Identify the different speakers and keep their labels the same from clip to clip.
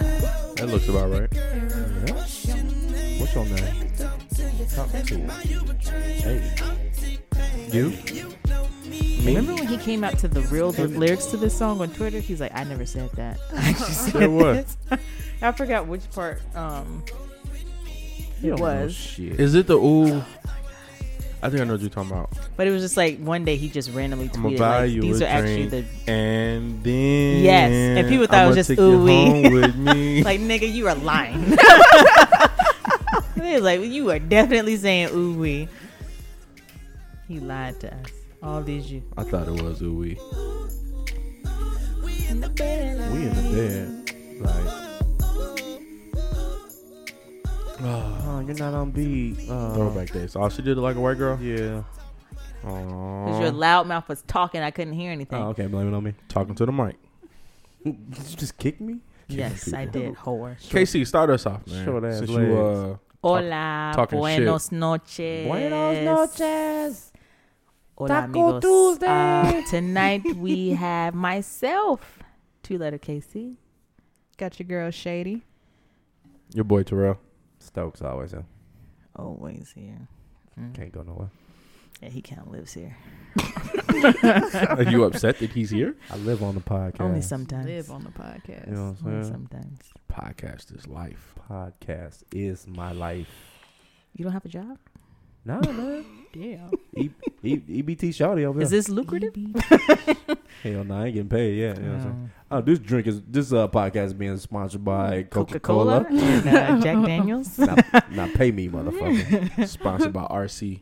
Speaker 1: That looks about right.
Speaker 2: What's your name? Talk to him.
Speaker 1: You?
Speaker 3: Remember when he came out to the real the lyrics to this song on Twitter? He's like, I never said that. I just
Speaker 1: Said what?
Speaker 3: this. I forgot which part um
Speaker 2: You
Speaker 3: it
Speaker 2: don't know
Speaker 3: was.
Speaker 2: shit.
Speaker 1: Is it the ooh? I think I know what you're talking about.
Speaker 3: But it was just like one day he just randomly
Speaker 1: I'ma
Speaker 3: tweeted
Speaker 1: buy
Speaker 3: like,
Speaker 1: you
Speaker 3: these
Speaker 1: a
Speaker 3: are actually the
Speaker 1: drink. And then
Speaker 3: Yes, and people thought it
Speaker 1: I'ma
Speaker 3: was just
Speaker 1: take you
Speaker 3: ooey.
Speaker 1: home with me.
Speaker 3: like nigga, you are lying. They're like you are definitely saying ooh wee. He lied to us. All these you
Speaker 1: I thought it was ooey.
Speaker 2: We in the bed.
Speaker 3: Uh-huh.
Speaker 2: Like, oh, you're not on beat. Uh,
Speaker 1: Throwback days. Oh, she did it like a white girl.
Speaker 2: Yeah.
Speaker 3: because your
Speaker 1: Aww.
Speaker 3: loud mouth was talking, I couldn't hear anything.
Speaker 2: Oh, okay. Blame it on me.
Speaker 1: Talking to the mic.
Speaker 2: Did you just kick me?
Speaker 3: yes, I did. Whore.
Speaker 1: KC, start us off, man.
Speaker 2: Short ass
Speaker 1: Since
Speaker 2: legs.
Speaker 1: you uh,
Speaker 3: Hola,
Speaker 1: talking shit.
Speaker 3: buenos noches.
Speaker 2: noches.
Speaker 3: Hola,
Speaker 2: Taco
Speaker 3: amigos.
Speaker 2: Tuesday.
Speaker 3: Uh, tonight we have myself, two letter KC.
Speaker 4: Got your girl Shady.
Speaker 1: your boy Terrell.
Speaker 2: Stokes always in.
Speaker 3: Always here. Mm.
Speaker 2: Can't go nowhere.
Speaker 3: Yeah, he kind of lives here.
Speaker 1: Are you upset that he's here?
Speaker 2: I live on the podcast.
Speaker 3: Only sometimes.
Speaker 4: Live on the podcast.
Speaker 2: You know what
Speaker 3: Only
Speaker 2: I'm saying?
Speaker 3: sometimes.
Speaker 1: Podcast is life.
Speaker 2: Podcast is my life.
Speaker 3: You don't have a job?
Speaker 2: Nah, man.
Speaker 4: Yeah.
Speaker 2: e- e- EBT shawty over
Speaker 3: Is
Speaker 2: here.
Speaker 3: this lucrative?
Speaker 2: Hell nah, I ain't getting paid yet. You know what I'm saying?
Speaker 3: Um,
Speaker 2: Oh, this drink is this uh, podcast is being sponsored by
Speaker 3: Mm,
Speaker 2: Coca
Speaker 3: Coca-Cola
Speaker 2: Cola.
Speaker 3: and uh, Jack Daniels.
Speaker 2: now, now pay me, motherfucker.
Speaker 1: Sponsored by RC.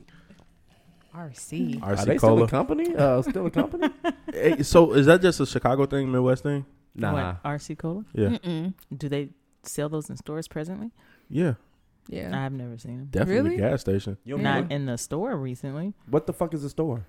Speaker 4: RC.
Speaker 2: Are
Speaker 1: RC
Speaker 2: they still
Speaker 1: Cola.
Speaker 2: a company? Uh, still a company?
Speaker 1: Hey, so is that just a Chicago thing, Midwest thing? Mm.
Speaker 2: nah.
Speaker 3: What, RC Cola?
Speaker 1: Yeah.
Speaker 4: Mm-mm.
Speaker 3: Do they sell those in stores presently?
Speaker 1: Yeah.
Speaker 4: Yeah.
Speaker 3: I've never seen them.
Speaker 1: Definitely
Speaker 4: Really?
Speaker 1: a gas station.
Speaker 2: You don't
Speaker 3: Not
Speaker 2: know?
Speaker 3: in the store recently.
Speaker 2: What the fuck is a store?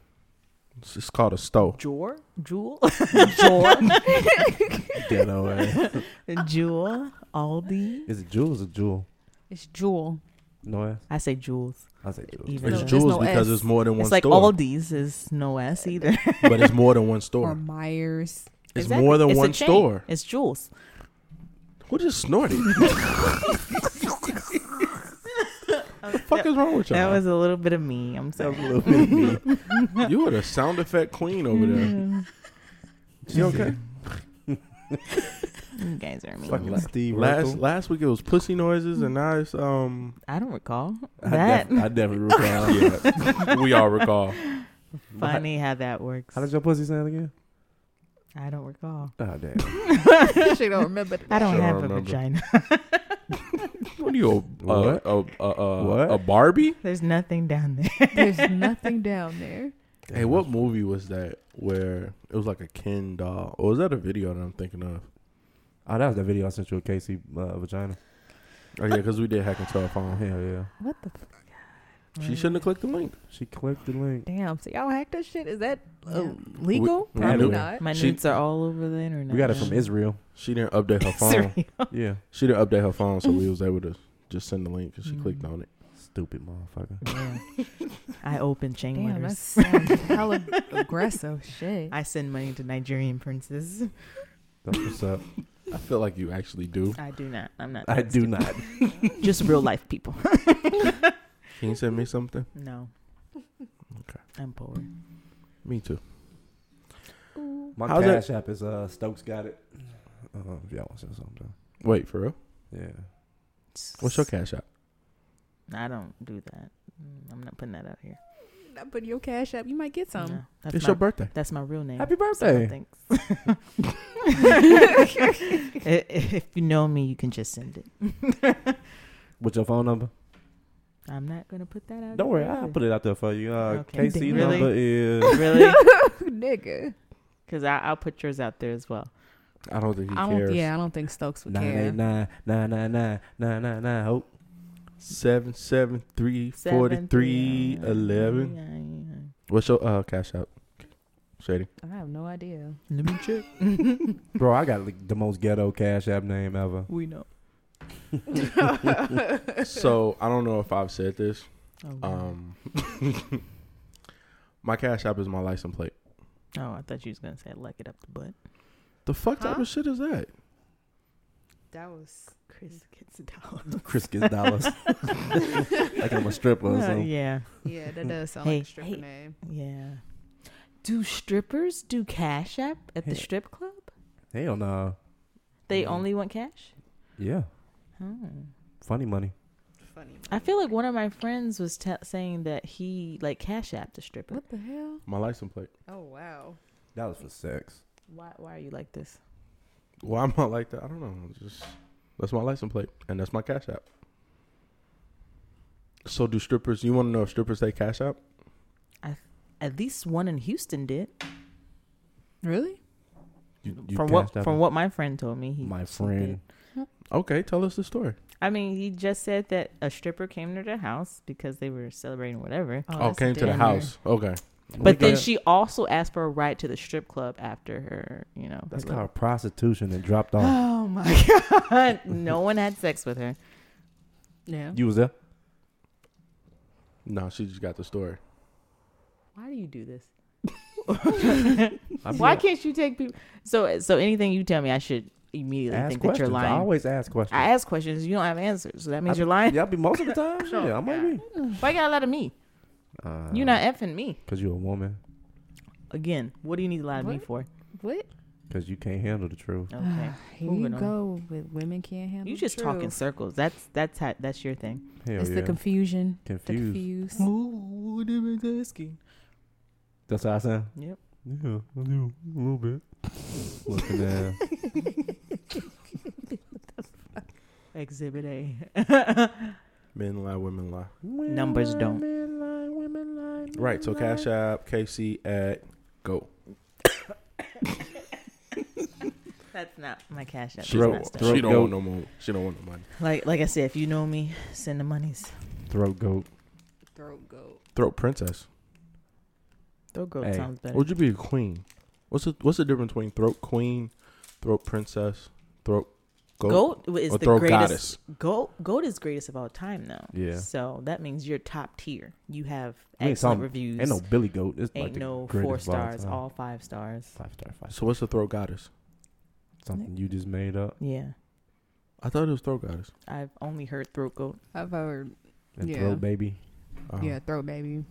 Speaker 1: It's, it's called a stove.
Speaker 3: Jewel? Jewel?
Speaker 2: Ghetto. ass.
Speaker 3: Jewel? Aldi?
Speaker 2: is it Jewel? Is it Jewel?
Speaker 4: It's Jewel.
Speaker 2: No eh? ass.
Speaker 3: I say Jewels.
Speaker 2: I say Jewel.
Speaker 3: Even
Speaker 1: It's
Speaker 3: though-
Speaker 4: Jewel.
Speaker 1: Jules
Speaker 4: no
Speaker 1: because
Speaker 4: S.
Speaker 1: it's more than one
Speaker 3: It's like
Speaker 1: store.
Speaker 3: Aldi's is no S either.
Speaker 1: but it's more than one
Speaker 4: Or
Speaker 1: store.
Speaker 4: Myers.
Speaker 1: It's
Speaker 3: Exactly.
Speaker 1: more than
Speaker 3: a
Speaker 1: one
Speaker 3: chain.
Speaker 1: store.
Speaker 3: It's Jewels.
Speaker 1: Who just snorted? what the fuck is wrong with
Speaker 3: That
Speaker 1: y'all?
Speaker 3: was a little bit of me. I'm
Speaker 2: Sounds a
Speaker 3: sorry.
Speaker 2: little bit mean.
Speaker 1: you are the sound effect queen over there. You okay?
Speaker 3: You guys are mean.
Speaker 2: Fucking Steve
Speaker 1: Last
Speaker 2: Urkel.
Speaker 1: last week it was pussy noises and now it's um
Speaker 3: I don't recall
Speaker 2: I
Speaker 3: that.
Speaker 2: def- I definitely recall.
Speaker 1: yeah, we all recall.
Speaker 3: Funny how that works.
Speaker 2: How does your pussy sound again?
Speaker 3: I don't recall.
Speaker 2: Oh damn.
Speaker 4: she don't remember. That.
Speaker 3: I don't
Speaker 1: Sure
Speaker 3: have a
Speaker 1: remember.
Speaker 3: vagina.
Speaker 1: What are you uh, a
Speaker 2: What?
Speaker 1: a a, a, a,
Speaker 2: What?
Speaker 1: uh, a Barbie?
Speaker 3: There's nothing down there.
Speaker 4: There's nothing down there.
Speaker 1: Hey, what movie was that where it was like a Ken doll? Or was that a video that I'm thinking of?
Speaker 2: Oh, that was the video I sent you a Casey uh, vagina. Oh,
Speaker 1: Oh yeah, because we did hack into her phone.
Speaker 2: Hell yeah.
Speaker 4: What the? F-
Speaker 1: She shouldn't have clicked the link.
Speaker 2: She clicked the link.
Speaker 4: Damn. So y'all hacked that shit. Is that uh,
Speaker 3: Yeah.
Speaker 4: legal?
Speaker 1: We-
Speaker 4: Probably
Speaker 2: we-
Speaker 4: not.
Speaker 3: My
Speaker 1: She-
Speaker 3: nudes are all over the internet.
Speaker 2: We got it
Speaker 3: now.
Speaker 2: from Israel.
Speaker 1: She didn't update her phone.
Speaker 2: Yeah.
Speaker 1: She didn't update her phone, so we was able to just send the link because she
Speaker 3: Mm.
Speaker 1: clicked on it.
Speaker 2: Stupid motherfucker.
Speaker 3: Yeah. I open chain
Speaker 4: Damn. That
Speaker 3: letters.
Speaker 4: sounds hella aggressive. Shit.
Speaker 3: I send money to Nigerian princes.
Speaker 2: That's what's up.
Speaker 1: I feel like you actually do.
Speaker 3: I do not. I'm not.
Speaker 2: I do not.
Speaker 3: Just real life people.
Speaker 1: Can you send me something?
Speaker 3: No.
Speaker 1: Okay.
Speaker 3: I'm poor.
Speaker 1: Me too.
Speaker 2: My
Speaker 1: How's
Speaker 2: cash app is uh Stokes got it. Uh, if y'all want to send something.
Speaker 1: Wait, for real?
Speaker 2: Yeah.
Speaker 1: What's your cash app?
Speaker 3: I don't do that. Mm, I'm not putting that out here.
Speaker 4: Not put your cash app. You might get some.
Speaker 3: No. That's,
Speaker 1: It's
Speaker 3: my,
Speaker 1: your birthday.
Speaker 3: that's my real name.
Speaker 2: Happy
Speaker 3: so no
Speaker 2: birthday.
Speaker 3: thanks. I- if you know me, you can just send it.
Speaker 2: What's your phone number?
Speaker 3: I'm not gonna put that out.
Speaker 2: Don't worry,
Speaker 3: there
Speaker 2: I'll
Speaker 3: either.
Speaker 2: put it out there for you. Uh,
Speaker 3: Okay.
Speaker 2: KC
Speaker 3: Really?
Speaker 2: number is.
Speaker 3: really
Speaker 4: Nigga.
Speaker 3: because I'll put yours out there as well.
Speaker 1: I don't think he
Speaker 4: I
Speaker 1: cares.
Speaker 4: don't. Yeah. I don't think Stokes would care.
Speaker 2: 989 999 999. Oh,
Speaker 1: Seven seven three forty three eleven. What's your uh, cash app? Shady.
Speaker 4: I have no idea.
Speaker 3: Let me check.
Speaker 2: Bro, I got like, the most ghetto cash app name ever.
Speaker 3: We know.
Speaker 1: so I don't know if I've said this.
Speaker 3: Oh, God.
Speaker 1: Um, my cash app is my license plate.
Speaker 3: oh, I thought you was gonna say like it up the butt.
Speaker 1: The fuck
Speaker 4: Huh?
Speaker 1: type of shit is that?
Speaker 4: That was
Speaker 3: Chris gets dollars.
Speaker 2: Chris gets dollars. like I'm a stripper or
Speaker 3: Well,
Speaker 2: something.
Speaker 3: Oh, yeah,
Speaker 4: yeah.
Speaker 1: Hmm.
Speaker 4: That does sound
Speaker 3: Hey,
Speaker 4: like a stripper
Speaker 3: hey.
Speaker 4: name.
Speaker 3: yeah. Do strippers do cash app at the
Speaker 2: Hey.
Speaker 3: strip club?
Speaker 2: Hell no.
Speaker 3: They
Speaker 2: Mhm.
Speaker 3: only want cash.
Speaker 2: Yeah.
Speaker 3: Oh.
Speaker 2: Funny money.
Speaker 4: Funny.
Speaker 3: I feel like one of my friends was t- saying that he like cash app the stripper.
Speaker 4: What the hell?
Speaker 1: My license plate.
Speaker 4: Oh wow.
Speaker 2: That was for sex.
Speaker 3: Why? Why are you like this?
Speaker 1: Why am I like that? I don't know. Just that's my license plate, and that's my cash app. So do strippers? You want to know if strippers say cash app?
Speaker 3: At least one in Houston did.
Speaker 4: Really?
Speaker 2: You, you
Speaker 3: from what
Speaker 2: cashed out
Speaker 3: from
Speaker 2: on-
Speaker 3: what my friend told me, he
Speaker 2: My
Speaker 3: he did.
Speaker 2: friend.
Speaker 1: Okay, tell us the story.
Speaker 3: I mean, he just said that a stripper came to their house because they were celebrating whatever.
Speaker 1: Oh,
Speaker 4: that's
Speaker 1: came to the
Speaker 4: damn
Speaker 1: house. Okay,
Speaker 3: But then
Speaker 2: got-
Speaker 3: she also asked for a ride to the strip club after her, you know.
Speaker 2: That's
Speaker 3: her little-
Speaker 2: called prostitution and dropped off.
Speaker 3: Oh my god. no one had sex with her.
Speaker 4: near. Yeah.
Speaker 2: you was there?
Speaker 1: no, she just got the story.
Speaker 3: Why do you do this?
Speaker 2: I be-
Speaker 3: Why can't you take people So so anything you tell me I should immediately
Speaker 2: ask
Speaker 3: think
Speaker 2: questions.
Speaker 3: that you're
Speaker 2: I
Speaker 3: lying.
Speaker 2: always ask questions.
Speaker 3: I ask questions, you don't have answers. So that means
Speaker 2: I-
Speaker 3: you're lying.
Speaker 2: yeah, I be most of the time.
Speaker 3: Sure.
Speaker 2: yeah, I might be.
Speaker 3: Why you gotta lie to me?
Speaker 2: Uh,
Speaker 3: you not effing me.
Speaker 2: Because you're a woman.
Speaker 3: Again, what do you need to lie to me
Speaker 4: What?
Speaker 3: for?
Speaker 4: What?
Speaker 2: Because you can't handle the truth.
Speaker 3: Okay.
Speaker 4: Here
Speaker 3: Moving
Speaker 4: you
Speaker 3: on.
Speaker 4: go with women can't handle.
Speaker 3: You
Speaker 4: the
Speaker 3: just talk in
Speaker 4: truth.
Speaker 3: circles. That's that's how, that's your thing.
Speaker 2: Hell
Speaker 4: It's
Speaker 2: yeah.
Speaker 4: the confusion. The
Speaker 2: confused.
Speaker 4: confused.
Speaker 3: Ooh, asking.
Speaker 2: That's how I sound.
Speaker 3: Yep.
Speaker 2: Yeah, I do a little bit. Looking at
Speaker 3: Exhibit A.
Speaker 1: Men lie, women lie.
Speaker 3: Numbers don't.
Speaker 2: Men lie, women lie, men
Speaker 1: Right. So
Speaker 2: lie.
Speaker 1: cash app, KC at go.
Speaker 3: That's not my cash app.
Speaker 1: She,
Speaker 2: Throw-
Speaker 1: don't,
Speaker 3: That's not
Speaker 2: throw-
Speaker 3: stuff.
Speaker 1: she don't
Speaker 2: goat.
Speaker 1: want no more. She don't want no money.
Speaker 3: Like like I said, if you know me, send the monies.
Speaker 2: Throat goat.
Speaker 4: Throat goat.
Speaker 1: Throat princess.
Speaker 3: Throw goat
Speaker 2: Hey,
Speaker 3: sounds better.
Speaker 1: Would you be a queen? What's the What's the difference between throat queen, throat princess, throat goat,
Speaker 3: Goat is
Speaker 1: or
Speaker 3: the
Speaker 1: throat
Speaker 3: greatest.
Speaker 1: goddess?
Speaker 3: Goat goat is greatest of all time though.
Speaker 2: Yeah.
Speaker 3: So that means you're top tier. You have
Speaker 2: Ain't
Speaker 3: excellent
Speaker 2: some-
Speaker 3: reviews.
Speaker 2: Ain't no Billy goat. It's like
Speaker 3: Ain't
Speaker 2: the
Speaker 3: no
Speaker 2: greatest
Speaker 3: four
Speaker 2: of all
Speaker 3: stars.
Speaker 2: time.
Speaker 3: All five stars.
Speaker 2: five star, five.
Speaker 1: So what's the throat goddess?
Speaker 2: Something you just made up.
Speaker 3: Yeah.
Speaker 1: I thought it was throat goddess.
Speaker 3: I've only heard throat goat.
Speaker 4: I've heard.
Speaker 2: And
Speaker 4: Yeah.
Speaker 2: throat baby.
Speaker 1: Uh,
Speaker 4: Yeah, throat baby.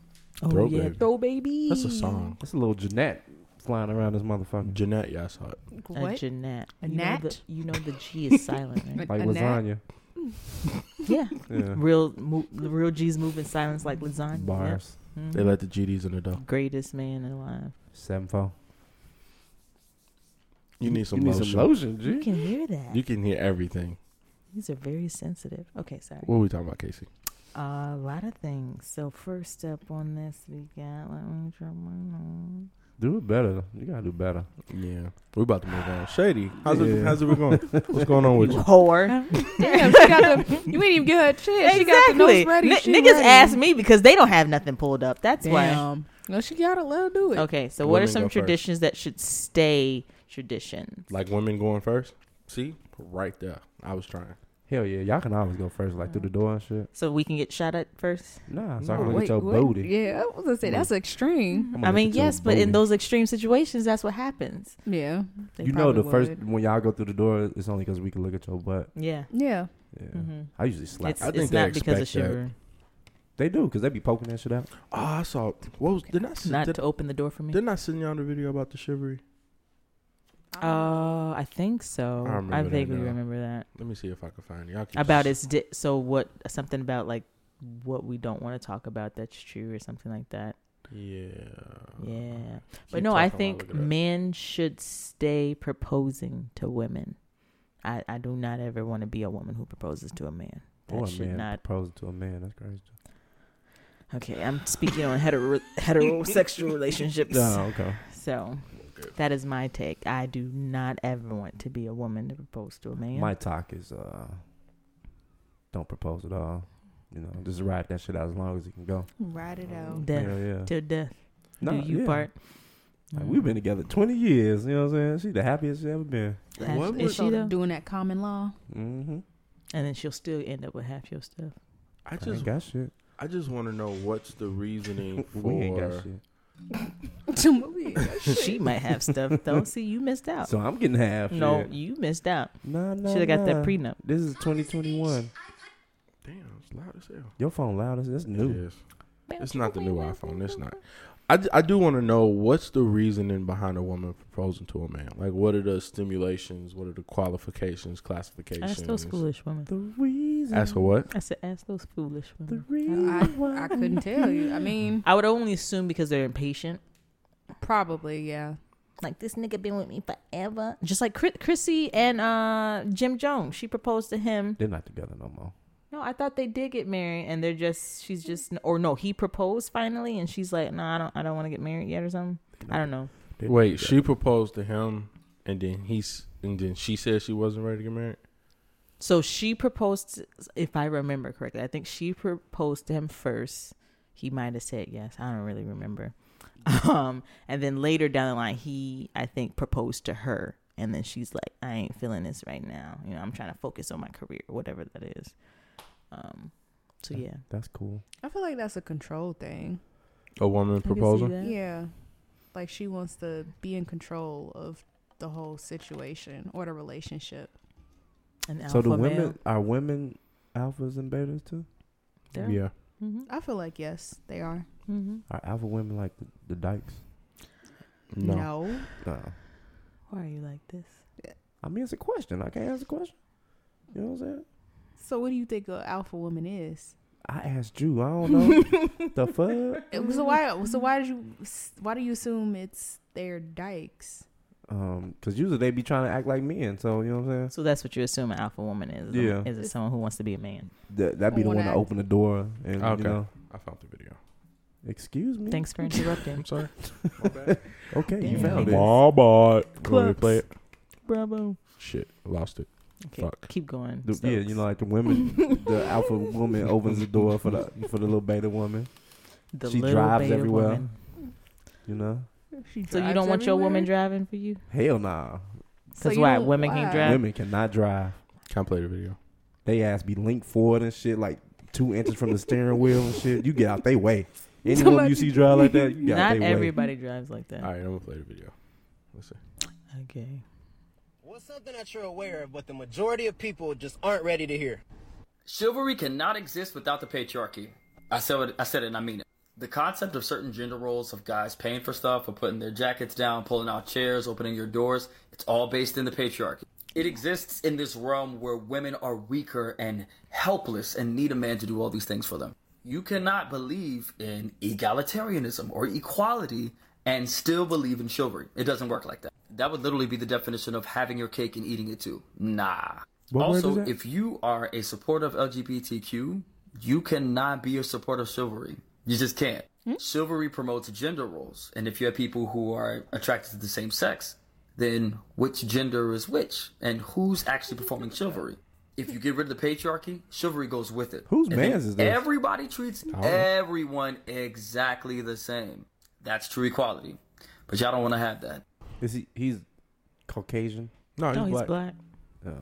Speaker 3: Oh
Speaker 1: Throat
Speaker 3: yeah,
Speaker 1: baby.
Speaker 3: throw baby.
Speaker 1: That's a song.
Speaker 2: That's a little Jeanette flying around this motherfucker.
Speaker 1: Jeanette, yeah, I saw it.
Speaker 3: A
Speaker 4: What?
Speaker 3: Jeanette.
Speaker 4: A
Speaker 3: you Know the,
Speaker 4: gnat?
Speaker 3: you know the G is silent, right?
Speaker 2: Like
Speaker 4: A gnat?
Speaker 2: lasagna.
Speaker 3: yeah.
Speaker 2: Yeah.
Speaker 3: Real, mo- real G's move in silence like lasagna. Yep.
Speaker 2: Bars.
Speaker 3: Mhm.
Speaker 1: They let the GDs in the door.
Speaker 3: Greatest man alive.
Speaker 2: Seven four.
Speaker 1: You need some
Speaker 2: you need
Speaker 1: lotion.
Speaker 2: some lotion,
Speaker 3: You
Speaker 2: G.
Speaker 3: can hear that.
Speaker 1: You can hear everything.
Speaker 3: These are very sensitive. Okay, sorry.
Speaker 1: What are we talking about, Casey?
Speaker 3: a lot of things. So first up on this, we got. Let me draw my nose.
Speaker 2: Do it better. You gotta do better.
Speaker 1: Yeah, we're about to move on. Shady, how's it?
Speaker 2: Yeah.
Speaker 1: How's it going? What's going on with you?
Speaker 3: Whore.
Speaker 4: Damn, she got the. You ain't even get her a chance. She got the nose ready.
Speaker 3: N-
Speaker 4: She
Speaker 3: niggas
Speaker 4: ready.
Speaker 3: ask me because they don't have nothing pulled up. That's why.
Speaker 4: Damn. No, she got to Let her do it.
Speaker 3: Okay, so what
Speaker 1: Women
Speaker 3: are
Speaker 1: go
Speaker 3: some
Speaker 1: first.
Speaker 3: traditions that should stay traditions?
Speaker 1: Like women going first? See, right there. I was trying.
Speaker 2: Hell yeah, y'all can always go first, like through the door and shit.
Speaker 3: So we can get shot at first.
Speaker 2: Nah, so
Speaker 1: No,
Speaker 2: I
Speaker 3: Oh,
Speaker 2: can look
Speaker 4: Wait,
Speaker 2: at your
Speaker 4: what?
Speaker 2: booty.
Speaker 4: Yeah, I was gonna say that's extreme.
Speaker 2: I'ma
Speaker 3: I
Speaker 2: look
Speaker 3: mean,
Speaker 2: at your
Speaker 3: yes, but in
Speaker 2: booty.
Speaker 3: those extreme situations, that's what happens.
Speaker 4: Yeah, they
Speaker 2: you know, the
Speaker 4: probably
Speaker 2: first
Speaker 4: would.
Speaker 2: when y'all go through the door, it's only because we can look at your butt.
Speaker 3: Yeah.
Speaker 4: Yeah,
Speaker 2: Yeah,
Speaker 3: hmm
Speaker 2: I usually slap.
Speaker 3: It's,
Speaker 1: I think
Speaker 3: it's
Speaker 1: they
Speaker 3: not because of
Speaker 1: expect that.
Speaker 3: sugar.
Speaker 2: They do because they be poking that shit out.
Speaker 1: Oh, I saw. What was? Did not
Speaker 3: Not
Speaker 1: did,
Speaker 3: to open the door for me.
Speaker 1: didn't I send y'all the video about the chivalry?
Speaker 3: Uh, I think so.
Speaker 1: I remember
Speaker 3: I,
Speaker 1: that
Speaker 3: vaguely
Speaker 1: now.
Speaker 3: remember that.
Speaker 1: Let me see if I can find it. y'all. keep-
Speaker 3: About it's di- so what something about like what we don't want to talk about that's true or something like that.
Speaker 1: Yeah. Uh,
Speaker 3: Yeah.
Speaker 1: Keep
Speaker 3: But no, I
Speaker 1: talking while
Speaker 3: think
Speaker 1: look it up.
Speaker 3: men should stay proposing to women. I, I do not ever want to be a woman who proposes to a man. That
Speaker 2: Or a
Speaker 3: should
Speaker 2: man
Speaker 3: not.
Speaker 2: proposing to a man. That's crazy.
Speaker 3: Okay, I'm speaking on hetero heterosexual relationships.
Speaker 2: No, okay.
Speaker 3: So that is my take. I do not ever want to be a woman to propose to a man.
Speaker 2: My talk is uh, don't propose at all. You know, just ride that shit out as long as you can go.
Speaker 4: ride it out.
Speaker 3: death
Speaker 2: Hell yeah.
Speaker 3: till death.
Speaker 2: Nah,
Speaker 3: do you
Speaker 2: yeah.
Speaker 3: part?
Speaker 2: Like, we've been together 20 years. You know what I'm saying? She the happiest she ever been.
Speaker 3: Half-
Speaker 1: What
Speaker 3: is
Speaker 1: was-
Speaker 4: It's
Speaker 3: she
Speaker 4: all
Speaker 3: though?
Speaker 4: doing that common law?
Speaker 2: Mm-hmm.
Speaker 3: And then she'll still end up with half your stuff.
Speaker 1: I
Speaker 2: I ain't
Speaker 1: just
Speaker 2: got shit.
Speaker 1: I just want to know what's the reasoning
Speaker 2: We ain't got
Speaker 1: for
Speaker 2: shit.
Speaker 3: she might have stuff though. See, you missed out.
Speaker 2: So I'm getting half.
Speaker 3: Uh, no,
Speaker 2: shit.
Speaker 3: you missed out.
Speaker 2: nah, nah.
Speaker 3: Should have got
Speaker 2: nah.
Speaker 3: that prenup.
Speaker 2: This is 2021.
Speaker 1: Damn, it's loud as hell.
Speaker 2: Your phone loud as that's new.
Speaker 1: Yes. It's not the new iPhone. It's not. I, d- I do want to know what's the reasoning behind a woman proposing to a man. Like, what are the stimulations? What are the qualifications, classifications?
Speaker 3: Ask those foolish women.
Speaker 2: The reason.
Speaker 1: Ask for what?
Speaker 3: I said, ask those foolish
Speaker 2: The
Speaker 3: women.
Speaker 2: reason.
Speaker 4: I,
Speaker 2: why.
Speaker 4: I couldn't tell you. I mean,
Speaker 3: I would only assume because they're impatient.
Speaker 4: probably, yeah.
Speaker 3: Like this nigga been with me forever. Just like Chris, Chrissy and uh, Jim Jones, she proposed to him.
Speaker 2: They're not together no more.
Speaker 3: No, I thought they did get married, and they're just she's just or no, he proposed finally, and she's like, no, I don't, I don't want to get married yet or something. I don't know.
Speaker 2: They're not
Speaker 1: Wait,
Speaker 2: together.
Speaker 1: she proposed to him, and then he's and then she said she wasn't ready to get married.
Speaker 3: So she proposed, if I remember correctly, I think she proposed to him first. He might have said yes. I don't really remember. Um, and then later down the line, he I think proposed to her, and then she's like, I ain't feeling this right now. You know, I'm trying to focus on my career, whatever that is. Um, so yeah,
Speaker 2: That's cool.
Speaker 4: I feel like that's a control thing.
Speaker 1: A woman proposing.
Speaker 4: Yeah. Like she wants to be in control of the whole situation or the relationship.
Speaker 3: An
Speaker 2: so the
Speaker 3: alpha
Speaker 2: women
Speaker 3: male.
Speaker 2: are women alphas and betas too?
Speaker 3: Yeah.
Speaker 1: Yeah.
Speaker 3: Mm-hmm.
Speaker 4: I feel like yes, they are.
Speaker 3: Mm-hmm.
Speaker 2: Are alpha women like the, the dykes?
Speaker 1: No.
Speaker 2: No.
Speaker 3: Why are you like this?
Speaker 2: I mean, it's a question. I can't ask a question. You know what I'm saying?
Speaker 4: So what do you think a alpha woman is?
Speaker 2: I asked you. I don't know. the fuck?
Speaker 4: It was- So why? So why did you? Why do you assume it's their dykes?
Speaker 2: Um, cause usually they be trying to act like men. So you know what I'm saying?
Speaker 3: So that's what you assume an alpha woman is.
Speaker 2: Yeah.
Speaker 3: Is it someone who wants to be a man?
Speaker 2: That that be the
Speaker 4: Wanna
Speaker 2: one to
Speaker 4: act-
Speaker 2: open the door and
Speaker 1: Okay.
Speaker 2: you know.
Speaker 1: I found the video.
Speaker 2: Excuse me.
Speaker 3: Thanks for interrupting.
Speaker 1: I'm sorry.
Speaker 2: Okay, you
Speaker 3: Damn.
Speaker 2: found it.
Speaker 1: My bad. Let me
Speaker 3: Clucks.
Speaker 1: play it.
Speaker 3: Bravo.
Speaker 1: Shit, lost it.
Speaker 3: Okay,
Speaker 1: Fuck.
Speaker 3: keep going.
Speaker 2: The- yeah,
Speaker 3: Stokes.
Speaker 2: you know, like the women, the alpha woman opens the door for the for the little beta woman.
Speaker 3: The
Speaker 2: she
Speaker 3: little
Speaker 2: drives
Speaker 3: beta
Speaker 2: everywhere.
Speaker 3: woman.
Speaker 2: You know,
Speaker 4: She
Speaker 3: So you
Speaker 4: drives
Speaker 3: don't want your woman
Speaker 4: everywhere?
Speaker 3: driving for you?
Speaker 2: hell nah.
Speaker 4: So
Speaker 3: Because
Speaker 4: you
Speaker 3: why
Speaker 4: don't-
Speaker 3: women can't
Speaker 4: why?
Speaker 3: drive?
Speaker 2: Women cannot drive.
Speaker 1: Can't play the video.
Speaker 2: They ass be linked forward and shit, like two inches from the steering wheel and shit. You get out they way. Any woman you see drive like that, you get out
Speaker 3: Not
Speaker 2: they way.
Speaker 3: everybody drives like that.
Speaker 1: All right, I'm gonna play the video. Let's see.
Speaker 3: Okay.
Speaker 5: What's something that you're aware of, but the majority of people just aren't ready to hear?
Speaker 6: Chivalry cannot exist without the patriarchy. I said it, I said it and I mean it. The concept of certain gender roles of guys paying for stuff, of putting their jackets down, pulling out chairs, opening your doors, it's all based in the patriarchy. It exists in this realm where women are weaker and helpless and need a man to do all these things for them. You cannot believe in egalitarianism or equality and still believe in chivalry. It doesn't work like that. That would literally be the definition of having your cake and eating it too. Nah.
Speaker 2: What word is
Speaker 6: also,
Speaker 2: that?
Speaker 6: if you are a supporter of LGBTQ, you cannot be a supporter of chivalry. You just can't. Chivalry promotes gender roles. And if you have people who are attracted to the same sex, then which gender is which? And who's actually performing chivalry? If you get rid of the patriarchy, chivalry goes with it.
Speaker 2: Whose
Speaker 6: And then
Speaker 2: mans is this?
Speaker 6: Everybody treats everyone exactly the same. That's true equality. But y'all don't want to have that.
Speaker 2: Is he, he's Caucasian.
Speaker 1: No, he's,
Speaker 3: No, he's
Speaker 1: black.
Speaker 3: black.
Speaker 2: No.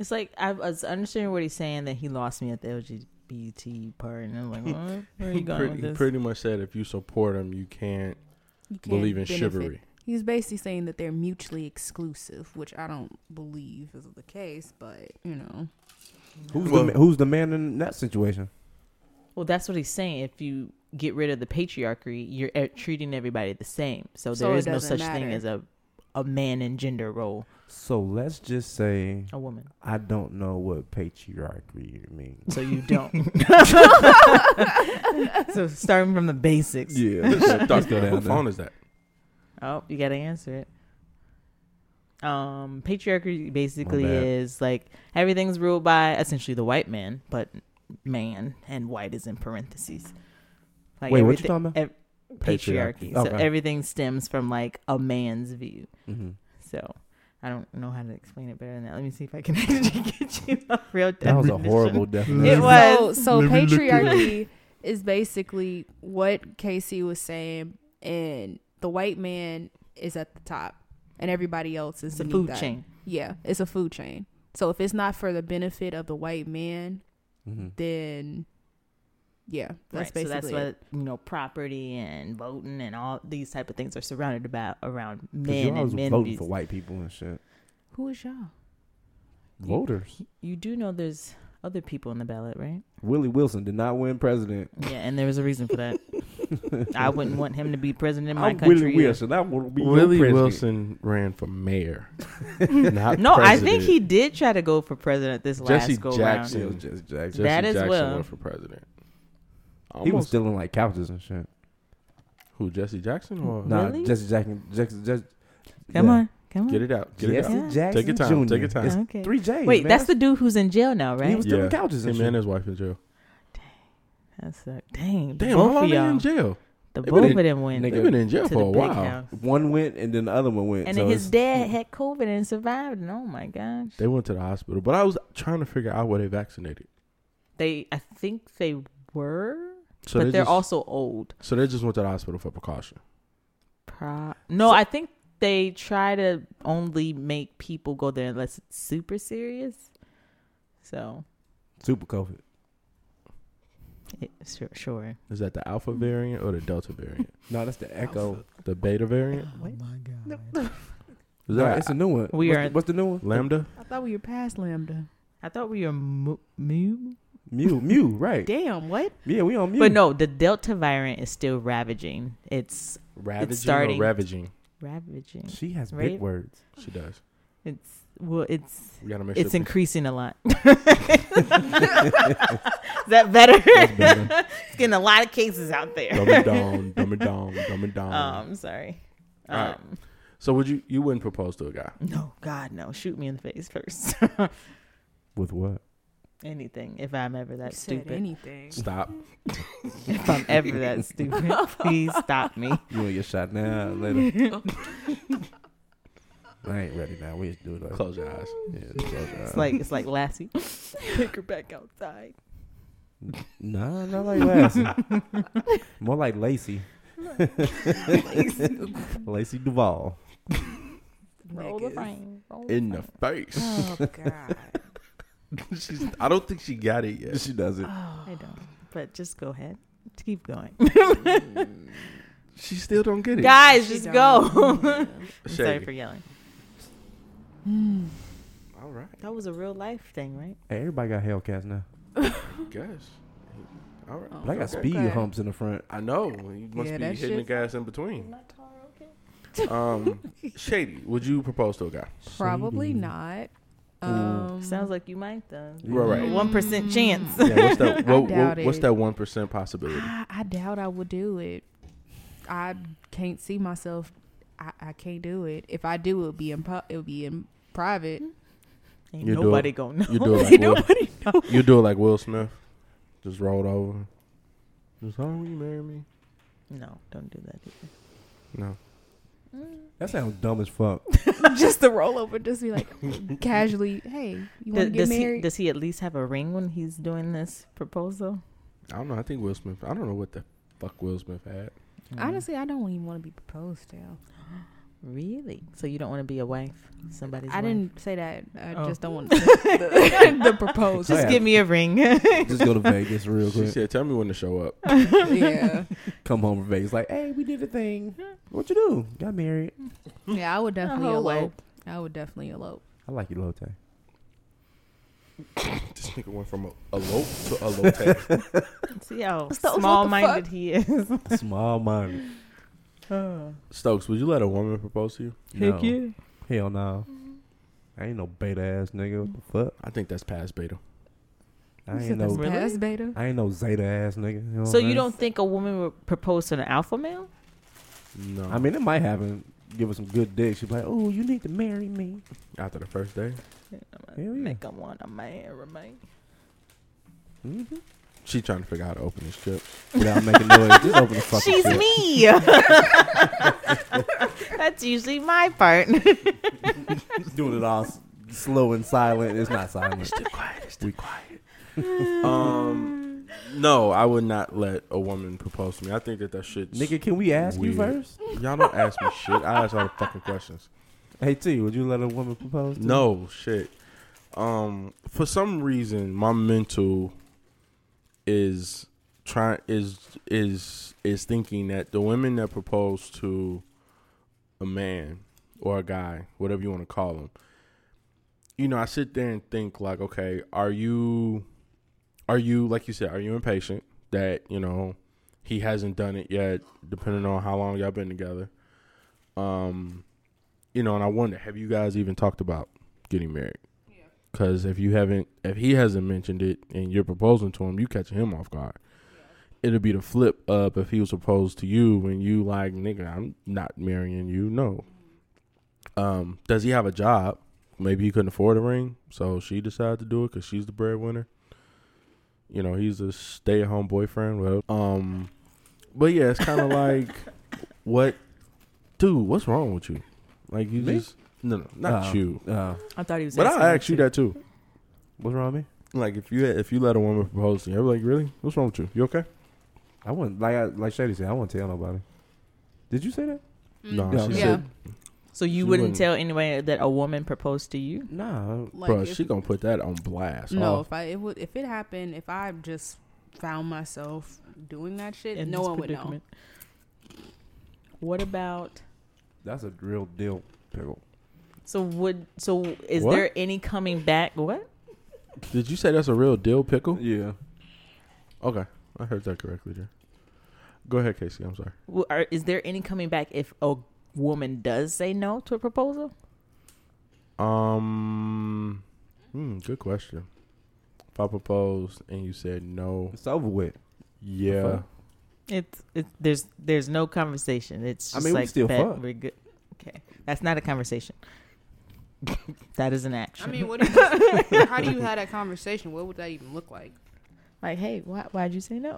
Speaker 3: It's like I was understanding what he's saying that he lost me at the LGBT part, and I'm like, what? where are you
Speaker 1: He
Speaker 3: going
Speaker 1: pretty,
Speaker 3: with
Speaker 1: he
Speaker 3: this?
Speaker 1: pretty much said if you support him, you can't
Speaker 4: You can't
Speaker 1: believe in
Speaker 4: benefit.
Speaker 1: chivalry.
Speaker 4: He's basically saying that they're mutually exclusive, which I don't believe is the case, but you know.
Speaker 2: Who's
Speaker 1: Well-
Speaker 2: the ma- who's the man in that situation?
Speaker 3: Well, that's what he's saying. If you get rid of the patriarchy, you're e- treating everybody the same. So
Speaker 4: So
Speaker 3: there
Speaker 4: it
Speaker 3: is no
Speaker 4: doesn't
Speaker 3: such thing
Speaker 4: matter.
Speaker 3: as a a man in gender role,
Speaker 2: So let's just say
Speaker 3: a woman.
Speaker 2: I don't know what patriarchy means.
Speaker 3: So you don't. so starting from the basics.
Speaker 2: Yeah,
Speaker 1: Doctor,
Speaker 2: go down
Speaker 1: What
Speaker 2: there.
Speaker 1: phone is that?
Speaker 3: Oh, you gotta answer it. Um, patriarchy basically
Speaker 2: My bad.
Speaker 3: is like everything's ruled by essentially the white man, but man and white is in parentheses. Like
Speaker 2: Wait, what you
Speaker 3: everythi-
Speaker 2: talking about?
Speaker 3: ev- patriarchy.
Speaker 2: Patriarchy.
Speaker 3: So
Speaker 2: Okay.
Speaker 3: everything stems from like a man's view.
Speaker 2: hmm
Speaker 3: So I don't know how to explain it better than that. Let me see if I can actually get you a real
Speaker 2: That was a
Speaker 3: definition.
Speaker 2: horrible definition.
Speaker 3: It was.
Speaker 4: So, so
Speaker 1: Let me look it up.
Speaker 4: patriarchy is basically what Casey was saying, and the white man is at the top, and everybody else is
Speaker 3: It's a
Speaker 4: beneath
Speaker 3: food
Speaker 4: that.
Speaker 3: chain.
Speaker 4: Yeah, it's a food chain.
Speaker 2: Mm-hmm.
Speaker 4: So if it's not for the benefit of the white man,
Speaker 2: Mhm.
Speaker 4: then Yeah, that's
Speaker 3: right.
Speaker 4: basically
Speaker 3: so that's
Speaker 4: it.
Speaker 3: what you know, property and voting and all these type of things are surrounded about around
Speaker 2: Because you
Speaker 3: men
Speaker 2: always
Speaker 3: and men.
Speaker 2: voting
Speaker 3: Who
Speaker 2: for white people and shit.
Speaker 3: Who is y'all?
Speaker 2: Voters.
Speaker 3: You do know there's other people in the ballot, right?
Speaker 2: Willie Wilson did not win president.
Speaker 3: Yeah, and there was a reason for that. I wouldn't want him to be president in my
Speaker 2: I'm
Speaker 3: country.
Speaker 2: Willie
Speaker 3: either.
Speaker 2: Wilson. I want to be your
Speaker 1: Willie
Speaker 2: president.
Speaker 1: Wilson ran for mayor. not
Speaker 3: No, I
Speaker 1: president.
Speaker 3: think he did try to go for president this last
Speaker 1: Jesse
Speaker 3: go
Speaker 1: Jackson.
Speaker 2: Yeah,
Speaker 3: round.
Speaker 2: it was Jesse Jackson.
Speaker 1: Jesse
Speaker 3: That as
Speaker 1: Jackson
Speaker 3: well.
Speaker 1: ran for president. Almost.
Speaker 2: He was stealing like couches and shit.
Speaker 1: who Jesse Jackson or
Speaker 2: Nah,
Speaker 3: Really?
Speaker 2: Jesse Jackson. Jackson. Jesse,
Speaker 3: Come
Speaker 2: yeah.
Speaker 3: on, come on.
Speaker 1: get it out. Get it
Speaker 2: Jesse
Speaker 1: out.
Speaker 3: Yeah.
Speaker 2: Jackson.
Speaker 1: Take your time,
Speaker 2: Jr.
Speaker 1: take your time.
Speaker 2: It's
Speaker 3: Okay.
Speaker 2: Three J's.
Speaker 3: Wait,
Speaker 2: man.
Speaker 3: that's the dude who's in jail now,
Speaker 2: He
Speaker 3: right?
Speaker 2: was stealing couches and
Speaker 1: Him
Speaker 2: shit.
Speaker 1: and his wife in jail.
Speaker 3: That's a, dang.
Speaker 1: Damn, how
Speaker 3: both
Speaker 1: long
Speaker 3: of
Speaker 1: they
Speaker 3: y'all.
Speaker 1: in jail?
Speaker 3: The
Speaker 1: They
Speaker 3: both
Speaker 1: been
Speaker 3: of them went
Speaker 1: They
Speaker 2: Nigga,
Speaker 1: been in jail
Speaker 3: to
Speaker 1: for
Speaker 3: the
Speaker 1: a
Speaker 3: big
Speaker 1: while.
Speaker 3: house.
Speaker 2: one went and then the other one went.
Speaker 3: And
Speaker 2: so
Speaker 3: then his
Speaker 2: it's-
Speaker 3: dad had COVID and survived. And oh my gosh.
Speaker 1: They went to the hospital, but I was trying to figure out where they vaccinated.
Speaker 3: They, I think they were,
Speaker 1: So
Speaker 3: but
Speaker 1: they
Speaker 3: they're
Speaker 1: just,
Speaker 3: also old.
Speaker 1: so they just went to the hospital for precaution.
Speaker 3: Pro- no, I think they try to only make people go there unless it's super serious. So,
Speaker 2: super COVID.
Speaker 3: it, sure. sure.
Speaker 1: Is that the alpha variant or the delta variant?
Speaker 2: No, that's the Echo.
Speaker 1: The beta variant?
Speaker 3: Oh
Speaker 1: Is
Speaker 2: No,
Speaker 1: that
Speaker 2: it's a new one.
Speaker 3: We
Speaker 2: what's
Speaker 3: are-
Speaker 2: The, what's the new one?
Speaker 1: lambda?
Speaker 4: I thought we were past Lambda.
Speaker 3: I thought we were mu- mu-
Speaker 2: Mew. Mew. Right.
Speaker 4: Damn, what?
Speaker 2: Yeah, we on Mew.
Speaker 3: But no, the Delta variant is still ravaging. It's
Speaker 1: Ravaging
Speaker 3: starting-
Speaker 1: or ravaging?
Speaker 3: ravaging.
Speaker 2: She has
Speaker 3: Right?
Speaker 2: big words.
Speaker 1: She does.
Speaker 3: It's well, it's
Speaker 1: We gotta make
Speaker 3: it's
Speaker 1: sure.
Speaker 3: increasing a lot. is that better? it's getting a lot of cases out there.
Speaker 1: dumb it down, dumb it down, dumb it down.
Speaker 3: Um, sorry. Um,
Speaker 1: All right. so would you you wouldn't propose to a guy?
Speaker 3: no, God, no. Shoot me in the face first.
Speaker 2: With what?
Speaker 3: Anything, if I'm ever that
Speaker 4: Said
Speaker 3: stupid.
Speaker 4: anything.
Speaker 1: Stop.
Speaker 3: if I'm ever that stupid, please stop me.
Speaker 2: You want your shot now or later? I ain't ready now. We just do it. Like,
Speaker 1: Close your eyes.
Speaker 2: Yeah, close your eyes.
Speaker 3: It's like it's like Lassie. Take her back outside.
Speaker 2: nah, not like Lassie. More like Lacey. Lacey Duvall.
Speaker 3: Roll the frame. roll the
Speaker 1: In the
Speaker 3: frame.
Speaker 1: face.
Speaker 4: Oh God.
Speaker 1: She's, I don't think she got it yet.
Speaker 2: She does it.
Speaker 4: Oh.
Speaker 3: I don't. But just go ahead. Keep going.
Speaker 1: She still don't get it.
Speaker 3: Guys,
Speaker 4: She
Speaker 3: just
Speaker 4: don't.
Speaker 3: go. I'm sorry
Speaker 1: Shady.
Speaker 3: for yelling.
Speaker 1: All right.
Speaker 3: That was a real life thing, right?
Speaker 2: Hey, everybody got Hellcats now.
Speaker 1: Guess. All
Speaker 3: Oh,
Speaker 1: right.
Speaker 2: But I got speed
Speaker 4: Okay.
Speaker 2: humps in the front.
Speaker 1: I know. You must
Speaker 4: Yeah,
Speaker 1: be
Speaker 4: that
Speaker 1: hitting the
Speaker 4: shit-
Speaker 1: gas in between. Um, Shady, would you propose to a guy?
Speaker 4: Probably
Speaker 2: Shady.
Speaker 4: not. Um,
Speaker 3: Sounds like you might though.
Speaker 1: Right.
Speaker 3: One percent chance.
Speaker 1: Yeah, what's that?
Speaker 4: I
Speaker 1: What,
Speaker 4: doubt
Speaker 1: what, what's
Speaker 4: it.
Speaker 1: that one percent possibility?
Speaker 4: I, I doubt I would do it. I can't see myself. I, I can't do it. If I do, it would be in pu- it would be in private.
Speaker 3: Hmm. Ain't
Speaker 1: You do
Speaker 3: nobody
Speaker 1: it.
Speaker 3: gonna know.
Speaker 1: You do it like Will, you do it like Will Smith, just rolled over. Just oh, will you marry me?
Speaker 3: No, don't do that. Either.
Speaker 1: No.
Speaker 2: That sounds dumb as fuck.
Speaker 4: just the rollover, just be like casually, hey, you
Speaker 3: Does,
Speaker 4: want to get
Speaker 3: does he,
Speaker 4: married?
Speaker 3: does he at least have a ring when he's doing this proposal?
Speaker 1: I don't know. I think Will Smith. I don't know what the fuck Will Smith had.
Speaker 4: Honestly, I don't even want to be proposed to.
Speaker 3: Really? So you don't want to be a wife? Somebody's.
Speaker 4: I
Speaker 3: wife?
Speaker 4: didn't say that. I
Speaker 3: Oh.
Speaker 4: just don't want the, the, the proposed.
Speaker 3: Just
Speaker 2: Yeah.
Speaker 3: give me a ring.
Speaker 2: Just go to Vegas real
Speaker 1: She
Speaker 2: quick.
Speaker 1: said, "Tell me when to show up."
Speaker 4: yeah,
Speaker 2: Come home from Vegas like, hey, we did the thing. What you do? Got married.
Speaker 4: yeah. I would definitely
Speaker 3: whole
Speaker 4: elope.
Speaker 3: way.
Speaker 4: I would definitely elope.
Speaker 2: I like you, Lotte.
Speaker 1: this nigga went from a, a lope to a lote.
Speaker 3: See how
Speaker 4: So what the
Speaker 3: small-minded he is.
Speaker 2: Small minded.
Speaker 3: oh,
Speaker 1: Stokes, would you let a woman propose to you?
Speaker 2: No. Hell no.
Speaker 3: Mm-hmm.
Speaker 2: I ain't no beta ass nigga. What the fuck?
Speaker 1: I think that's past beta.
Speaker 2: I
Speaker 4: You
Speaker 2: ain't
Speaker 4: said that's
Speaker 2: no
Speaker 3: Really?
Speaker 4: past beta.
Speaker 2: I ain't no Zeta ass nigga. know
Speaker 3: So
Speaker 2: what I'm
Speaker 3: you
Speaker 2: saying?
Speaker 3: don't think a woman would propose to an alpha male?
Speaker 1: No.
Speaker 2: I mean, it might happen. Give her some good dick. She'd be like, "Oh, you need to marry me."
Speaker 1: after the first day,
Speaker 2: Hell yeah.
Speaker 3: Make him want a man, remain.
Speaker 2: hmm
Speaker 1: she trying to figure out how to open this trip.
Speaker 2: Without making noise, just open the fucking
Speaker 3: She's
Speaker 2: shit.
Speaker 3: me. That's usually my part.
Speaker 2: Doing it all s- slow and silent. It's not silent.
Speaker 1: quiet. It's too quiet. um, no, I would not let a woman propose to me. I think that that shit.
Speaker 2: Nigga, can we ask you
Speaker 1: Weird.
Speaker 2: first?
Speaker 1: y'all don't ask me shit. I ask all the fucking questions.
Speaker 2: Hey T, would you let a woman propose? To you?
Speaker 1: No shit. Um, for some reason, my mental is trying is is is thinking that the women that propose to a man or a guy, whatever you want to call them, you know, I sit there and think like, okay, are you are you like you said, are you impatient that, you know, he hasn't done it yet, depending on how long y'all been together. Um, you know, and I wonder, have you guys even talked about getting married? Because if you haven't, if he hasn't mentioned it and you're proposing to him, you catching him off guard. It'll be the flip up if he was proposed to you and you like, nigga, I'm not marrying you. No. Um, does he have a job? Maybe he couldn't afford a ring, so she decided to do it because she's the breadwinner. You know, he's a stay-at-home boyfriend. Well, um, but yeah, it's kind of like, what, dude? What's wrong with you? Like you
Speaker 2: Me?
Speaker 1: just no, no, not
Speaker 2: Uh,
Speaker 1: you.
Speaker 2: Uh,
Speaker 3: I thought he was.
Speaker 1: But
Speaker 3: asking
Speaker 1: I asked you that too.
Speaker 2: what's wrong with me?
Speaker 1: Like if you if you let a woman propose to you, I'm like, really? What's wrong with you? You okay?
Speaker 2: I wouldn't like I, like Shady said. I wouldn't tell nobody. Did you say that?
Speaker 1: No,
Speaker 2: Yeah,
Speaker 1: she
Speaker 2: yeah.
Speaker 1: said,
Speaker 3: So you
Speaker 1: She
Speaker 3: wouldn't,
Speaker 1: wouldn't.
Speaker 3: tell anybody that a woman proposed to you?
Speaker 2: Nah.
Speaker 4: Like
Speaker 1: bro,
Speaker 4: if-
Speaker 1: she gonna put that on blast.
Speaker 4: no,
Speaker 1: Oh,
Speaker 4: if I it would if it happened, if I just found myself doing that shit,
Speaker 3: in
Speaker 4: no
Speaker 3: this
Speaker 4: one would know.
Speaker 3: predicament? What about?
Speaker 2: That's a real deal pickle.
Speaker 3: So would so is
Speaker 1: What?
Speaker 3: there any coming back? What?
Speaker 1: did you say that's a real dill pickle?
Speaker 2: Yeah.
Speaker 1: Okay, I heard that correctly, Jay. Go ahead, Casey. I'm sorry.
Speaker 3: W- Are, is there any coming back if a woman does say no to a proposal?
Speaker 1: Um, hmm, good question. If I proposed and you said no,
Speaker 2: It's over with.
Speaker 1: yeah,
Speaker 2: fuck?
Speaker 3: It's it, there's there's no conversation. It's
Speaker 2: I
Speaker 3: just
Speaker 2: mean, we
Speaker 3: like
Speaker 2: still
Speaker 3: that
Speaker 2: fuck.
Speaker 3: we're good. Okay, that's not a conversation. that is an action.
Speaker 4: I mean, what? Do you, how do you have that conversation? What would that even look like?
Speaker 3: like, hey, why why'd you say no?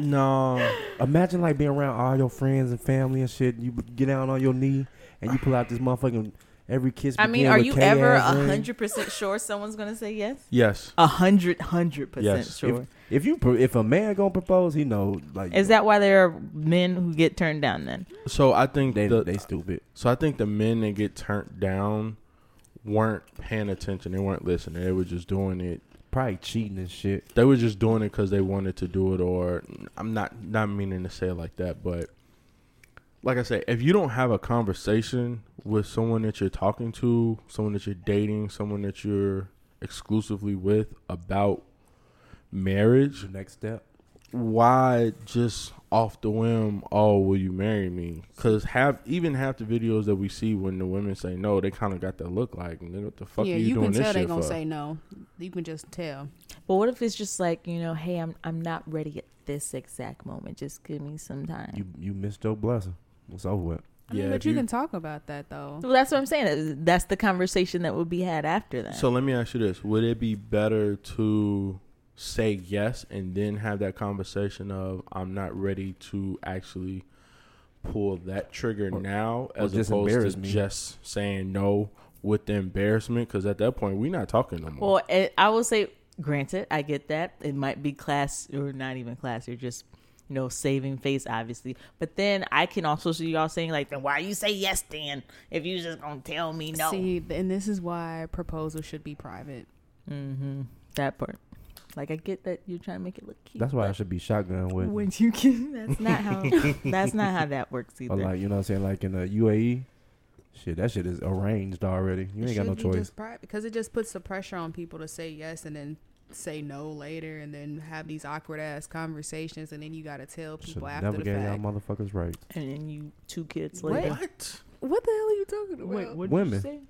Speaker 1: no,
Speaker 2: Imagine like being around all your friends and family and shit. You get down on your knee and you pull out this motherfucking every kiss.
Speaker 3: I mean,
Speaker 2: begin
Speaker 3: are
Speaker 2: with
Speaker 3: you
Speaker 2: K
Speaker 3: ever a
Speaker 2: ass ring.
Speaker 3: hundred percent sure someone's gonna say yes?
Speaker 1: yes,
Speaker 3: A hundred hundred percent
Speaker 1: Yes.
Speaker 3: sure.
Speaker 2: If you pro- if a man gonna propose, he know like
Speaker 3: Is that why there are men who get turned down then?
Speaker 1: so I think
Speaker 2: they
Speaker 1: the,
Speaker 2: they stupid.
Speaker 1: so I think the men that get turned down weren't paying attention. They weren't listening. They were just doing it.
Speaker 2: Probably cheating and shit.
Speaker 1: They were just doing it because they wanted to do it. Or I'm not not meaning to say it like that, but like I say, if you don't have a conversation with someone that you're talking to, someone that you're dating, someone that you're exclusively with about marriage,
Speaker 2: The next step.
Speaker 1: why just off the whim, oh, will you marry me? Because have even half the videos that we see when the women say no, they kind of got that look like, nigga, what the fuck
Speaker 4: yeah,
Speaker 1: are you,
Speaker 4: you,
Speaker 1: doing
Speaker 4: can
Speaker 1: this
Speaker 4: tell they
Speaker 1: shit
Speaker 4: gonna
Speaker 1: for?
Speaker 4: say no. You can just tell.
Speaker 3: But what if it's just like you know, hey, I'm I'm not ready at this exact moment. Just give me some time.
Speaker 2: You you missed your blessing. It's over with.
Speaker 4: I mean,
Speaker 1: Yeah,
Speaker 4: but
Speaker 1: if
Speaker 4: you,
Speaker 1: you-
Speaker 4: can talk about that though.
Speaker 3: well, that's what I'm saying. That's the conversation that would be had after that.
Speaker 1: So let me ask you this: Would it be better to say yes and then have that conversation of I'm not ready to actually pull that trigger
Speaker 2: Or-
Speaker 1: now, as
Speaker 2: just
Speaker 1: opposed
Speaker 2: embarrass
Speaker 1: to
Speaker 2: me.
Speaker 1: just saying no with the embarrassment? Because at that point, we're not talking no more.
Speaker 3: well, it, I will say, granted, I get that it might be class or not even class. You're just you know saving face, obviously. But then I can also see y'all saying like, then why you say yes, Dan? If you just gonna tell me no,
Speaker 4: See, th- and this is why proposals should be private.
Speaker 3: that part. Like I get that you're trying to make it look cute.
Speaker 2: That's why I
Speaker 3: but
Speaker 2: should be shotgun with.
Speaker 3: when you can, that's not how. that's not how that works either.
Speaker 2: Or like you know what I'm saying, like in the UAE, shit that shit is arranged already. You
Speaker 4: It
Speaker 2: ain't got no
Speaker 4: should be
Speaker 2: choice.
Speaker 4: just private because it just puts the pressure on people to say yes and then say no later and then have these awkward ass conversations and then you gotta tell
Speaker 2: Should
Speaker 4: people after
Speaker 2: never
Speaker 4: the
Speaker 2: get y'all
Speaker 4: fact.
Speaker 2: motherfuckers right.
Speaker 3: and then you two kids
Speaker 4: What?
Speaker 3: later.
Speaker 1: what?
Speaker 4: What the hell are you talking about?
Speaker 3: what
Speaker 2: did you Women. say?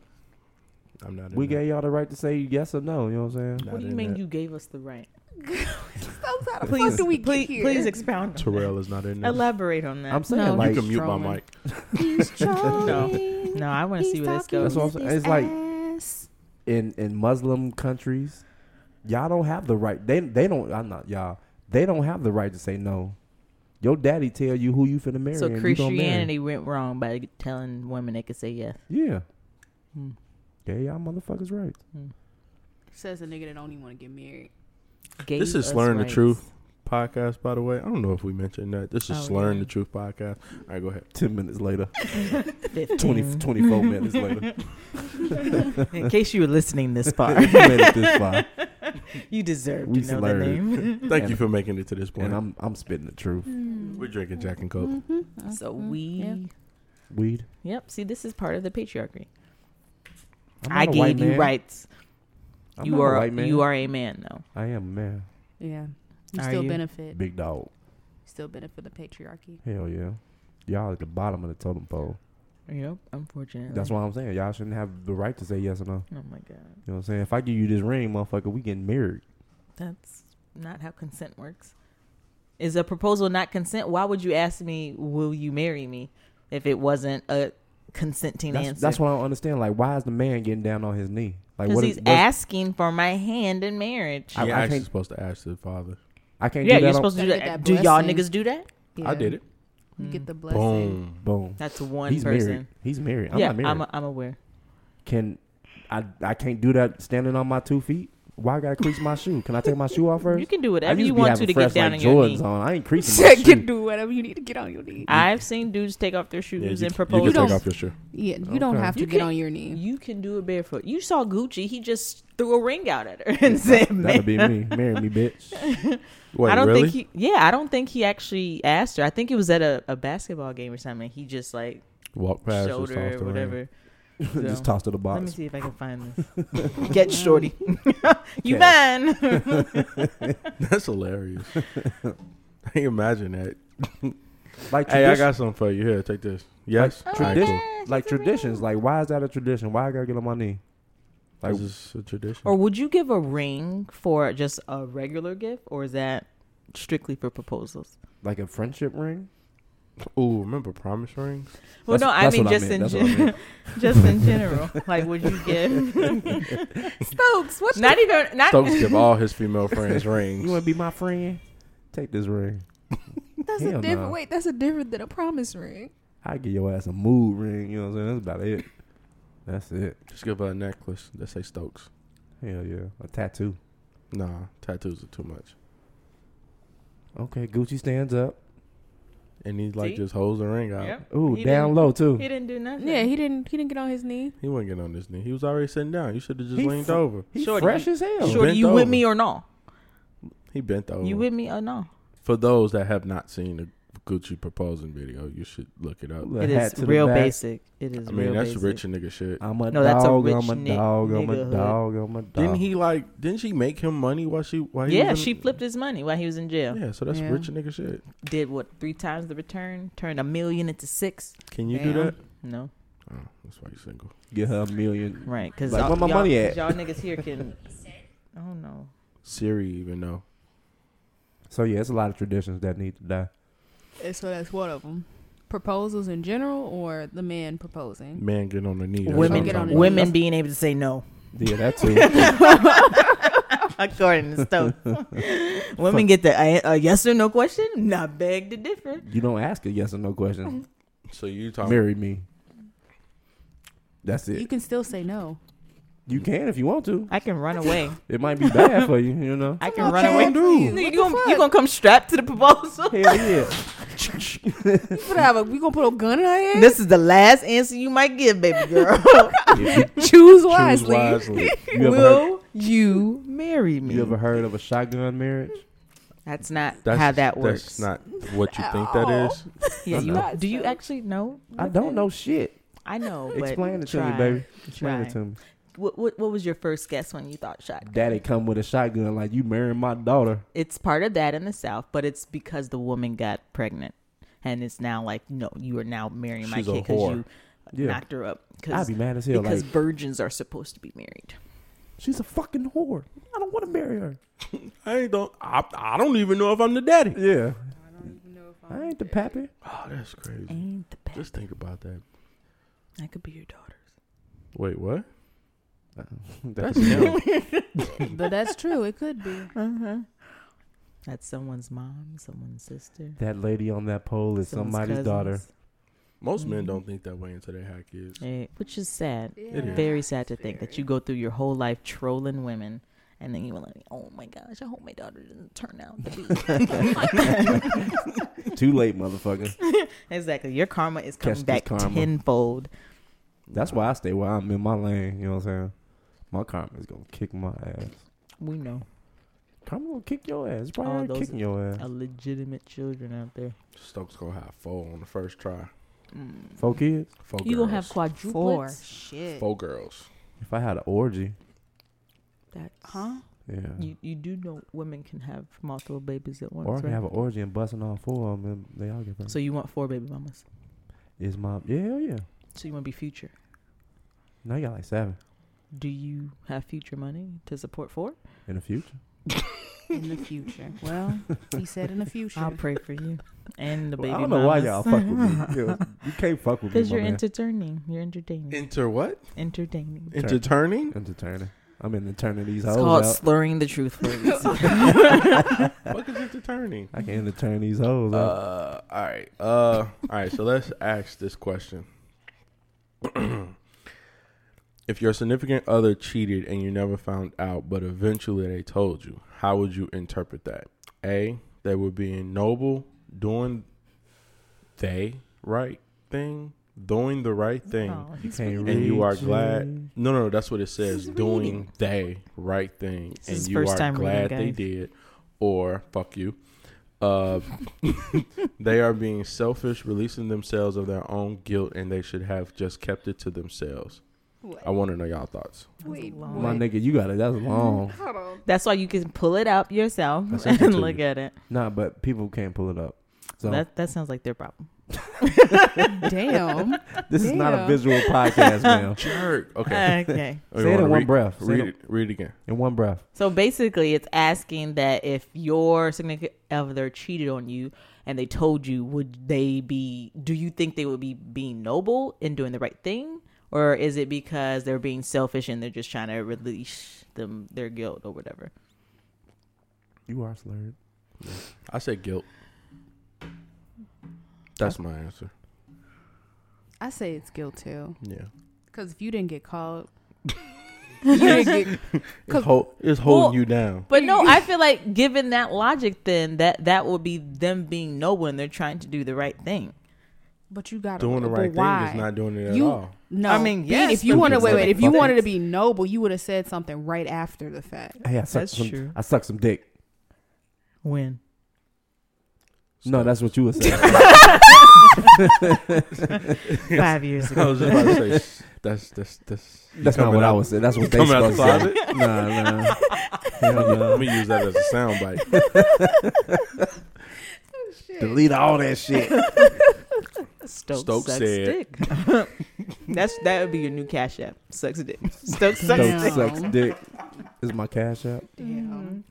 Speaker 1: I'm not.
Speaker 2: We
Speaker 1: in that.
Speaker 2: gave y'all the right to say yes or no. You know what I'm saying?
Speaker 1: Nah.
Speaker 3: What do you
Speaker 1: in
Speaker 3: mean
Speaker 1: that.
Speaker 3: you gave us the right?
Speaker 4: how the
Speaker 3: Please,
Speaker 4: fuck do we
Speaker 3: please,
Speaker 4: get here?
Speaker 3: please expound. on that.
Speaker 1: Terrell is not in there.
Speaker 3: Elaborate on that.
Speaker 2: I'm saying,
Speaker 3: no,
Speaker 2: like-
Speaker 1: you can mute my
Speaker 4: Strowman.
Speaker 1: mic.
Speaker 4: He's
Speaker 3: trying. no, I want to see where this
Speaker 2: That's
Speaker 3: goes.
Speaker 2: what I'm saying. It's like in in Muslim countries, y'all don't have the right. They they don't. I'm not y'all. They don't have the right to say no. Your daddy tell you who you finna marry.
Speaker 3: So
Speaker 2: and you don't marry.
Speaker 3: Christianity went wrong by telling women they could say yes.
Speaker 2: Yeah.
Speaker 3: Hmm.
Speaker 2: Gave y'all motherfuckers right.
Speaker 4: Says the nigga that don't even want to get married.
Speaker 3: Gave
Speaker 1: This is
Speaker 3: us
Speaker 1: Learn the
Speaker 3: rights.
Speaker 1: Truth. Podcast, by the way, I don't know if we mentioned that. This is
Speaker 3: Oh,
Speaker 1: Slurring
Speaker 3: yeah.
Speaker 1: the Truth podcast. All right, go ahead.
Speaker 2: Ten minutes later, 20,
Speaker 3: 15.
Speaker 2: 24 minutes later,
Speaker 3: In case you were listening this far.
Speaker 2: you made it this far.
Speaker 3: you deserve
Speaker 2: We
Speaker 3: to know the
Speaker 2: slurred.
Speaker 3: name.
Speaker 1: Thank you for making it to this point.
Speaker 2: and I'm Mm. I'm spitting the truth.
Speaker 4: Hmm.
Speaker 1: We're drinking Jack and Coke.
Speaker 4: Mm-hmm.
Speaker 3: so we,
Speaker 4: yeah.
Speaker 2: Weed.
Speaker 3: yep. See, this is part of the patriarchy.
Speaker 2: I'm not
Speaker 3: I
Speaker 2: a white
Speaker 3: gave you
Speaker 2: man.
Speaker 3: rights.
Speaker 2: I'm
Speaker 3: you
Speaker 2: not a
Speaker 3: are
Speaker 2: white man.
Speaker 3: you are a man though.
Speaker 2: I am a man.
Speaker 4: Yeah. You
Speaker 3: Are
Speaker 4: still
Speaker 3: you?
Speaker 4: benefit.
Speaker 2: Big dog.
Speaker 4: Still benefit the patriarchy.
Speaker 2: Hell yeah. Y'all at the bottom of the totem pole.
Speaker 3: Yep. Unfortunately.
Speaker 2: That's why I'm saying y'all shouldn't have the right to say yes or no.
Speaker 3: Oh my god.
Speaker 2: You know what I'm saying? If I give you this ring, motherfucker, we getting married.
Speaker 3: That's not how consent works. Is a proposal not consent? Why would you ask me, "Will you marry me?" if it wasn't a consenting
Speaker 2: That's,
Speaker 3: answer?
Speaker 2: that's what I don't understand. Like, why is the man getting down on his knee? Like,
Speaker 3: because
Speaker 2: what?
Speaker 3: he's
Speaker 2: Is, what's-
Speaker 3: asking for my hand in marriage.
Speaker 2: I-
Speaker 1: You're
Speaker 2: I
Speaker 1: actually
Speaker 2: can't-
Speaker 1: supposed to ask the father.
Speaker 2: I can't
Speaker 3: yeah,
Speaker 2: do that.
Speaker 3: you're
Speaker 2: on-
Speaker 3: supposed to do
Speaker 4: Gotta
Speaker 3: that.
Speaker 4: get that
Speaker 3: do y'all
Speaker 4: blessing.
Speaker 3: niggas do that?
Speaker 1: I
Speaker 4: Yeah. Mm.
Speaker 1: did it.
Speaker 4: You get the blessing.
Speaker 1: Boom.
Speaker 2: Boom.
Speaker 3: That's one
Speaker 2: he's
Speaker 3: person.
Speaker 2: married. He's married. I'm
Speaker 3: yeah,
Speaker 2: not married.
Speaker 3: I'm, I'm aware.
Speaker 2: Can I? I can't do that standing on my two feet. Why I gotta crease my shoe? Can I take my shoe off first?
Speaker 3: You can do
Speaker 2: I
Speaker 3: whatever
Speaker 2: used
Speaker 3: you
Speaker 2: be
Speaker 3: want to
Speaker 2: having
Speaker 3: to
Speaker 2: fresh,
Speaker 3: get down
Speaker 2: like,
Speaker 3: on your
Speaker 2: Jordans
Speaker 3: knee.
Speaker 2: on. I ain't creasing my
Speaker 4: Shit,
Speaker 2: shoe.
Speaker 4: can do whatever you need to get on your knee.
Speaker 3: I've seen dudes take off their
Speaker 1: Yeah,
Speaker 3: shoes
Speaker 1: you,
Speaker 3: and
Speaker 1: can-
Speaker 3: propose.
Speaker 1: you can
Speaker 4: don't-
Speaker 1: take off your shoe.
Speaker 4: Yeah, you don't
Speaker 2: Okay.
Speaker 4: have to
Speaker 3: You
Speaker 4: get
Speaker 3: can't-
Speaker 4: on your knee.
Speaker 3: You can do it barefoot. You saw Gucci; he just threw a ring out at her and said,
Speaker 2: That'll
Speaker 3: "Man,
Speaker 2: be me. Marry me, bitch.
Speaker 1: Wait,
Speaker 3: I don't
Speaker 1: really?
Speaker 3: think he. Yeah, I don't think he actually asked her. I think it was at a, a basketball game or something. and He just like
Speaker 1: Walk past
Speaker 3: showed
Speaker 1: her,
Speaker 3: her
Speaker 1: tossed her
Speaker 3: or
Speaker 1: around.
Speaker 3: whatever. So,
Speaker 2: Just toss to the
Speaker 3: let me
Speaker 2: box.
Speaker 3: see if I can find this. Get shorty. you
Speaker 2: Okay.
Speaker 3: man.
Speaker 1: That's hilarious. I can imagine that.
Speaker 2: Like
Speaker 1: Hey, I
Speaker 2: tradition-
Speaker 1: got something for you. Here, take this. Yes, All
Speaker 2: Like,
Speaker 1: right,
Speaker 2: tradition,
Speaker 1: cool.
Speaker 2: like traditions. Like, why is that a tradition? Why I gotta get on my knee? Like, Oh.
Speaker 1: This is a tradition.
Speaker 3: or would you give a ring for just a regular gift, or is that strictly for proposals?
Speaker 2: like a friendship ring?
Speaker 1: Ooh, remember promise rings?
Speaker 3: Well,
Speaker 2: That's-
Speaker 3: no, I
Speaker 2: that's
Speaker 3: mean
Speaker 2: what I
Speaker 3: just
Speaker 2: meant.
Speaker 3: in
Speaker 2: That's what I
Speaker 3: gen-
Speaker 2: meant.
Speaker 3: just in general. Like, would you give?
Speaker 4: Stokes, what
Speaker 3: not even not.
Speaker 1: Stokes give all his female friends
Speaker 2: You
Speaker 1: rings.
Speaker 2: wanna be my friend? Take this ring.
Speaker 4: that's
Speaker 2: Hell
Speaker 4: a different
Speaker 2: no.
Speaker 4: wait, that's a different than a promise ring.
Speaker 2: I give your ass a mood ring. You know what I'm saying? That's about it. That's it.
Speaker 1: Just give her a necklace that say Stokes.
Speaker 2: Hell yeah. A tattoo.
Speaker 1: Nah, tattoos are too much.
Speaker 2: Okay, Gucci stands up.
Speaker 1: And he like
Speaker 3: See?
Speaker 1: just holds the ring out.
Speaker 3: Yep.
Speaker 2: Ooh,
Speaker 3: He
Speaker 2: down
Speaker 3: didn't-
Speaker 2: low
Speaker 3: He
Speaker 2: too.
Speaker 3: didn't do nothing.
Speaker 4: Yeah, he didn't he didn't get on his knee.
Speaker 1: He wasn't getting on this knee. He was already sitting down. You should have just
Speaker 2: He
Speaker 1: leaned
Speaker 2: fu-
Speaker 1: over.
Speaker 2: He's
Speaker 3: Shorty.
Speaker 2: fresh as hell.
Speaker 3: Shorty,
Speaker 1: Bent
Speaker 3: you
Speaker 1: over.
Speaker 3: with me or no?
Speaker 1: He bent
Speaker 2: Oh.
Speaker 1: over.
Speaker 3: You with me or no?
Speaker 1: For those that have not seen the Gucci proposing video, you should look it up.
Speaker 2: Look. A
Speaker 3: It
Speaker 2: hat
Speaker 3: is
Speaker 2: to the
Speaker 3: real
Speaker 2: back.
Speaker 3: basic. It is.
Speaker 1: I mean,
Speaker 3: real
Speaker 1: that's
Speaker 3: basic.
Speaker 1: rich nigga shit.
Speaker 2: I'm a
Speaker 3: No, that's a
Speaker 2: dog.
Speaker 3: rich
Speaker 2: I'm a
Speaker 3: ni-
Speaker 2: dog. I'm a
Speaker 3: niggerhood.
Speaker 2: dog. I'm a dog.
Speaker 1: Didn't he like? Didn't she make him money while she? While he
Speaker 3: Yeah,
Speaker 1: was in-
Speaker 3: she flipped his money while he was in jail.
Speaker 1: Yeah, so that's
Speaker 4: Yeah.
Speaker 1: rich nigga shit.
Speaker 3: Did what three times the return? Turned a million into six.
Speaker 1: Can you do
Speaker 4: Damn.
Speaker 1: that?
Speaker 3: No,
Speaker 1: Oh, that's why you single.
Speaker 2: get her a million?
Speaker 3: right? Because
Speaker 2: Like, where my money at?
Speaker 3: Y'all niggas here can. I don't know.
Speaker 1: Siri even though.
Speaker 2: So yeah, it's a lot of traditions that need to die.
Speaker 4: And so that's one of them. Proposals in general or the man proposing?
Speaker 1: Man get on the knee. that's
Speaker 3: women,
Speaker 1: what I'm
Speaker 4: get on
Speaker 1: talking
Speaker 4: the
Speaker 1: about.
Speaker 3: women being able to say no,
Speaker 2: Yeah, that too.
Speaker 3: according to Stokes. women get the a, a yes or no question. Not beg to differ.
Speaker 2: you don't ask a yes or no question.
Speaker 1: So you
Speaker 3: Oh.
Speaker 1: talking?
Speaker 2: Marry me. That's
Speaker 4: You
Speaker 2: it.
Speaker 4: can still say no.
Speaker 2: You can if you want to.
Speaker 3: I can run away.
Speaker 2: It might be bad for you. You know.
Speaker 3: I can run away.
Speaker 2: do.
Speaker 3: You gonna, you gonna come strapped to the proposal?
Speaker 2: Hell yeah.
Speaker 4: You gonna have a, we gonna put a gun in her head?
Speaker 3: This is the last answer you might give, baby girl.
Speaker 4: Choose
Speaker 1: Choose
Speaker 4: wisely.
Speaker 1: wisely.
Speaker 2: You ever, heard,
Speaker 3: Will you marry me?
Speaker 2: you ever heard of a shotgun marriage?
Speaker 3: That's not
Speaker 1: That's
Speaker 3: how that works.
Speaker 1: That's not what you think that is.
Speaker 3: Yeah, you,
Speaker 4: not
Speaker 3: do you
Speaker 4: so.
Speaker 3: actually know?
Speaker 2: I don't know shit.
Speaker 3: I know. But
Speaker 2: Explain it to
Speaker 3: try.
Speaker 2: me, baby. Explain
Speaker 3: Try.
Speaker 2: it to me.
Speaker 3: What, what What was your first guess when you thought shotgun?
Speaker 2: Daddy come with a shotgun like you marrying my daughter.
Speaker 3: It's part of that in the South, but it's because the woman got pregnant, and it's now like no, you are now marrying my
Speaker 1: She's a
Speaker 3: kid because you
Speaker 2: Yeah.
Speaker 3: knocked her up.
Speaker 2: I'd
Speaker 3: Cause,
Speaker 2: be mad as hell.
Speaker 3: because
Speaker 2: Like
Speaker 3: virgins are supposed to be married.
Speaker 2: she's a fucking whore. I don't want to marry her.
Speaker 1: I ain't don't. I, I don't even know if I'm the daddy.
Speaker 2: Yeah. I ain't the pappy.
Speaker 1: Oh, that's crazy.
Speaker 3: Ain't the best.
Speaker 1: Just think about that.
Speaker 3: That could be your daughter.
Speaker 1: Wait, what?
Speaker 2: That's
Speaker 4: But that's true. It could be.
Speaker 3: That's someone's mom, someone's sister,
Speaker 2: that lady on that pole is
Speaker 3: someone's
Speaker 2: somebody's
Speaker 3: cousins.
Speaker 2: daughter.
Speaker 1: Most men
Speaker 3: Mm.
Speaker 1: don't think that way until they have kids.
Speaker 3: Eh, which is sad.
Speaker 1: It is.
Speaker 3: Very sad to think that you go through your whole life trolling women, and then you were like, "Oh my gosh, I hope my daughter doesn't turn out to be."
Speaker 2: Too late, motherfucker.
Speaker 3: exactly, your karma is coming
Speaker 2: Catch this
Speaker 3: back
Speaker 2: karma.
Speaker 3: tenfold.
Speaker 2: That's why I stay where I'm in my lane. You know what I'm saying? My karma is gonna kick my ass.
Speaker 3: We know
Speaker 2: Come on, kick your ass. Probably
Speaker 3: All
Speaker 2: already
Speaker 3: those-
Speaker 2: kicking your ass.
Speaker 3: a legitimate children out there.
Speaker 1: Stokes gonna have four on the first try.
Speaker 3: Mm.
Speaker 2: Four kids.
Speaker 1: Four
Speaker 3: you
Speaker 1: girls.
Speaker 3: gonna have quadruplets?
Speaker 4: Four. Shit.
Speaker 1: four girls.
Speaker 2: If I had an orgy,
Speaker 3: That's
Speaker 4: Huh?
Speaker 2: yeah,
Speaker 3: You you do know women can have multiple babies at once,
Speaker 2: or I can
Speaker 3: right?
Speaker 2: have an orgy and busting all four of them, and they all get pregnant.
Speaker 3: so you want four baby mamas.
Speaker 2: Is my yeah, hell yeah.
Speaker 3: So you want to be future.
Speaker 2: Now you got like seven
Speaker 3: Do you have future money to support four?
Speaker 2: in the future.
Speaker 4: in the future. Well, he said in the future.
Speaker 3: I'll pray for you and the
Speaker 2: Well,
Speaker 3: baby.
Speaker 2: I don't know why y'all fuck with me. You, know, you can't fuck with me,
Speaker 3: Because
Speaker 2: my
Speaker 3: you're
Speaker 2: man.
Speaker 3: entertaining. You're entertaining.
Speaker 1: Enter what?
Speaker 3: Entertaining.
Speaker 1: Entertaining?
Speaker 2: Entertaining. I'm in entertaining these
Speaker 3: It's
Speaker 2: hoes
Speaker 3: called
Speaker 2: out.
Speaker 3: slurring the truth for a reason.
Speaker 1: Fuck is entertaining?
Speaker 2: I can entertain these hoes out.
Speaker 1: Uh, all right. Uh, all right. So let's ask this question: If your significant other cheated and you never found out, but eventually they told you, how would you interpret that? A. They were being noble, doing they right thing, doing the right thing,
Speaker 3: Oh,
Speaker 2: You
Speaker 3: he's
Speaker 2: can't
Speaker 3: reading.
Speaker 1: and you are
Speaker 2: reach me.
Speaker 1: glad. No, no, that's what it says.
Speaker 3: He's
Speaker 1: doing
Speaker 3: reading.
Speaker 1: they right thing,
Speaker 3: This
Speaker 1: and
Speaker 3: is
Speaker 1: you
Speaker 3: first
Speaker 1: are
Speaker 3: time reading,
Speaker 1: glad they
Speaker 3: guys.
Speaker 1: did, or fuck you. Uh, they are being selfish, releasing themselves of their own guilt, and they should have just kept it to themselves. I want to know y'all thoughts.
Speaker 4: Wait,
Speaker 3: long.
Speaker 2: My nigga, you got it. That's long.
Speaker 4: Hold on.
Speaker 3: That's why you can pull it up yourself
Speaker 1: I sent it
Speaker 3: and
Speaker 1: to
Speaker 3: look
Speaker 1: you.
Speaker 3: at it.
Speaker 2: Nah, but people can't pull it up. So
Speaker 3: That that sounds like their problem.
Speaker 4: Damn.
Speaker 2: this is not a
Speaker 4: damn.
Speaker 2: visual podcast, man.
Speaker 1: Jerk. Okay.
Speaker 3: Okay.
Speaker 1: Oh, you
Speaker 2: Say it in
Speaker 1: wanna
Speaker 2: one
Speaker 1: read-
Speaker 2: breath. Say
Speaker 1: Read
Speaker 2: it-
Speaker 1: it. Read it again.
Speaker 2: In one breath.
Speaker 3: So basically, it's asking that if your significant other cheated on you and they told you, would they be, do you think they would be being noble and doing the right thing? Or is it because they're being selfish and they're just trying to release them their guilt or whatever?
Speaker 2: You are slurred.
Speaker 1: I said guilt. That's my answer.
Speaker 4: I say it's guilt too.
Speaker 1: Yeah.
Speaker 4: Because if you didn't get called, you didn't get.
Speaker 1: It's, hol- it's holding
Speaker 3: Well-
Speaker 1: you down.
Speaker 3: But no, I feel like given that logic, then that that would be them being noble and they're trying to do the right thing.
Speaker 4: But you got
Speaker 1: Doing the right thing
Speaker 4: why?
Speaker 1: is not doing it at
Speaker 4: you,
Speaker 1: all.
Speaker 4: No,
Speaker 3: I mean,
Speaker 4: Being-
Speaker 3: yes,
Speaker 4: If you
Speaker 3: but
Speaker 4: wanted,
Speaker 3: it's
Speaker 4: wait, wait. If you
Speaker 3: motherfuckers.
Speaker 4: wanted to be noble, you would have said something right after the fact.
Speaker 2: Hey, I sucked
Speaker 3: That's
Speaker 2: some.
Speaker 3: true.
Speaker 2: I sucked some dick.
Speaker 3: When?
Speaker 2: No, that's what you would say.
Speaker 3: Five years
Speaker 1: I
Speaker 3: ago.
Speaker 1: was just about to say that's that's that's. you
Speaker 2: That's not
Speaker 1: coming
Speaker 2: what I
Speaker 1: out-
Speaker 2: would say. That's what they
Speaker 1: coming out the
Speaker 2: supposed to say. Nah, nah. Hell
Speaker 1: Let
Speaker 2: no.
Speaker 1: me use that as a soundbite.
Speaker 2: Delete all that shit.
Speaker 3: Stokes,
Speaker 1: Stokes
Speaker 3: sucks
Speaker 1: said-
Speaker 3: dick. That's that would be your new cash app. Sucks dick. Stokes sucks
Speaker 2: Dope
Speaker 4: Damn.
Speaker 3: dick.
Speaker 2: sucks dick. Is my cash app?
Speaker 4: Damn.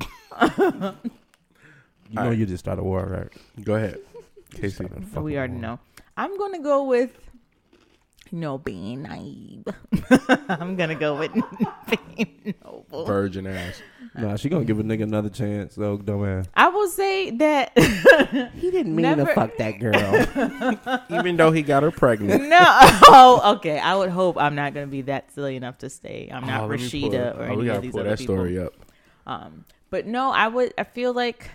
Speaker 2: You know
Speaker 1: Alright.
Speaker 2: you just started a war, right?
Speaker 1: Go ahead, Casey.
Speaker 2: Started a fucking
Speaker 3: We already
Speaker 2: war.
Speaker 3: know. I'm gonna go with you know being naive. I'm gonna go with being noble.
Speaker 1: Virgin ass.
Speaker 2: Nah, she gonna give a nigga another chance. though, dumbass.
Speaker 3: I will say that
Speaker 2: He didn't
Speaker 3: mean to Never- fuck
Speaker 2: that girl.
Speaker 1: Even though he got her pregnant.
Speaker 3: no. Oh, okay. I would hope I'm not gonna be that silly enough to say I'm not Rashida or
Speaker 1: we
Speaker 3: any
Speaker 1: gotta
Speaker 3: of these
Speaker 1: Oh, pull
Speaker 3: other
Speaker 1: that
Speaker 3: people.
Speaker 1: story up.
Speaker 3: Um, but no, I would. I feel like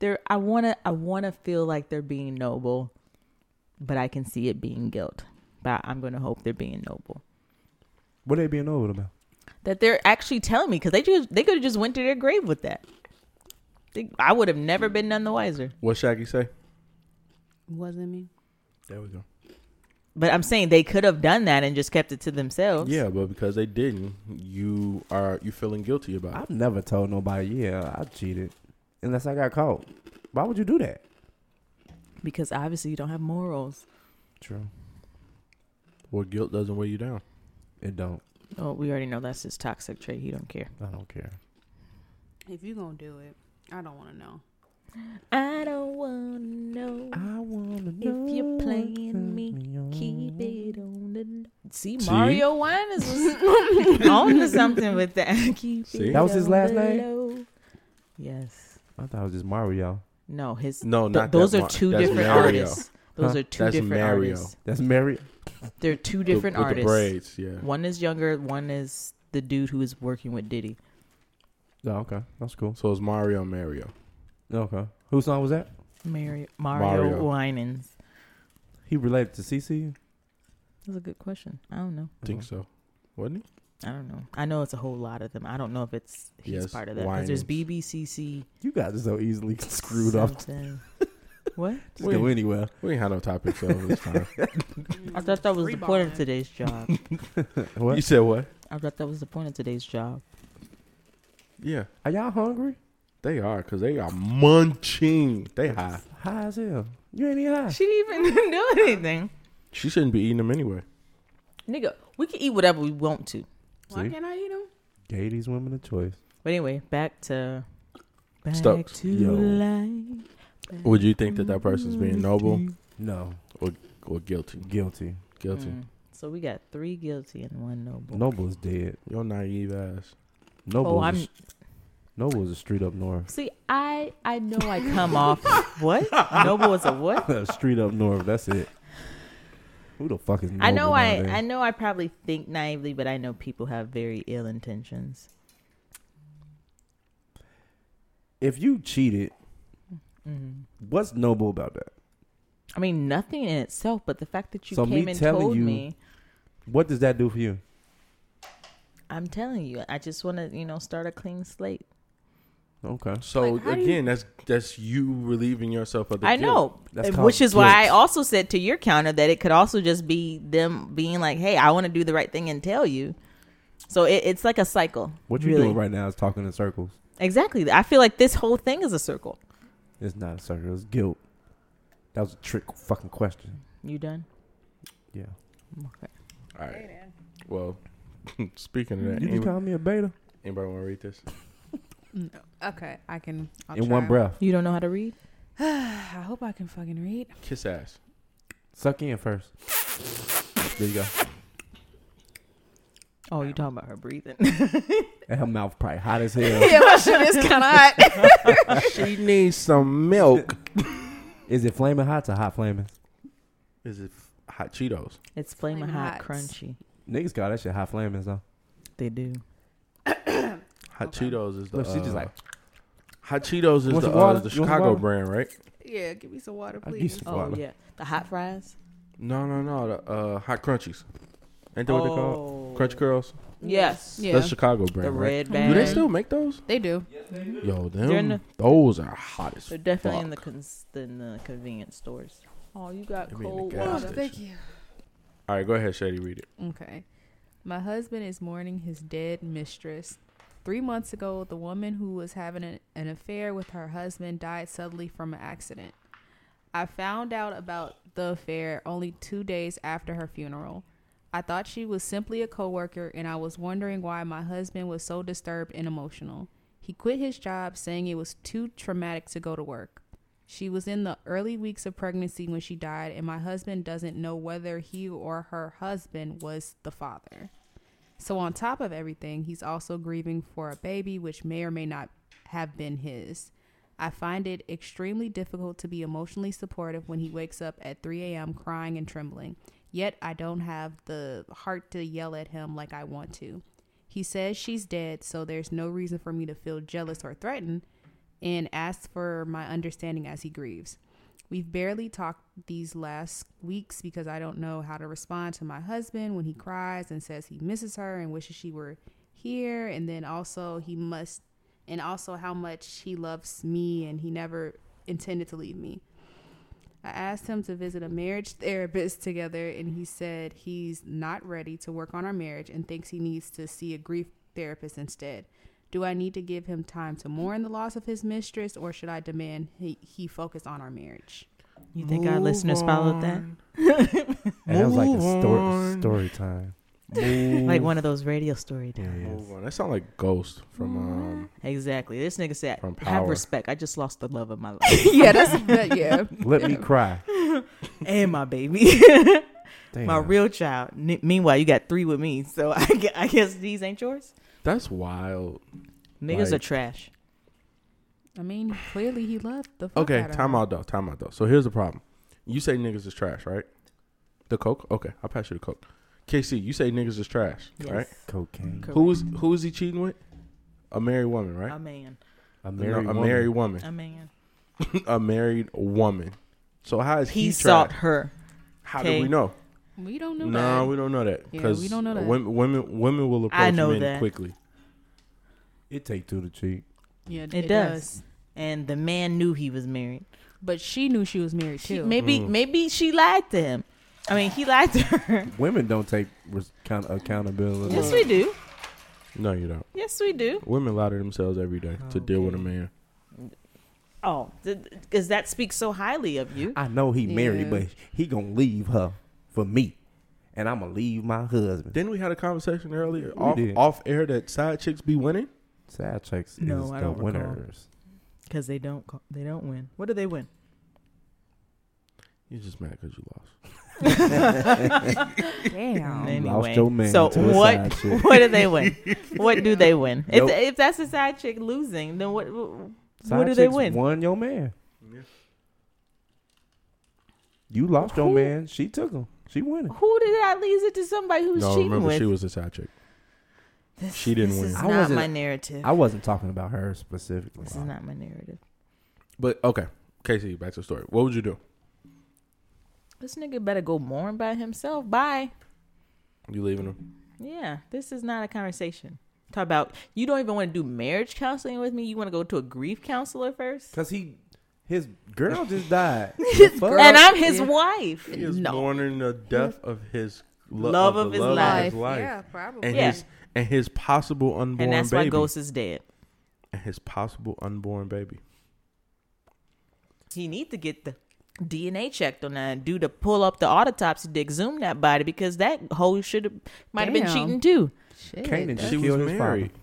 Speaker 3: there. I wanna. I wanna feel like they're being noble, but I can see it being guilt. But I'm gonna hope they're being noble.
Speaker 2: what they being over about?
Speaker 3: That they're actually telling me because they just they could have just went to their grave with that. They, I would have never been none the wiser.
Speaker 1: What Shaggy say?
Speaker 4: Wasn't me.
Speaker 1: There we go.
Speaker 3: But I'm saying they could have done that and just kept it to themselves.
Speaker 1: Yeah, but because they didn't, you are you feeling guilty about it?
Speaker 2: I've never told nobody. Yeah, I cheated, unless I got caught. Why would you do that?
Speaker 3: Because obviously you don't have morals.
Speaker 2: True.
Speaker 1: Well, guilt doesn't weigh you down.
Speaker 2: It don't.
Speaker 3: Oh, we already know that's his toxic trait. He don't care.
Speaker 2: I don't care.
Speaker 4: If you gonna do it, I don't want to know.
Speaker 3: I don't wanna know.
Speaker 2: I wanna
Speaker 3: If you're
Speaker 2: know
Speaker 3: playing
Speaker 2: what
Speaker 3: me,
Speaker 2: turns on.
Speaker 3: Keep it on the low. See,
Speaker 1: See?
Speaker 3: Mario Winans was on to something with that. Keep
Speaker 1: See?
Speaker 3: it
Speaker 2: That was his
Speaker 3: on
Speaker 2: last
Speaker 3: the
Speaker 2: name?
Speaker 3: low. Yes.
Speaker 2: I thought it was just Mario.
Speaker 3: No, his.
Speaker 1: No,
Speaker 3: th-
Speaker 1: not that
Speaker 3: those are
Speaker 1: Mar-
Speaker 3: two
Speaker 1: that's
Speaker 3: different
Speaker 1: Mario.
Speaker 3: artists. Those
Speaker 2: Huh?
Speaker 3: are two
Speaker 1: That's
Speaker 3: different
Speaker 1: Mario.
Speaker 3: artists.
Speaker 2: That's Mary.
Speaker 3: They're two
Speaker 1: The-
Speaker 3: different
Speaker 1: with
Speaker 3: artists.
Speaker 1: The braids, yeah.
Speaker 3: One is younger. One is the dude who is working with Diddy.
Speaker 2: Oh, okay. That's cool.
Speaker 1: So it's Mario, Mario.
Speaker 2: Okay. Whose song was that?
Speaker 3: Mario Mario,
Speaker 1: Mario.
Speaker 3: Winans.
Speaker 2: He related to CC.
Speaker 3: That's a good question. I don't know.
Speaker 1: Think so? Wasn't he?
Speaker 3: I don't know. I know it's a whole lot of them. I don't know if it's he's
Speaker 1: Yes,
Speaker 3: part of that because there's
Speaker 1: Winans.
Speaker 3: BBCC.
Speaker 2: You guys are so easily screwed up.
Speaker 3: something. what?
Speaker 2: Just go
Speaker 1: Wait.
Speaker 2: anywhere.
Speaker 1: We ain't had no topic, so it's fine.
Speaker 3: I thought that was the point of
Speaker 4: Reballing.
Speaker 3: today's job.
Speaker 1: you
Speaker 2: What?
Speaker 1: said what?
Speaker 3: I thought that was the point of today's job.
Speaker 1: Yeah,
Speaker 2: Are y'all hungry?
Speaker 1: they are because they are munching. They high.
Speaker 2: High as hell. You ain't even high.
Speaker 3: She didn't even do anything.
Speaker 1: She shouldn't be eating them anyway.
Speaker 3: Nigga, we can eat whatever we want to.
Speaker 4: Why
Speaker 2: See?
Speaker 4: can't I eat them?
Speaker 2: Gave these women a choice.
Speaker 3: But anyway, back to back
Speaker 1: Stokes.
Speaker 3: to
Speaker 2: Yo.
Speaker 3: life.
Speaker 1: Would you think that that person's being noble
Speaker 2: No,
Speaker 1: or guilty?
Speaker 2: guilty.
Speaker 1: Guilty.
Speaker 3: Mm. So we got three guilty and one noble.
Speaker 2: Noble is dead.
Speaker 1: Your naive ass.
Speaker 3: Oh,
Speaker 2: Noble. is a
Speaker 3: I'm
Speaker 2: s- Noble is a street up north.
Speaker 3: see. I I know I come off what noble is a what?
Speaker 2: street up north. That's it. Who the fuck is? Noble
Speaker 3: I know I,
Speaker 2: nowadays?
Speaker 3: I know I probably think naively, but I know people have very ill intentions.
Speaker 2: If you cheated,
Speaker 3: Mm-hmm.
Speaker 2: what's noble about that?
Speaker 3: I mean, nothing in itself, but the fact that you
Speaker 2: So me
Speaker 3: came and
Speaker 2: telling
Speaker 3: told
Speaker 2: you-
Speaker 3: me,
Speaker 2: What does that do for you?
Speaker 3: I'm telling you, I just want to, you know, start a clean slate.
Speaker 2: Okay.
Speaker 1: So
Speaker 4: Like, how do you-
Speaker 1: again, that's that's you relieving yourself of the
Speaker 3: I
Speaker 1: guilt.
Speaker 3: know,
Speaker 2: That's
Speaker 3: and
Speaker 2: called
Speaker 3: which is why I
Speaker 2: guilt.
Speaker 3: also said to your counter that it could also just be them being like, "Hey, I want to do the right thing and tell you." So it, it's like a cycle.
Speaker 2: What you
Speaker 3: really.
Speaker 2: doing right now is talking in circles.
Speaker 3: Exactly. I feel like this whole thing is a circle.
Speaker 2: It's not a circle. It's guilt. That was a trick fucking question.
Speaker 3: You done?
Speaker 2: Yeah.
Speaker 3: Okay.
Speaker 1: All right. Well, speaking of that,
Speaker 2: You just
Speaker 1: anybody,
Speaker 2: call me a beta
Speaker 1: anybody want to read this?
Speaker 4: Okay, I can. I'll
Speaker 2: in one
Speaker 4: try.
Speaker 2: breath.
Speaker 3: You don't know how to read?
Speaker 4: I hope I can fucking read.
Speaker 1: Kiss ass.
Speaker 2: Suck in first. There you go.
Speaker 3: Oh, you talking about her breathing?
Speaker 2: And her mouth probably hot as hell.
Speaker 4: Yeah, my shit is kind of hot.
Speaker 1: she needs some milk.
Speaker 2: is it flaming hot or hot flaming?
Speaker 1: Is it hot Cheetos?
Speaker 3: it's flaming
Speaker 4: Flamin'
Speaker 3: hot,
Speaker 4: Hots.
Speaker 3: crunchy.
Speaker 2: Niggas call that shit hot flaming though.
Speaker 3: They do.
Speaker 1: Hot Cheetos is the.
Speaker 2: Look, she just
Speaker 1: uh,
Speaker 2: like
Speaker 1: Hot Cheetos is
Speaker 2: Want
Speaker 1: the,
Speaker 2: some
Speaker 1: uh,
Speaker 2: water?
Speaker 1: is the
Speaker 2: You want some
Speaker 1: Chicago
Speaker 2: water?
Speaker 1: brand, right?
Speaker 4: yeah, give me some water,
Speaker 2: I give
Speaker 4: please.
Speaker 2: some-
Speaker 3: Oh
Speaker 2: Water.
Speaker 3: yeah, the hot fries.
Speaker 1: No, no, no. The uh, Hot Crunchies. Ain't that what they called?
Speaker 3: Oh.
Speaker 1: Crunch Curls.
Speaker 3: Yes.
Speaker 4: Yeah,
Speaker 1: That's Chicago brand.
Speaker 3: The
Speaker 1: right?
Speaker 3: red
Speaker 1: Do
Speaker 3: bag.
Speaker 1: they still make those?
Speaker 4: they do.
Speaker 1: Yo,
Speaker 3: They're in
Speaker 1: them.
Speaker 3: the-
Speaker 1: those are hot as
Speaker 3: They're definitely in the
Speaker 1: fuck.
Speaker 3: cons- in the convenience stores. Oh, you got
Speaker 1: They be in the
Speaker 3: cold
Speaker 1: gas
Speaker 3: water.
Speaker 1: station. Oh, thank All right, go ahead, Shady. Read it.
Speaker 4: Okay. My husband is mourning his dead mistress. Three months ago, the woman who was having an, an affair with her husband died suddenly from an accident. I found out about the affair only two days after her funeral. I thought she was simply a coworker, and I was wondering why my husband was so disturbed and emotional. He quit his job, saying it was too traumatic to go to work. She was in the early weeks of pregnancy when she died, and my husband doesn't know whether he or her husband was the father. So, on top of everything, he's also grieving for a baby which may or may not have been his. I find it extremely difficult to be emotionally supportive when he wakes up at 3 a.m. crying and trembling. Yet, I don't have the heart to yell at him like I want to. He says she's dead, so there's no reason for me to feel jealous or threatened, and asks for my understanding as he grieves. We've barely talked these last weeks because I don't know how to respond to my husband when he cries and says he misses her and wishes she were here, and then also he must, and also how much he loves me and he never intended to leave me. I asked him to visit a marriage therapist together, and he said he's not ready to work on our marriage and thinks he needs to see a grief therapist instead. Do I need to give him time to mourn the loss of his mistress, or should I demand he, he focus on our marriage?
Speaker 3: You think our listeners followed that?
Speaker 2: and that was like a
Speaker 1: Move
Speaker 2: story
Speaker 1: on.
Speaker 2: story time.
Speaker 3: Like one of those radio story
Speaker 2: Yeah,
Speaker 3: times.
Speaker 2: yeah.
Speaker 1: Move on. That sound like Ghost from um.
Speaker 3: Exactly. This nigga said,
Speaker 1: From
Speaker 3: "Have
Speaker 1: Power.
Speaker 3: respect." I just lost the love of my life
Speaker 4: yeah, that's that, yeah.
Speaker 2: Let me cry.
Speaker 3: and my baby,
Speaker 2: Damn.
Speaker 3: my real child. N- meanwhile, you got three with me, so I guess, I guess these ain't yours.
Speaker 1: That's wild.
Speaker 3: Niggas are
Speaker 1: Like-
Speaker 3: trash.
Speaker 4: I mean, clearly he loved the. Fuck
Speaker 1: Okay,
Speaker 4: out of
Speaker 1: time
Speaker 4: her.
Speaker 1: out though. Time out though. So here's the problem. You say niggas is trash, right? The coke. Okay, I'll pass you the coke. KC, you say niggas is trash,
Speaker 3: Yes.
Speaker 1: right?
Speaker 2: cocaine.
Speaker 3: Correct.
Speaker 1: Who is who is he cheating with? A married woman, right?
Speaker 3: A man.
Speaker 2: A
Speaker 1: No,
Speaker 2: married
Speaker 1: a
Speaker 2: woman.
Speaker 1: married woman.
Speaker 3: A man.
Speaker 1: a married woman. So how is
Speaker 3: He,
Speaker 1: he, trash?
Speaker 3: sought her.
Speaker 1: How
Speaker 3: okay.
Speaker 1: do we know?
Speaker 4: We don't know
Speaker 1: No,
Speaker 4: that.
Speaker 1: we don't know that
Speaker 4: Yeah,
Speaker 1: because
Speaker 4: we don't know that.
Speaker 1: Women, women, women will approach
Speaker 3: I know
Speaker 1: men
Speaker 3: that.
Speaker 1: quickly.
Speaker 2: It take two to cheat.
Speaker 4: yeah,
Speaker 3: does.
Speaker 4: it, does.
Speaker 3: And the man knew he was married.
Speaker 4: But she knew she was married
Speaker 3: She,
Speaker 4: too.
Speaker 3: maybe
Speaker 1: Mm.
Speaker 3: maybe she lied to him. I mean, he lied to her.
Speaker 2: Women don't take res- count- accountability.
Speaker 3: yes, we do.
Speaker 1: No, you don't.
Speaker 3: Yes, we do.
Speaker 1: Women lie to themselves every day to deal with a man.
Speaker 3: Oh, because that speaks so highly of you.
Speaker 2: I know he married,
Speaker 4: Yeah.
Speaker 2: but he gonna leave her for me, and I'm gonna leave my husband.
Speaker 1: Then we had a conversation earlier off,
Speaker 2: did.
Speaker 1: off air that side chicks be winning.
Speaker 2: Sad checks
Speaker 3: No,
Speaker 2: is
Speaker 3: I
Speaker 2: the
Speaker 3: don't recall.
Speaker 2: winners.
Speaker 3: Because they don't co- they don't win. What do they win?
Speaker 1: You just mad because you lost.
Speaker 4: Damn.
Speaker 3: Anyway,
Speaker 2: lost your man
Speaker 3: so
Speaker 2: to a
Speaker 3: what?
Speaker 2: side chick.
Speaker 3: What do they win? What do they win?
Speaker 2: Nope.
Speaker 3: If if that's a side chick losing, then what? What,
Speaker 2: Side
Speaker 3: do they
Speaker 2: chicks
Speaker 3: win?
Speaker 2: Won your man. You lost your man. She took him. She winning.
Speaker 3: Who did I lease it to somebody who was
Speaker 1: no,
Speaker 3: cheating
Speaker 1: remember
Speaker 3: with?
Speaker 1: she was a side chick.
Speaker 3: This-
Speaker 1: she didn't
Speaker 3: this
Speaker 1: win.
Speaker 3: Is
Speaker 2: I
Speaker 3: not
Speaker 2: wasn't-
Speaker 3: my narrative.
Speaker 2: I wasn't talking about her specifically.
Speaker 3: this is not my narrative.
Speaker 1: But okay, Casey, back to the story. What would you do?
Speaker 3: This nigga better go mourn by himself. Bye.
Speaker 1: You leaving him?
Speaker 3: Yeah, this is not a conversation. Talk about you don't even want to do marriage counseling with me. You want to go to a grief counselor first,
Speaker 2: Cause he, his girl just died.
Speaker 3: and I'm his wife.
Speaker 1: He is mourning the death of his lo-
Speaker 3: Love
Speaker 1: the
Speaker 3: of his
Speaker 1: love
Speaker 3: life.
Speaker 4: Yeah, probably.
Speaker 1: and
Speaker 3: Yeah.
Speaker 1: his and his possible unborn
Speaker 3: And that's
Speaker 1: baby.
Speaker 3: why Ghost is dead.
Speaker 1: and his possible unborn baby.
Speaker 3: He need to get the DNA checked on that dude to pull up the autopsy to exhume that body because that hoe should have might have been
Speaker 4: Damn.
Speaker 3: cheating too.
Speaker 4: Shit,
Speaker 2: Canaan
Speaker 4: that's-
Speaker 1: she was
Speaker 2: killed his
Speaker 1: married.
Speaker 2: father.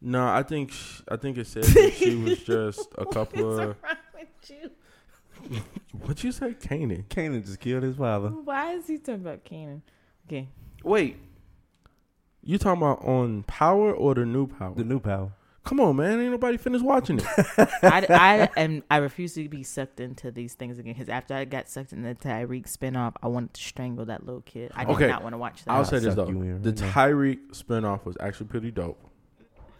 Speaker 1: No, I think sh- I think it said that she was just a couple of. What you say, Canaan?
Speaker 2: Canaan just killed his father.
Speaker 3: Why is he talking about Canaan? Okay,
Speaker 1: Wait, you talking about on Power or the new Power?
Speaker 2: The new power.
Speaker 1: Come on, man! Ain't nobody finished watching it.
Speaker 3: I, I am I refuse to be sucked into these things again because after I got sucked into the Tyreek spinoff, I wanted to strangle that little kid. I did
Speaker 1: Okay.
Speaker 3: not want to watch that.
Speaker 1: I'll say this
Speaker 2: suck
Speaker 1: though:
Speaker 2: you in
Speaker 1: the
Speaker 2: right now.
Speaker 1: Tyreek spinoff was actually pretty dope.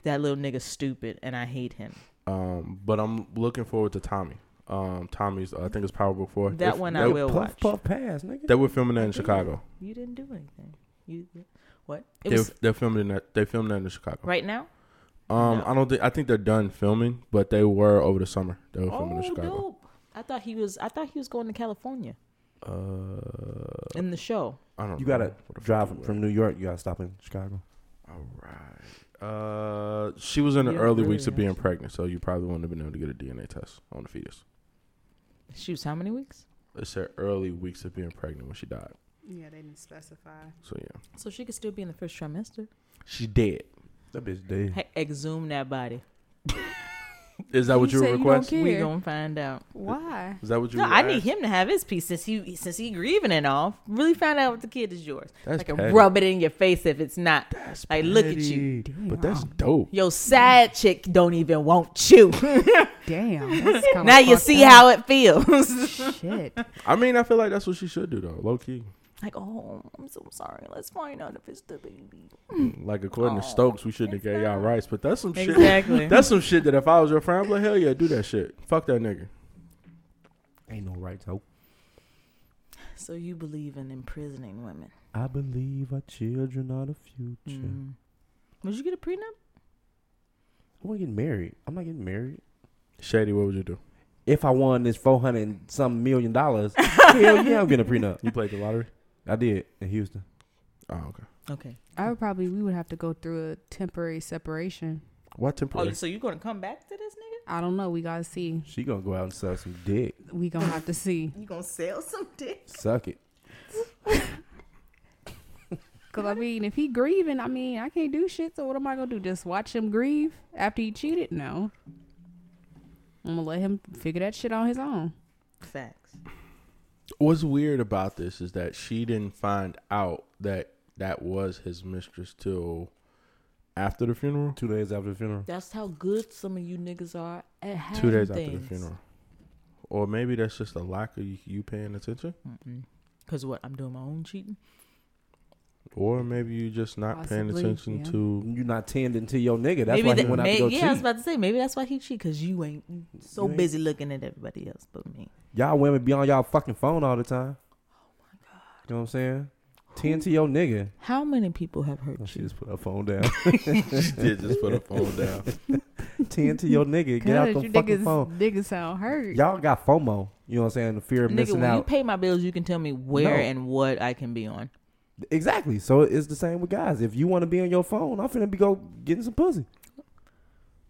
Speaker 3: that little nigga stupid and I hate him.
Speaker 1: Um, but I'm looking forward to Tommy. Um, Tommy's I think it's Power Book Four.
Speaker 3: That
Speaker 1: If-
Speaker 3: one I
Speaker 1: they,
Speaker 3: will
Speaker 2: Puff
Speaker 3: watch.
Speaker 2: puff pass, nigga.
Speaker 1: They were filming that in Chicago.
Speaker 3: You didn't do anything. You what? It
Speaker 1: They,
Speaker 3: was
Speaker 1: they're filming that. They filmed that in Chicago.
Speaker 3: right now.
Speaker 1: Um,
Speaker 3: No.
Speaker 1: I don't think I think they're done filming, but they were over the summer. They were filming in
Speaker 3: Oh,
Speaker 1: Chicago.
Speaker 3: dope! I thought he was. I thought he was going to California
Speaker 1: Uh,
Speaker 3: in the show.
Speaker 1: I don't.
Speaker 2: You
Speaker 1: know
Speaker 2: gotta
Speaker 1: what the fuck
Speaker 2: drive
Speaker 1: it was.
Speaker 2: from New York. You gotta stop in Chicago.
Speaker 1: All right. Uh, she was in the
Speaker 3: Yeah,
Speaker 1: early
Speaker 3: really,
Speaker 1: weeks of being
Speaker 3: actually.
Speaker 1: pregnant, so you probably wouldn't have been able to get a DNA test on the fetus.
Speaker 3: She was how many weeks?
Speaker 1: It said early weeks of being pregnant when she died.
Speaker 4: Yeah, they didn't specify.
Speaker 1: So yeah,
Speaker 3: So she could still be in the first trimester.
Speaker 1: she dead.
Speaker 2: That bitch dead.
Speaker 3: Hey, exhume that body.
Speaker 1: Is that what
Speaker 4: You
Speaker 1: you
Speaker 4: said
Speaker 1: were
Speaker 4: you don't
Speaker 1: requesting?
Speaker 4: care.
Speaker 3: We
Speaker 4: Here.
Speaker 3: gonna find out.
Speaker 4: Why?
Speaker 1: Is that what you?
Speaker 3: No,
Speaker 1: were
Speaker 3: I need
Speaker 1: asked?
Speaker 3: him to have his piece since he since he grieving and all. Really find out if the kid is yours.
Speaker 1: That's
Speaker 3: like
Speaker 1: petty.
Speaker 3: rub it in your face if it's not. like look at you.
Speaker 1: Petty. But that's dope.
Speaker 3: Yo, sad chick don't even want you.
Speaker 4: Damn. That's kinda
Speaker 3: now you
Speaker 4: fucked
Speaker 3: see
Speaker 4: up.
Speaker 3: how it feels.
Speaker 4: Shit.
Speaker 1: I mean, I feel like that's what she should do though, low key.
Speaker 3: like, oh, I'm so sorry. Let's find out if it's the baby.
Speaker 1: Like according to
Speaker 3: Oh,
Speaker 1: Stokes, we shouldn't have gave y'all rights, but that's some shit.
Speaker 3: Exactly.
Speaker 1: That's some shit that if I was your friend, I'm like, hell yeah, do that shit. Fuck that nigga.
Speaker 2: Ain't no right hope.
Speaker 3: so you believe in imprisoning women?
Speaker 2: I believe our children are the future.
Speaker 3: Mm. Would you get a prenup?
Speaker 2: I want to get married. I'm not getting married.
Speaker 1: Shady, what would you do?
Speaker 2: If I won this four hundred and some million dollars, hell yeah, I'm getting a prenup.
Speaker 1: You played the lottery?
Speaker 2: I did in Houston.
Speaker 1: Oh, okay.
Speaker 3: Okay.
Speaker 4: I would probably we would have to go through a temporary separation.
Speaker 1: Why
Speaker 3: Oh,
Speaker 1: temporary?
Speaker 3: so you gonna come back to this nigga?
Speaker 4: I don't know. We gotta see.
Speaker 2: She gonna go out and suck some dick.
Speaker 4: We gonna have to see.
Speaker 3: You gonna sell some dick?
Speaker 2: Suck it.
Speaker 4: Cause I mean, if he grieving, I mean, I can't do shit. So what am I gonna do? Just watch him grieve after he cheated? No. I'm gonna let him figure that shit on his own.
Speaker 3: Facts.
Speaker 1: What's weird about this is that she didn't find out that that was his mistress till after the funeral.
Speaker 2: Two days after the funeral.
Speaker 3: That's how good some of you niggas are at having
Speaker 1: Two days after the
Speaker 3: things.
Speaker 1: funeral. Or maybe that's just a lack of you, you paying attention.
Speaker 3: Mm-mm. Cause what? I'm doing my own cheating.
Speaker 1: Or maybe you just not paying
Speaker 4: Possibly,
Speaker 1: attention
Speaker 4: yeah.
Speaker 1: to.
Speaker 2: You not tending to your nigga. That's
Speaker 3: maybe
Speaker 2: why he
Speaker 3: that-
Speaker 2: went out
Speaker 3: may-
Speaker 2: to go
Speaker 3: yeah,
Speaker 2: cheat.
Speaker 3: I was about to say maybe that's why he cheat. Cause you ain't so
Speaker 2: You ain't-
Speaker 3: busy looking at everybody else but me. Oh
Speaker 2: Y'all women be on y'all fucking phone all the time. You know what I'm saying? Ten to your nigga.
Speaker 3: How many people have hurt
Speaker 2: Oh, she
Speaker 3: you?
Speaker 2: just put her phone down.
Speaker 1: she did just put her phone down.
Speaker 2: Ten to your nigga. Get out
Speaker 4: God,
Speaker 2: the
Speaker 4: you
Speaker 2: fucking
Speaker 4: niggas,
Speaker 2: phone.
Speaker 4: niggas sound hurt.
Speaker 2: Y'all got FOMO. You know what I'm saying? The fear of
Speaker 3: Nigga,
Speaker 2: missing
Speaker 3: when you
Speaker 2: out.
Speaker 3: pay my bills, you can tell me where
Speaker 2: No.
Speaker 3: and what I can be on.
Speaker 2: exactly. So it's the same with guys. If you want to be on your phone, I'm finna be go getting some pussy.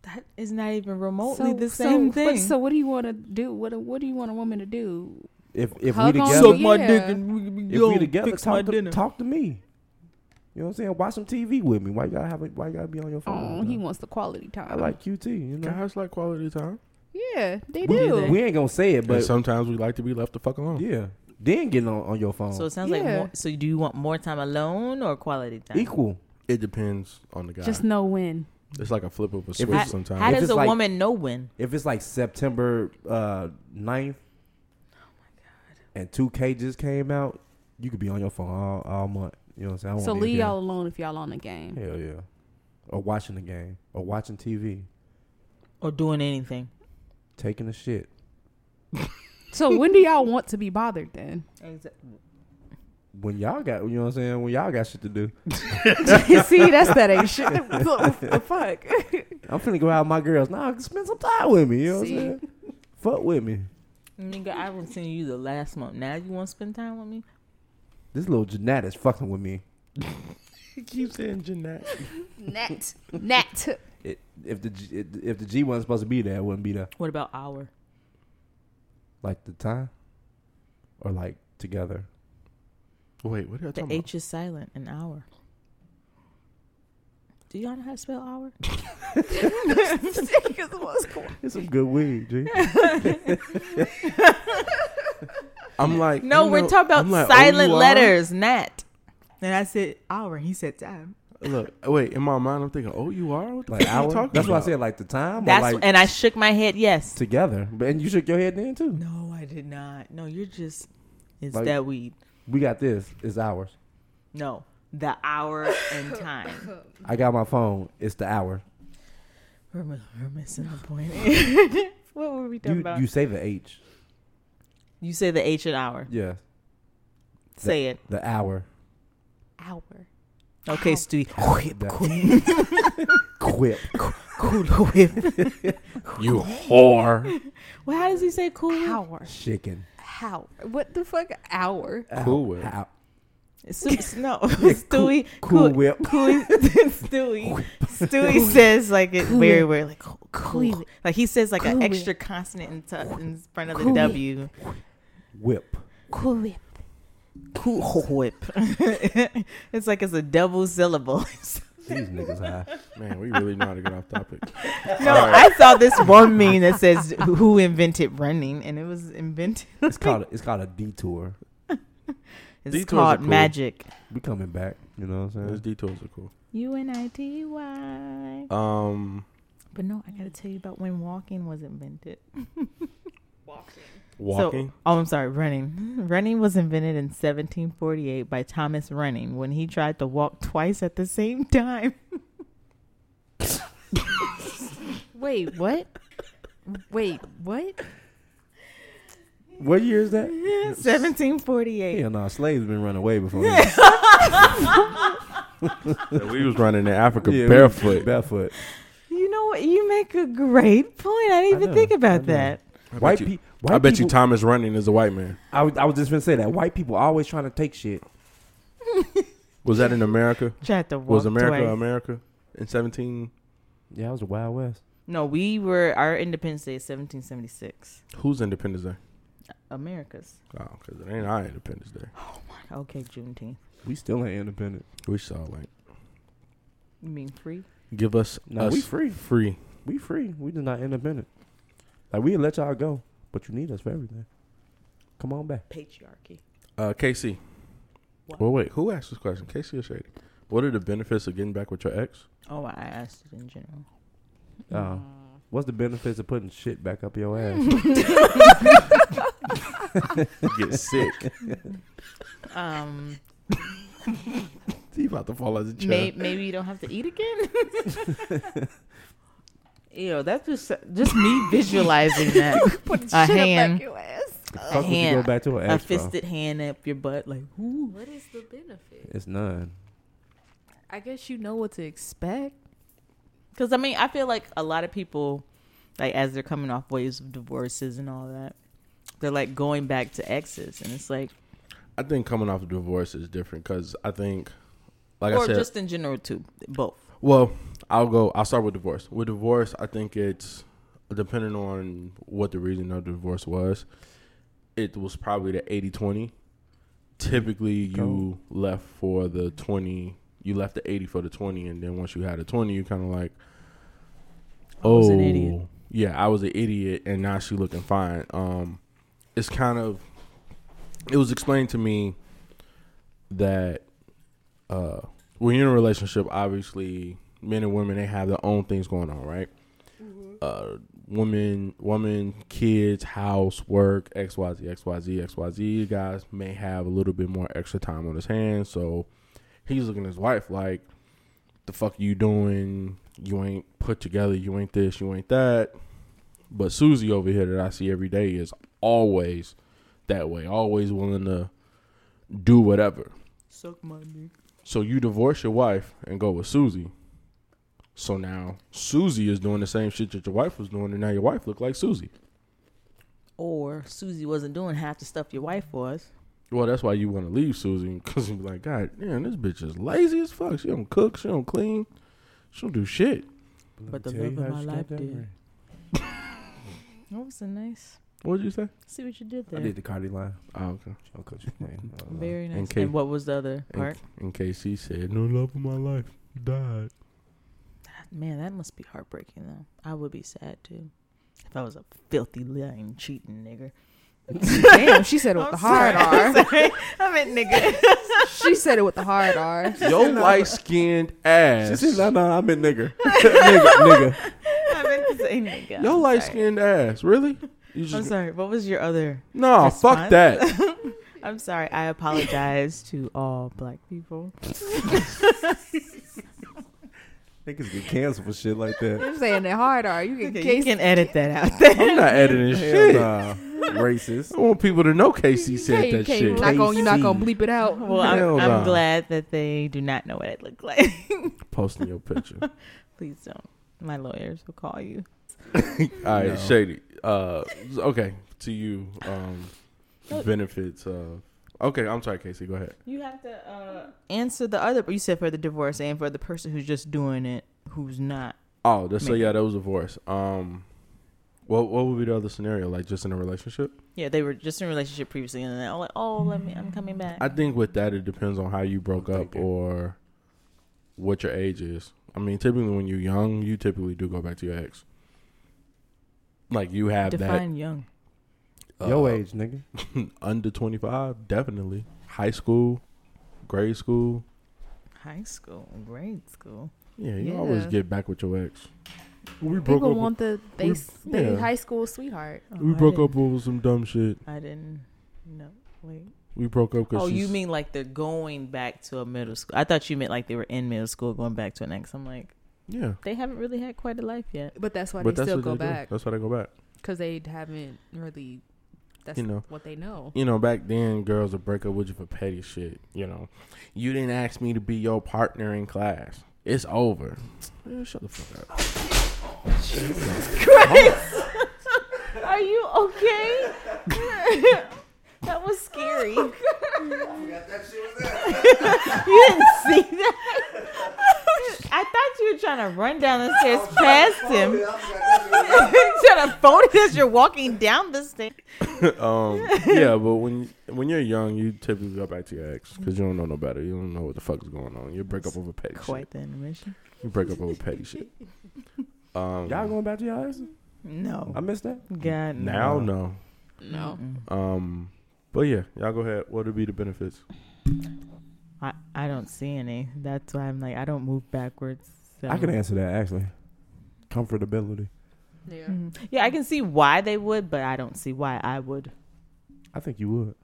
Speaker 3: That is not even
Speaker 4: So-
Speaker 3: remotely the
Speaker 4: so
Speaker 3: same
Speaker 4: what-
Speaker 3: thing.
Speaker 4: so what do you want to do? What What do you want a woman to do?
Speaker 2: If if
Speaker 4: Hug
Speaker 2: we
Speaker 4: on
Speaker 2: together,
Speaker 4: Suck my Yeah. dick
Speaker 3: and we,
Speaker 2: if we together, talk to, talk to me. You know what I'm saying? Watch some TV with me. Why you gotta have? A, why you gotta be on your phone?
Speaker 4: Oh,
Speaker 2: all
Speaker 4: he
Speaker 2: the time?
Speaker 4: wants the quality time.
Speaker 2: Uh, I like QT. You know.
Speaker 1: Guys like quality time.
Speaker 4: yeah, they
Speaker 2: we,
Speaker 4: do.
Speaker 2: we ain't gonna say it,
Speaker 1: But
Speaker 2: but
Speaker 1: sometimes we like to be left the fuck alone.
Speaker 2: yeah. Then getting on, on your phone.
Speaker 3: So it sounds like
Speaker 4: Yeah.
Speaker 3: more, so. Do you want more time alone or quality time?
Speaker 2: equal.
Speaker 1: It depends on the guy.
Speaker 4: Just know when.
Speaker 1: it's like a flip of a
Speaker 2: If
Speaker 1: switch
Speaker 3: How,
Speaker 2: it's-
Speaker 1: sometimes.
Speaker 3: how
Speaker 2: If
Speaker 3: does
Speaker 2: it's
Speaker 3: a
Speaker 2: like-
Speaker 3: woman know when?
Speaker 2: If it's like September uh 9th
Speaker 4: Oh
Speaker 2: and 2K just came out, you could be on your phone all, all month. You know what I'm saying? I
Speaker 4: So
Speaker 2: won't be
Speaker 4: leave
Speaker 2: here.
Speaker 4: y'all alone if y'all on the game.
Speaker 2: Hell yeah. Or watching the game. Or watching TV.
Speaker 3: or doing anything.
Speaker 2: Taking a shit.
Speaker 4: So when do y'all want to be bothered then?
Speaker 2: When y'all got you know what I'm saying? When y'all got shit to do.
Speaker 4: See, that's that ain't shit. What the fuck?
Speaker 2: I'm finna go out with my girls. Nah, spend some time with me. You know
Speaker 4: See?
Speaker 2: what I'm saying? Fuck with me.
Speaker 3: Nigga, I was seeing you the last month. Now you want to spend time with me?
Speaker 2: This little Jeanette is fucking with me.
Speaker 1: He keeps saying Jeanette.
Speaker 4: Nat, Nat.
Speaker 2: It, if the G, it, if the G wasn't supposed to be there, it wouldn't be there.
Speaker 3: What about our?
Speaker 2: Like the time, or like together.
Speaker 1: Wait, what are you
Speaker 3: The
Speaker 1: talking
Speaker 3: H is silent. An hour. Do y'all know how to spell hour?
Speaker 2: It's some good weed, G.
Speaker 1: about? I'm like,
Speaker 3: No,
Speaker 1: you
Speaker 3: we're
Speaker 1: know,
Speaker 3: talking about
Speaker 1: I'm like, oh,
Speaker 3: silent
Speaker 1: you are?
Speaker 3: letters. Nat. And I said hour. He said time.
Speaker 1: Look, wait. In my mind, I'm thinking, oh, you are. What the
Speaker 2: Like
Speaker 1: fuck are you
Speaker 2: hour.
Speaker 1: talking
Speaker 2: That's why I
Speaker 1: about?
Speaker 2: said like the time.
Speaker 3: That's
Speaker 2: or like
Speaker 3: and I shook my head. Yes.
Speaker 2: together. But and you shook your head then too.
Speaker 3: No, I did not. No, you're just. It's
Speaker 2: Like-
Speaker 3: that weed.
Speaker 2: We got this. It's ours.
Speaker 3: No, the hour and time.
Speaker 2: I got my phone. It's the hour.
Speaker 3: We're, mi- we're missing the point. what were we talking
Speaker 2: You
Speaker 3: about?
Speaker 2: you
Speaker 3: You,
Speaker 2: say the H.
Speaker 3: say the H and hour.
Speaker 2: Yeah,
Speaker 3: Say it.
Speaker 2: the hour.
Speaker 4: Hour.
Speaker 3: Okay, Stewie.
Speaker 2: The- Quip.
Speaker 3: Cool whip.
Speaker 1: you whore.
Speaker 3: Well, how does he say cool whip?
Speaker 4: Hour.
Speaker 2: Chicken.
Speaker 4: How? What the fuck? Hour.
Speaker 1: Cool Whip.
Speaker 2: Ow.
Speaker 3: It's Stu- it's- no, Stewie.
Speaker 2: Cool Whip.
Speaker 3: Cool, Stewie. Stewie says like it very weird, like cool, cool.
Speaker 4: Whip.
Speaker 3: Like he says like
Speaker 4: Cool
Speaker 3: an
Speaker 4: Whip.
Speaker 3: extra consonant in, t- in front of the
Speaker 4: Cool Whip.
Speaker 3: W.
Speaker 2: Whip.
Speaker 4: Cool whip.
Speaker 3: Cool whip. it's like it's a double syllable.
Speaker 2: These niggas high.
Speaker 1: Man, we really know how to get off topic.
Speaker 3: no,
Speaker 1: All right.
Speaker 3: I saw this one meme that says "Who invented running?" and it was invented.
Speaker 2: It's called. It's called a detour.
Speaker 3: It's
Speaker 1: Detours are
Speaker 3: called
Speaker 1: cool.
Speaker 3: magic.
Speaker 2: We coming back. You know what I'm
Speaker 1: Those
Speaker 2: saying?
Speaker 1: detours are cool.
Speaker 3: U N I T Y.
Speaker 1: Um,
Speaker 3: But no, I gotta tell you about when walking was invented.
Speaker 1: walking.
Speaker 3: So, oh, I'm sorry, running. Running was invented in 1748 by Thomas Running when he tried to walk twice at the same time.
Speaker 4: Wait, what? Wait, what?
Speaker 2: What year is that?
Speaker 3: 1748.
Speaker 2: Yeah, no, slaves been running away before.
Speaker 1: we was running in Africa
Speaker 2: Yeah, we-
Speaker 1: barefoot.
Speaker 2: Barefoot.
Speaker 3: You know what? You make a great point. I didn't
Speaker 2: I
Speaker 3: even
Speaker 2: know,
Speaker 3: think
Speaker 2: I
Speaker 3: about
Speaker 2: know.
Speaker 3: that.
Speaker 2: White,
Speaker 1: you-
Speaker 2: pe- white
Speaker 1: I bet you
Speaker 2: people-
Speaker 1: Thomas running is a white man.
Speaker 2: I was, I was just gonna say that white people always trying to take shit.
Speaker 1: Was that in America?
Speaker 3: Tried to walk
Speaker 1: Was America
Speaker 3: twice.
Speaker 1: America in 17?
Speaker 2: Yeah, I was the Wild West.
Speaker 3: no, we were our Independence Day is 1776.
Speaker 1: Who's Independence Day?
Speaker 3: America's.
Speaker 1: Oh, because it ain't our Independence Day.
Speaker 3: Okay, Juneteenth.
Speaker 2: We still ain't independent.
Speaker 1: We saw like,
Speaker 3: You mean free?
Speaker 1: give us
Speaker 2: No,
Speaker 1: us
Speaker 2: we free.
Speaker 1: free.
Speaker 2: We free. We just not independent. Like we let y'all go, but you need us for everything. Come on back.
Speaker 3: Patriarchy.
Speaker 1: Uh, KC.
Speaker 3: What?
Speaker 1: Well, wait. Who asked this question? KC or Shady? What are the benefits of getting back with your ex?
Speaker 3: Oh, I asked it in general. Mm.
Speaker 2: Uh, what's the benefits of putting shit back up your ass?
Speaker 1: Get sick.
Speaker 3: Um,
Speaker 1: he about to fall out the chair.
Speaker 3: May, maybe you don't have to eat again. Ew, that's just just me visualizing that.
Speaker 4: Put
Speaker 3: hand.
Speaker 4: your ass.
Speaker 2: Fuck would you go back to her
Speaker 3: a
Speaker 2: ex, bro?
Speaker 3: fisted hand up your butt, like ooh.
Speaker 4: What is the benefit?
Speaker 2: It's none.
Speaker 4: I guess you know what to expect.
Speaker 3: Because I mean, I feel like a lot of people, like as they're coming off waves of divorces and all that, they're like going back to exes, and it's like,
Speaker 1: I think coming off a divorce is different because I think, like
Speaker 3: or
Speaker 1: I said,
Speaker 3: just in general too, both.
Speaker 1: well, I'll go. I'll start with divorce. With divorce, I think it's depending on what the reason of the divorce was. It was probably the 80-20. Typically, you left for the twenty. You left the eighty for the twenty, and then once you had a twenty, you kind of like, oh,
Speaker 3: was an idiot."
Speaker 1: yeah, I was an idiot, and now she looking fine. Um, it's kind of. It was explained to me that uh when you're in a relationship, obviously men and women they have their own things going on, right? Uh women woman, kids, house, work, XYZ, XYZ, XYZ guys may have a little bit more extra time on his hands, so he's looking at his wife like the fuck you doing? You ain't put together, you ain't this, you ain't that. But Susie over here that I see every day is always that way, always willing to do whatever.
Speaker 3: Suck my dick.
Speaker 1: So you divorce your wife and go with Susie. So now Susie is doing the same shit that your wife was doing, and now your wife look like Susie.
Speaker 3: Or Susie wasn't doing half the stuff your wife was.
Speaker 1: Well, that's why you want to leave Susie because you be like, God damn, this bitch is lazy as fuck. She don't cook, she don't clean, she don't do shit.
Speaker 3: But the
Speaker 2: Tell you
Speaker 3: love of
Speaker 2: how
Speaker 3: my
Speaker 2: she got
Speaker 3: life
Speaker 2: that
Speaker 3: did.
Speaker 2: ring.
Speaker 3: That was a nice.
Speaker 1: What did you say?
Speaker 3: See what you did
Speaker 2: I
Speaker 3: there.
Speaker 2: did the Cardi line.
Speaker 1: Oh, okay.
Speaker 2: She don't coach you playing. Uh,
Speaker 3: Very nice.
Speaker 1: Kate-
Speaker 3: and what was the other
Speaker 1: In,
Speaker 3: part?
Speaker 1: in case he said, No love of my life, died.
Speaker 3: Man, that must be heartbreaking though. I would be sad too. If I was a filthy lying cheating nigga.
Speaker 4: Damn, she said it with the hard R.
Speaker 3: I meant nigga.
Speaker 4: She said it with the hard R.
Speaker 1: Your light skinned
Speaker 2: She
Speaker 1: ass.
Speaker 2: said, "No, no, I'm a nigga, nigga, nigga."
Speaker 3: I meant to say nigga.
Speaker 1: Your
Speaker 3: I'm
Speaker 1: light
Speaker 3: sorry.
Speaker 1: skinned ass, really? You
Speaker 3: I'm
Speaker 1: just,
Speaker 3: sorry. What was your other?
Speaker 1: no, fuck
Speaker 3: response?
Speaker 1: that.
Speaker 3: I'm sorry. I apologize to all black people.
Speaker 2: Niggas get canceled for shit like that.
Speaker 4: I'm saying it hard R. You can
Speaker 3: Okay, you
Speaker 4: case
Speaker 3: can edit that out.
Speaker 1: I'm not editing
Speaker 2: Hell
Speaker 1: shit.
Speaker 2: nah, racist.
Speaker 1: I want people to know Casey
Speaker 4: Yeah,
Speaker 1: said
Speaker 4: you
Speaker 1: that
Speaker 4: can't-
Speaker 1: shit.
Speaker 4: Not gonna, you're not gonna
Speaker 2: KC.
Speaker 4: bleep it out.
Speaker 3: well, I'm,
Speaker 1: Hell
Speaker 3: I'm
Speaker 1: nah.
Speaker 3: glad that they do not know what I look like.
Speaker 1: Posting your picture. All
Speaker 3: Please don't. My lawyers will call you.
Speaker 1: right,
Speaker 2: No.
Speaker 1: shady. Uh, okay, to you. Um, benefits of. Okay, I'm sorry, Casey. Go ahead.
Speaker 3: You have to uh, answer the other. You said for the divorce and for the person who's just doing it, who's not.
Speaker 1: Oh, that's so
Speaker 3: Me.
Speaker 1: yeah, that was divorce. Um, what what would be the other scenario? Like just in a relationship?
Speaker 3: Yeah, they were just in a relationship previously, and then I'm like, oh, let me, I'm coming back.
Speaker 1: I think with that it depends on how you broke up
Speaker 2: thinking.
Speaker 1: or what your age is. I mean, typically when you're young, you typically do go back to your ex. Like you have
Speaker 3: Define young.
Speaker 1: that
Speaker 2: Your
Speaker 1: uh,
Speaker 2: age, nigga.
Speaker 1: under 25 definitely high school grade school
Speaker 3: High school, grade school.
Speaker 1: yeah you always
Speaker 4: Yeah.
Speaker 1: get back with your ex we broke
Speaker 4: People
Speaker 1: up
Speaker 4: want the they,
Speaker 1: we-
Speaker 4: s- they
Speaker 1: yeah.
Speaker 4: high school sweetheart.
Speaker 3: Oh,
Speaker 1: we
Speaker 3: I
Speaker 1: broke up
Speaker 3: didn't-
Speaker 1: over some dumb shit
Speaker 3: I didn't. No, wait.
Speaker 1: we broke up because
Speaker 3: Oh, you mean like they're going back to a middle school? I thought you meant like they were in middle school going back to an ex. I'm like,
Speaker 1: yeah
Speaker 3: they haven't really had quite a life yet.
Speaker 4: But that's why
Speaker 1: but
Speaker 4: they
Speaker 1: that's
Speaker 4: still
Speaker 1: what
Speaker 4: go
Speaker 1: they
Speaker 4: back
Speaker 1: do that's why they go back
Speaker 4: because they haven't really. That's
Speaker 1: You know.
Speaker 4: what they know.
Speaker 1: you know back then girls would break up with you for petty shit you know you didn't ask me to be your partner in class it's over Man, shut the fuck up
Speaker 3: Are you okay? that was scary. you didn't see that? I thought you were trying to run down the stairs past him. trying to phone it as you're walking down the stairs.
Speaker 1: um yeah but when when you're young you typically go back to your ex because you don't know no better you don't know what the fuck is going on you break up over petty shit.
Speaker 3: Quite the intermission.
Speaker 1: You break up over petty shit. Um,
Speaker 2: Y'all going back to y'all ex?
Speaker 3: No.
Speaker 2: I missed that.
Speaker 3: God,
Speaker 1: now?
Speaker 3: no.
Speaker 1: No. Mm-hmm.
Speaker 4: No,
Speaker 1: Um, but yeah, y'all go ahead. What would be the benefits?
Speaker 3: I, I don't see any. That's why I'm like, I don't move backwards. So.
Speaker 2: I can answer that actually. Comfortability.
Speaker 4: yeah.
Speaker 3: Mhm. Yeah, I can see why they would, but I don't see why I would.
Speaker 2: I think you would.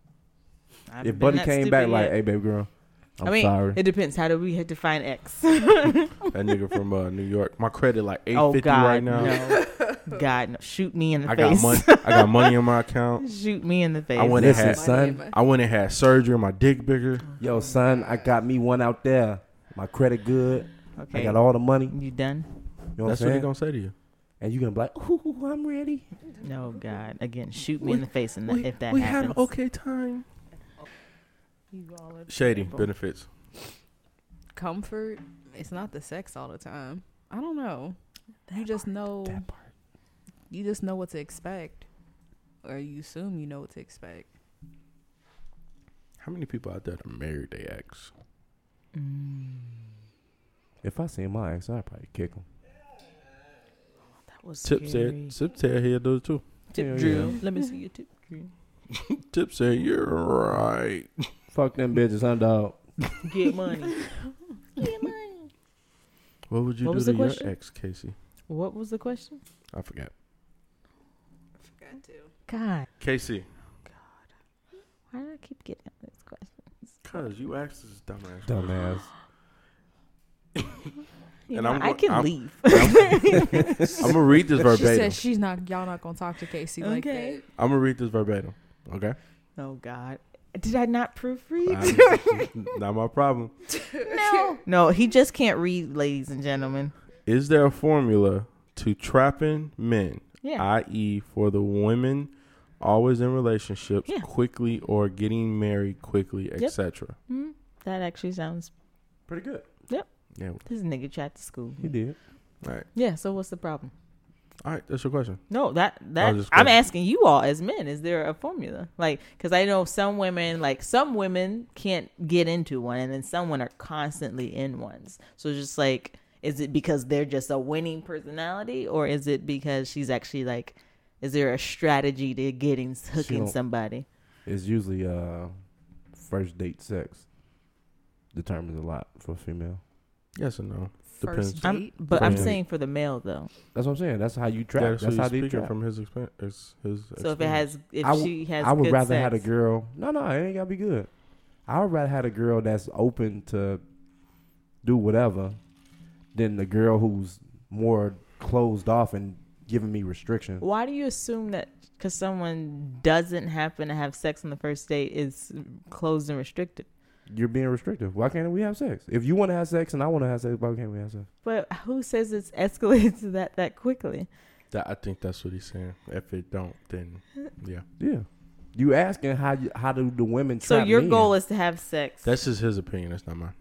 Speaker 3: I haven't
Speaker 2: if
Speaker 3: been
Speaker 2: Buddy
Speaker 3: that
Speaker 2: came
Speaker 3: stupid
Speaker 2: back like,
Speaker 3: yet.
Speaker 2: "Hey, baby girl, I'm
Speaker 3: I mean,
Speaker 2: sorry."
Speaker 3: it depends. How do we define X?
Speaker 1: That nigga from uh, New York. My credit like eight
Speaker 3: oh
Speaker 1: fifty
Speaker 3: God,
Speaker 1: right now.
Speaker 3: no. God, no, shoot me in the
Speaker 1: I got
Speaker 3: face.
Speaker 1: money. I got money in my account.
Speaker 3: shoot me in the face.
Speaker 1: I went and
Speaker 2: Listen,
Speaker 1: had.
Speaker 2: son.
Speaker 1: I went and had surgery. My dick bigger.
Speaker 2: Yo, son, I got me one out there. My credit good.
Speaker 3: okay.
Speaker 2: I got all the money. You
Speaker 3: you done?
Speaker 2: know
Speaker 3: Oh,
Speaker 2: what I'm
Speaker 1: That's what they
Speaker 2: saying?
Speaker 1: gonna say to you.
Speaker 2: and you gonna be like, ooh, I'm ready.
Speaker 3: No, God. Again, shoot me in the face and if that
Speaker 1: we had
Speaker 3: happens.
Speaker 1: an okay time. Shady benefits.
Speaker 4: Comfort. It's not the sex all the time. I don't know. you just know.
Speaker 2: That part.
Speaker 4: You just know what to expect, or you assume you know what to expect.
Speaker 1: How many people out there that married their ex?
Speaker 2: If I seen my ex, I'd probably kick him.
Speaker 3: That was
Speaker 1: Tip
Speaker 3: scary.
Speaker 1: said. Tip said he'll do it too.
Speaker 3: Tip
Speaker 2: Hell
Speaker 3: drill. Let me see your tip drill.
Speaker 1: Tip said you're right.
Speaker 2: Fuck them bitches, I'm dog.
Speaker 3: Get money.
Speaker 1: What would you
Speaker 3: What
Speaker 1: do
Speaker 3: was
Speaker 1: to
Speaker 3: the
Speaker 1: your
Speaker 3: question?
Speaker 1: ex, Casey?
Speaker 3: what was the question?
Speaker 1: I forgot.
Speaker 4: Forgot to.
Speaker 3: God,
Speaker 1: Casey,
Speaker 3: why do I keep getting this question?
Speaker 1: cause you asked this dumbass.
Speaker 2: Dumbass.
Speaker 3: You
Speaker 1: And
Speaker 3: know,
Speaker 1: I'm
Speaker 3: I
Speaker 1: go-
Speaker 3: can
Speaker 1: I'm-
Speaker 3: leave.
Speaker 1: I'm gonna read this
Speaker 4: She
Speaker 1: verbatim.
Speaker 4: said she's not. Y'all not gonna talk to Casey like
Speaker 3: Okay.
Speaker 4: that.
Speaker 1: I'm gonna read this verbatim. Okay.
Speaker 3: oh God, did I not proofread?
Speaker 1: I- not my problem.
Speaker 3: no, no, he just can't read, ladies and gentlemen.
Speaker 1: Is there a formula to trapping men,
Speaker 3: Yeah.
Speaker 1: i.e., for the women always in relationships
Speaker 3: Yeah.
Speaker 1: quickly or getting married quickly, etc.?
Speaker 3: Hmm, that actually sounds.
Speaker 2: Pretty good.
Speaker 1: Yeah. All
Speaker 3: This nigga tried to school. me.
Speaker 2: You did.
Speaker 1: right.
Speaker 3: Yeah. So what's the problem?
Speaker 1: All right. That's your question.
Speaker 3: No, that that
Speaker 1: just
Speaker 3: I'm
Speaker 1: gonna-
Speaker 3: asking you all as men. Is there a formula? Like, because I know some women, like some women, can't get into one, and then some women are constantly in ones. So it's just like, is it because they're just a winning personality, or is it because she's actually like, is there a strategy to getting hooking
Speaker 2: don't-
Speaker 3: somebody?
Speaker 2: It's usually uh first date sex. Determines a lot for a female.
Speaker 1: Yes or no?
Speaker 4: First
Speaker 1: Depends.
Speaker 3: I'm,
Speaker 4: date.
Speaker 3: but I'm
Speaker 1: Right.
Speaker 3: saying for the male though.
Speaker 2: That's what I'm saying. That's how you trap.
Speaker 1: Yeah,
Speaker 2: that's
Speaker 1: so
Speaker 2: how
Speaker 1: you're
Speaker 2: they
Speaker 1: speaking
Speaker 2: trap.
Speaker 1: from his experience. His, his
Speaker 3: So if it
Speaker 1: experience.
Speaker 3: has, if
Speaker 2: I w-
Speaker 3: she has,
Speaker 2: I would
Speaker 3: good
Speaker 2: rather had a
Speaker 3: sex-
Speaker 2: girl. No, no, it ain't gotta be good. I would rather had a girl that's open to do whatever than the girl who's more closed off and giving me restrictions.
Speaker 3: Why do you assume that because someone doesn't happen to have sex on the first date is closed and restricted?
Speaker 2: You're being restrictive. Why can't we have sex? If you want to have sex and I want to have sex, why can't we have sex?
Speaker 3: But who says it's escalated to that that quickly?
Speaker 1: That, I think that's what he's saying. If it don't, then yeah.
Speaker 2: Yeah. You asking how you, how do the women
Speaker 3: So
Speaker 2: trap
Speaker 3: your
Speaker 2: men?
Speaker 3: goal is to have sex.
Speaker 1: That's just his opinion. That's not mine.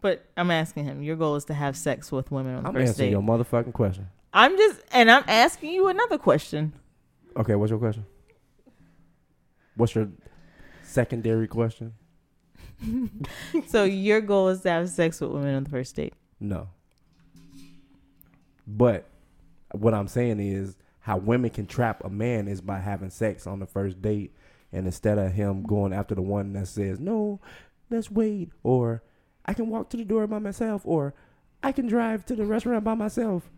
Speaker 3: but I'm asking him. Your goal is to have sex with women on the
Speaker 2: I'm
Speaker 3: first
Speaker 2: answering
Speaker 3: date.
Speaker 2: your motherfucking question.
Speaker 3: I'm just and I'm asking you another question.
Speaker 2: Okay, what's your question? What's your secondary question?
Speaker 3: so your goal is to have sex with women on the first date.
Speaker 2: No. But what I'm saying is how women can trap a man is by having sex on the first date and instead of him going after the one that says, No, let's wait or I can walk to the door by myself or I can drive to the restaurant by myself.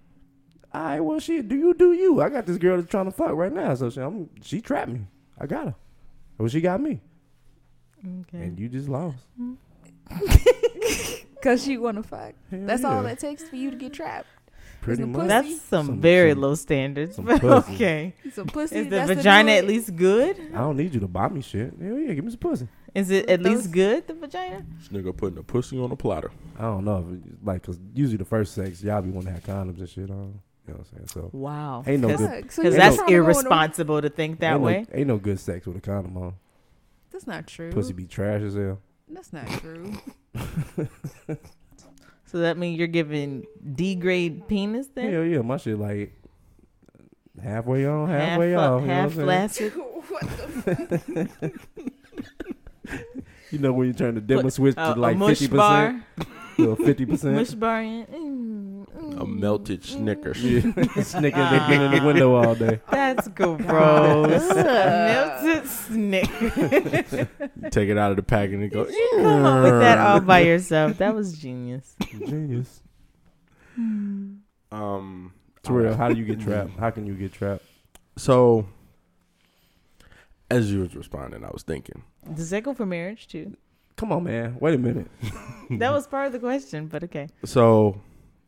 Speaker 2: I well shit, do you do you? I got this girl that's trying to fuck right now, so she I'm, she trapped me. I got her. Well she got me.
Speaker 3: Okay.
Speaker 2: And you just lost.
Speaker 4: Cause you wanna fuck.
Speaker 2: Hell
Speaker 4: That's all
Speaker 2: yeah.
Speaker 4: that takes for you to get trapped.
Speaker 2: pretty
Speaker 4: is the
Speaker 2: much.
Speaker 4: pussy.
Speaker 3: That's some,
Speaker 2: Some-
Speaker 3: very
Speaker 2: some-
Speaker 3: low standards.
Speaker 2: some
Speaker 3: but
Speaker 2: pussy.
Speaker 3: okay.
Speaker 4: It's a pussy.
Speaker 3: Is the
Speaker 4: that's
Speaker 3: vagina
Speaker 4: do
Speaker 3: at
Speaker 4: it.
Speaker 3: least good?
Speaker 2: I don't need you to buy me shit. Hell yeah, give me some pussy.
Speaker 3: Is it at
Speaker 4: Those-
Speaker 3: least good? The vagina?
Speaker 1: This nigga putting a pussy on a platter.
Speaker 2: I don't know, if it- like, cause usually the first sex y'all be want to have condoms and shit on. You know what I'm saying? So
Speaker 3: Wow.
Speaker 2: Ain't no
Speaker 3: Cause,
Speaker 2: good-
Speaker 4: Fuck, so
Speaker 3: Because
Speaker 4: you
Speaker 3: that's
Speaker 4: tryna go in the-
Speaker 3: irresponsible to think that
Speaker 2: ain't
Speaker 3: way.
Speaker 2: No, ain't no good sex with a condom on.
Speaker 4: That's not true.
Speaker 2: Pussy be trash as hell.
Speaker 4: That's not true.
Speaker 3: So that means you're giving D grade penis then?
Speaker 2: Hell yeah, my shit like halfway on,
Speaker 3: half
Speaker 2: halfway
Speaker 3: fu-
Speaker 2: off. you know
Speaker 3: half
Speaker 2: what I'm saying?
Speaker 3: flaccid.
Speaker 2: You know when you turn the dimmer
Speaker 3: Put,
Speaker 2: switch
Speaker 3: uh, a
Speaker 2: to like
Speaker 3: mush
Speaker 2: fifty percent,
Speaker 3: bar,
Speaker 2: fifty
Speaker 3: mush
Speaker 2: percent.
Speaker 3: bar, in. Mm, mm,
Speaker 1: A melted Snickers.
Speaker 2: Yeah, snickers they been in the window all day.
Speaker 3: That's gross. A melted Snickers.
Speaker 1: Take it out of the packet and go.
Speaker 3: you come up with that all by yourself. That was genius.
Speaker 2: Genius.
Speaker 1: Um,
Speaker 2: Terrell, how do you get trapped? How can you get trapped?
Speaker 1: So, as you was responding, I was thinking.
Speaker 3: Does that go for marriage too?
Speaker 2: Come on, man. Wait a minute.
Speaker 3: That was part of the question, but okay.
Speaker 1: So,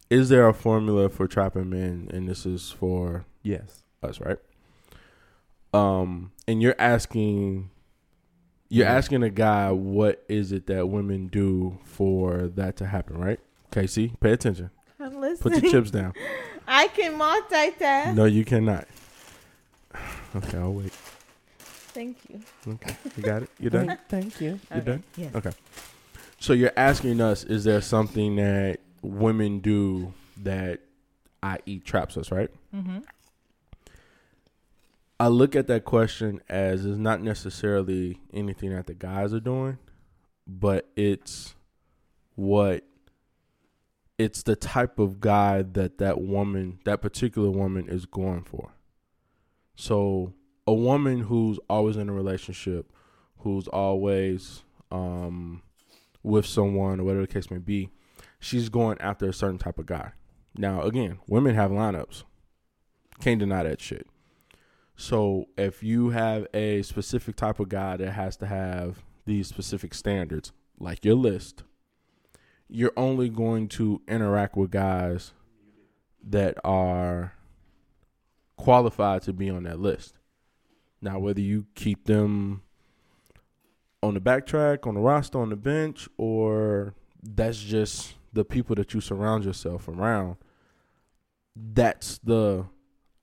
Speaker 1: is there a formula for trapping men? And this is for
Speaker 2: Yes.
Speaker 1: us, right? Um, and you're asking, you're asking a guy, what is it that women do for that to happen, right? Casey, pay attention.
Speaker 3: I'm
Speaker 1: Put
Speaker 3: listening.
Speaker 1: your chips down.
Speaker 3: I can multitask.
Speaker 1: No, you cannot. Okay, I'll wait.
Speaker 3: Thank you.
Speaker 1: Okay, you got it. You done.
Speaker 2: Thank you.
Speaker 1: You done.
Speaker 3: Yes.
Speaker 1: Okay. So you're asking us, is there something that women do that, i.e., traps us, right?
Speaker 3: Mm-hmm.
Speaker 1: I look at that question as it's not necessarily anything that the guys are doing, but it's what it's the type of guy that that woman, that particular woman is going for. So, a woman who's always in a relationship, who's always um with someone or whatever the case may be, she's going after a certain type of guy. Now, again, women have lineups. Can't deny that shit. So if you have a specific type of guy that has to have these specific standards, like your list, you're only going to interact with guys that are qualified to be on that list. Now, whether you keep them on the backtrack, on the roster, on the bench, or that's just the people that you surround yourself around, that's the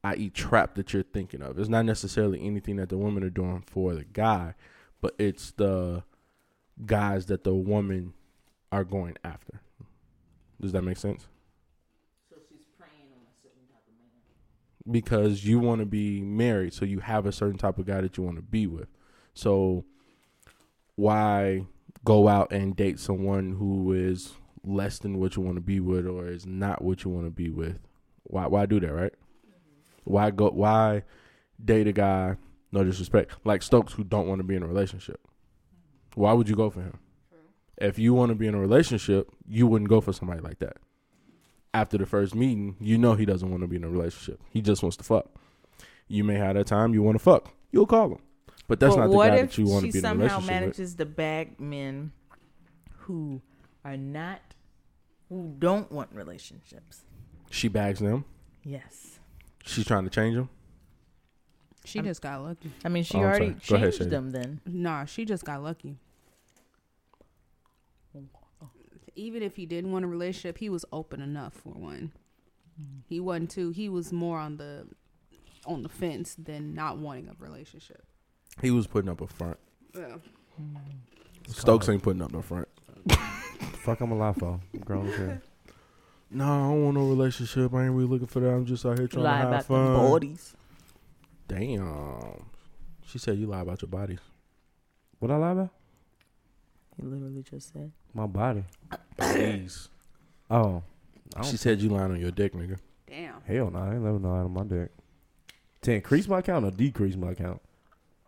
Speaker 1: i.e. e trap that you're thinking of. It's not necessarily anything that the women are doing for the guy, but it's the guys that the women are going after. Does that make sense? Because you want to be married, so you have a certain type of guy that you want to be with. So why go out and date someone who is less than what you want to be with or is not what you want to be with? Why why do that, right? Why go? Why date a guy? No disrespect, like Stokes, who don't want to be in a relationship. Why would you go for him? If you want to be in a relationship, you wouldn't go for somebody like that. After the first meeting, you know he doesn't want to be in a relationship. He just wants to fuck. You may have that time you want to fuck. You'll call him, but that's not the guy that you want to
Speaker 3: she
Speaker 1: be in a
Speaker 3: somehow
Speaker 1: relationship with.
Speaker 3: manages to bag men who are not who don't want relationships?
Speaker 1: She bags them.
Speaker 3: Yes.
Speaker 1: She's trying to change them.
Speaker 4: She just got lucky.
Speaker 3: I mean, she
Speaker 1: Oh, I'm
Speaker 3: already
Speaker 1: sorry. Go ahead,
Speaker 3: changed
Speaker 1: Shady.
Speaker 3: them then.
Speaker 4: Nah, she just got lucky. Even if he didn't want a relationship, he was open enough for one. He wasn't too. He was more on the on the fence than not wanting a relationship.
Speaker 1: He was putting up a front.
Speaker 4: Yeah.
Speaker 1: Stokes ain't putting up no front.
Speaker 2: Fuck, I'm a lot for. I'm grown as hell.
Speaker 1: No, I don't want no relationship. I ain't really looking for that. I'm just out here trying
Speaker 3: Lie
Speaker 1: to
Speaker 3: about
Speaker 1: have
Speaker 3: the
Speaker 1: fun.
Speaker 3: bodies.
Speaker 1: Damn. She said you lie about your body.
Speaker 2: What I lie about?
Speaker 3: He literally just said.
Speaker 2: My body.
Speaker 1: Please.
Speaker 2: Oh. I don't
Speaker 1: She said you lying on your dick, nigga.
Speaker 4: Damn.
Speaker 2: Hell no, I ain't never know out of my dick. To increase my count or decrease my count?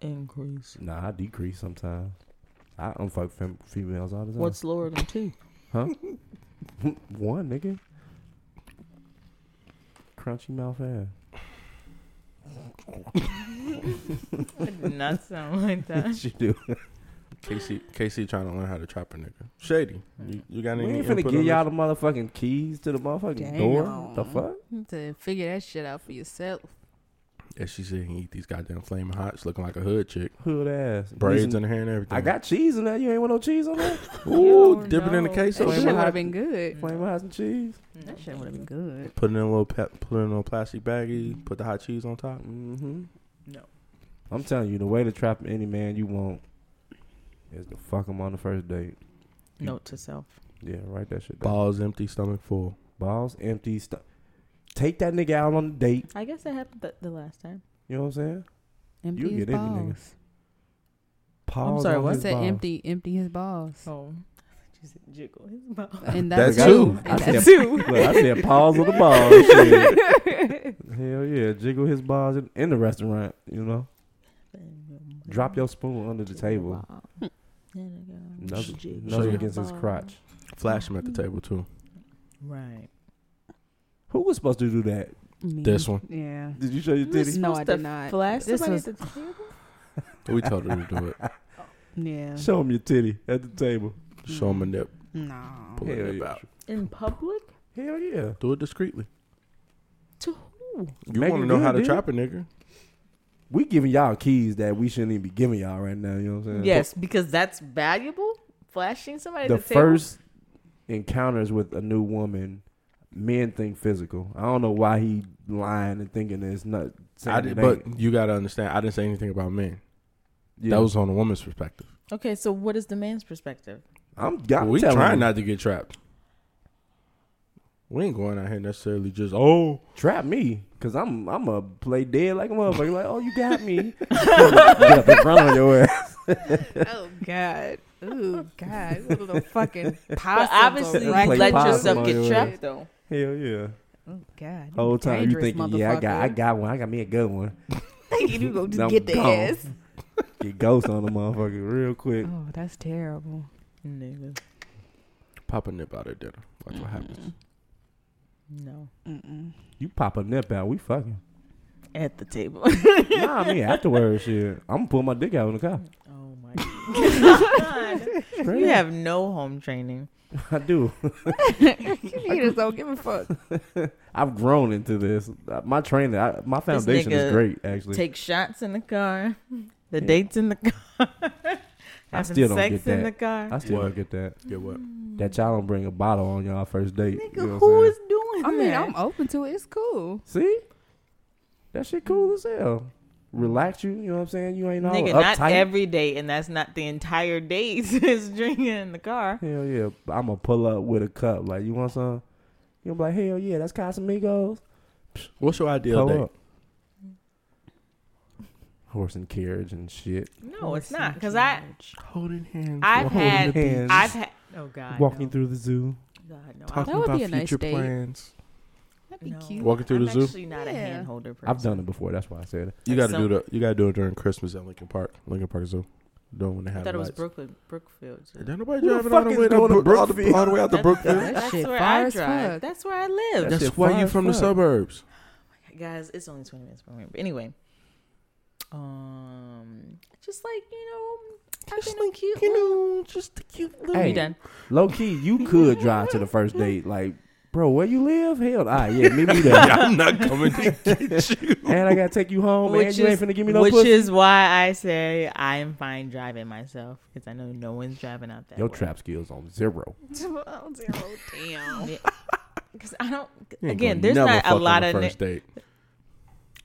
Speaker 3: Increase.
Speaker 2: Nah, I decrease sometimes. I unfuck fem- females all the time.
Speaker 3: What's lower than two?
Speaker 2: one, nigga? Crunchy mouth ass.
Speaker 3: That did not sound like that.
Speaker 2: She do.
Speaker 1: Casey, Casey trying to learn how to trap a nigga. Shady. You, you got
Speaker 2: Mm. We
Speaker 1: any?
Speaker 2: ain't finna
Speaker 1: input
Speaker 2: give
Speaker 1: on
Speaker 2: y'all
Speaker 1: this?
Speaker 2: the motherfucking keys to the motherfucking
Speaker 4: Damn.
Speaker 2: door. The fuck?
Speaker 4: To figure that shit out for yourself.
Speaker 1: Yeah, she said he eat these goddamn flaming hots, looking like a hood chick,
Speaker 2: Hood ass.
Speaker 1: braids in
Speaker 2: Using-
Speaker 1: her hair and everything.
Speaker 2: I got cheese in that. You ain't want no cheese on that?
Speaker 1: ooh,
Speaker 3: Yo,
Speaker 1: dip it in the
Speaker 3: no.
Speaker 1: queso.
Speaker 4: So
Speaker 2: Flamin'
Speaker 4: shit
Speaker 1: Put
Speaker 4: would
Speaker 1: it
Speaker 2: hot.
Speaker 4: have been good.
Speaker 2: Flame eyes and cheese.
Speaker 4: That shit would have been good.
Speaker 1: in a little, pa- put it in a little plastic baggie. Put the hot cheese on top.
Speaker 2: Mm-hmm.
Speaker 3: No.
Speaker 2: I'm telling you, the way to trap any man you want is to fuck him on the first date.
Speaker 3: Note to self.
Speaker 2: Yeah, write that shit down.
Speaker 1: Balls empty, stomach full.
Speaker 2: Balls empty. St- take that nigga out on a date.
Speaker 3: I guess that happened th- the last time.
Speaker 2: You know what I'm saying?
Speaker 4: Empty
Speaker 2: You
Speaker 4: his
Speaker 2: get empty, nigga.
Speaker 4: balls.
Speaker 2: Pause
Speaker 3: sorry,
Speaker 2: on
Speaker 3: what?
Speaker 2: his
Speaker 4: Said
Speaker 2: balls.
Speaker 4: empty, empty his balls.
Speaker 3: Oh. Just jiggle his mouth.
Speaker 4: And
Speaker 1: That
Speaker 4: that's
Speaker 1: too.
Speaker 4: two.
Speaker 2: I
Speaker 4: And
Speaker 2: said,
Speaker 4: that's two.
Speaker 2: Look, I said pause on the balls. shit. Hell yeah, jiggle his balls in, in the restaurant. You know, drop your spoon under the table.
Speaker 3: There you go.
Speaker 2: Nuzzle,
Speaker 3: Jiggle
Speaker 2: nuzzle
Speaker 3: your
Speaker 2: against his
Speaker 3: ball.
Speaker 2: crotch.
Speaker 1: Flash him at the table too.
Speaker 3: Right.
Speaker 2: Who was supposed to do that?
Speaker 4: Me.
Speaker 1: This one.
Speaker 4: Yeah.
Speaker 2: Did you show your titty?
Speaker 4: No,
Speaker 3: Supposed
Speaker 4: I
Speaker 3: to
Speaker 4: did not.
Speaker 3: Flash
Speaker 4: This
Speaker 3: somebody
Speaker 4: was-
Speaker 3: at the table?
Speaker 1: We told her to do it.
Speaker 4: Yeah.
Speaker 2: Show him your titty at the table.
Speaker 1: Show him a nip.
Speaker 4: No.
Speaker 1: Pull it
Speaker 2: Hell
Speaker 1: nip
Speaker 2: yeah.
Speaker 1: out.
Speaker 3: In public?
Speaker 2: Hell yeah.
Speaker 1: Do it discreetly.
Speaker 3: To who?
Speaker 1: You
Speaker 2: Make
Speaker 1: want
Speaker 2: it
Speaker 1: to know how
Speaker 2: good,
Speaker 1: to
Speaker 2: dude.
Speaker 1: trap a nigga?
Speaker 2: We giving y'all keys that we shouldn't even be giving y'all right now. You know what I'm saying?
Speaker 3: Yes, because that's valuable. Flashing somebody
Speaker 2: Uh, the
Speaker 3: at the table?
Speaker 2: first encounters with a new woman, men think physical. I don't know why he lying and thinking that it's not. Saying
Speaker 1: I did,
Speaker 2: it
Speaker 1: but
Speaker 2: ain't.
Speaker 1: you gotta understand. I didn't say anything about men.
Speaker 2: Yeah.
Speaker 1: That was on a woman's perspective.
Speaker 3: Okay, so what is the man's perspective?
Speaker 2: I'm, I'm
Speaker 1: we
Speaker 2: telling
Speaker 1: trying
Speaker 2: you,
Speaker 1: not to get trapped. We ain't going out here necessarily just oh
Speaker 2: trap me because I'm I'm a play dead like a motherfucker. like oh you got me. Get up in front of your ass.
Speaker 4: oh God. Ooh God. What a little fucking
Speaker 3: But
Speaker 4: possum.
Speaker 3: obviously,
Speaker 2: Play
Speaker 3: you let
Speaker 2: possum
Speaker 3: yourself
Speaker 2: on
Speaker 3: get
Speaker 2: your
Speaker 3: trapped though.
Speaker 2: Hell yeah.
Speaker 4: Oh God.
Speaker 2: Whole time you
Speaker 4: Dangerous
Speaker 2: thinking yeah I got I
Speaker 4: motherfucker.
Speaker 2: got one I got me a good one.
Speaker 4: you go
Speaker 2: I'm
Speaker 4: just get the
Speaker 2: gone.
Speaker 4: ass.
Speaker 2: Get ghost on the motherfucker real quick.
Speaker 4: Oh, that's terrible.
Speaker 3: Nigga,
Speaker 1: pop a nip out at dinner. Watch what happens.
Speaker 2: Mm-hmm.
Speaker 3: no,
Speaker 4: Mm-mm.
Speaker 2: You pop a nip out, we fucking.
Speaker 3: at the table.
Speaker 2: nah, I mean afterwards, shit. I'm gonna pull my dick out in the car.
Speaker 3: oh my god,
Speaker 2: Straight
Speaker 3: you
Speaker 2: up.
Speaker 3: have no home training.
Speaker 2: I do.
Speaker 4: You just don't give a fuck.
Speaker 2: I've grown into this. Uh, My training, I, my foundation
Speaker 3: nigga
Speaker 2: is great. Actually,
Speaker 3: Take shots in the car. The
Speaker 2: Yeah.
Speaker 3: dates in the car. Having
Speaker 2: still don't
Speaker 3: sex
Speaker 2: get
Speaker 3: in
Speaker 2: that.
Speaker 3: the car.
Speaker 2: I still
Speaker 1: What?
Speaker 2: don't get that.
Speaker 1: Get what?
Speaker 2: That y'all don't bring a bottle on y'all first date.
Speaker 3: Nigga,
Speaker 2: you know what
Speaker 3: who
Speaker 2: I'm
Speaker 3: is doing?
Speaker 4: I mean,
Speaker 3: that?
Speaker 4: I'm open to it. It's cool.
Speaker 2: saying? See, that shit cool as hell. Relax you. You know what I'm saying? You ain't all
Speaker 3: Nigga,
Speaker 2: uptight.
Speaker 3: not every day, and that's not the entire day is drinking in the car.
Speaker 2: hell yeah, I'm gonna pull up with a cup. Like you want some? You gonna be like hell yeah? That's Casamigos.
Speaker 1: What's your ideal
Speaker 2: Pull
Speaker 1: date?
Speaker 2: up. Horse and carriage and shit.
Speaker 3: No, it's not because I
Speaker 1: Holding hands.
Speaker 3: I've
Speaker 2: Holding
Speaker 3: had
Speaker 2: hands.
Speaker 3: I've had oh god
Speaker 2: Walking
Speaker 3: no.
Speaker 2: through the zoo.
Speaker 3: God, no,
Speaker 1: talking
Speaker 4: That would
Speaker 1: about
Speaker 4: be a nice
Speaker 1: future
Speaker 4: date.
Speaker 1: plans.
Speaker 4: That'd
Speaker 3: I'm-
Speaker 4: be
Speaker 3: no.
Speaker 4: cute.
Speaker 1: Walking through the
Speaker 3: I'm
Speaker 1: zoo?
Speaker 3: actually not a
Speaker 4: Yeah.
Speaker 3: hand holder person.
Speaker 2: I've done it before. That's why I said it.
Speaker 1: You
Speaker 3: Like
Speaker 1: gotta
Speaker 3: some-
Speaker 1: do the you gotta do it during Christmas at Lincoln Park, Lincoln Park Zoo. Don't want to
Speaker 3: I
Speaker 1: have
Speaker 3: thought it was
Speaker 1: lights.
Speaker 3: Brooklyn, Brookfield. Zoo.
Speaker 1: Ain't nobody
Speaker 2: Who the
Speaker 1: driving all
Speaker 2: fuck
Speaker 1: the
Speaker 2: is
Speaker 1: way
Speaker 2: going to
Speaker 1: to Brook-
Speaker 2: Brookfield?
Speaker 1: all the way out to
Speaker 3: That's-
Speaker 1: Brookfield.
Speaker 4: That
Speaker 3: That's
Speaker 4: shit
Speaker 3: where
Speaker 4: fire
Speaker 3: I
Speaker 4: as
Speaker 3: drive.
Speaker 4: fuck.
Speaker 3: That's where I live.
Speaker 2: That
Speaker 1: That's
Speaker 2: shit
Speaker 1: why
Speaker 2: fire
Speaker 1: you
Speaker 2: as
Speaker 1: from the
Speaker 2: fuck.
Speaker 1: suburbs.
Speaker 3: guys it's only 20 minutes from here but anyway um just like you know just like cute
Speaker 1: know, just the cute little.
Speaker 2: Hey.
Speaker 3: you done
Speaker 2: Low key, you could drive to the first date. Like, bro, where you live? Hell, ah, yeah, meet me there.
Speaker 1: I'm not coming to get you.
Speaker 2: And I gotta take you home, man.
Speaker 3: Which
Speaker 2: you
Speaker 3: is-
Speaker 2: ain't finna give me no
Speaker 3: which
Speaker 2: pussy.
Speaker 3: is why i say i am fine driving myself because i know no one's driving out that
Speaker 2: Your
Speaker 3: way.
Speaker 2: trap skills on zero.
Speaker 4: Oh, zero. Damn.
Speaker 3: because i don't
Speaker 1: You ain't
Speaker 3: again
Speaker 1: gonna
Speaker 3: there's
Speaker 1: never
Speaker 3: not
Speaker 1: fuck
Speaker 3: a
Speaker 1: on
Speaker 3: lot
Speaker 1: the
Speaker 3: of ni-
Speaker 1: first date.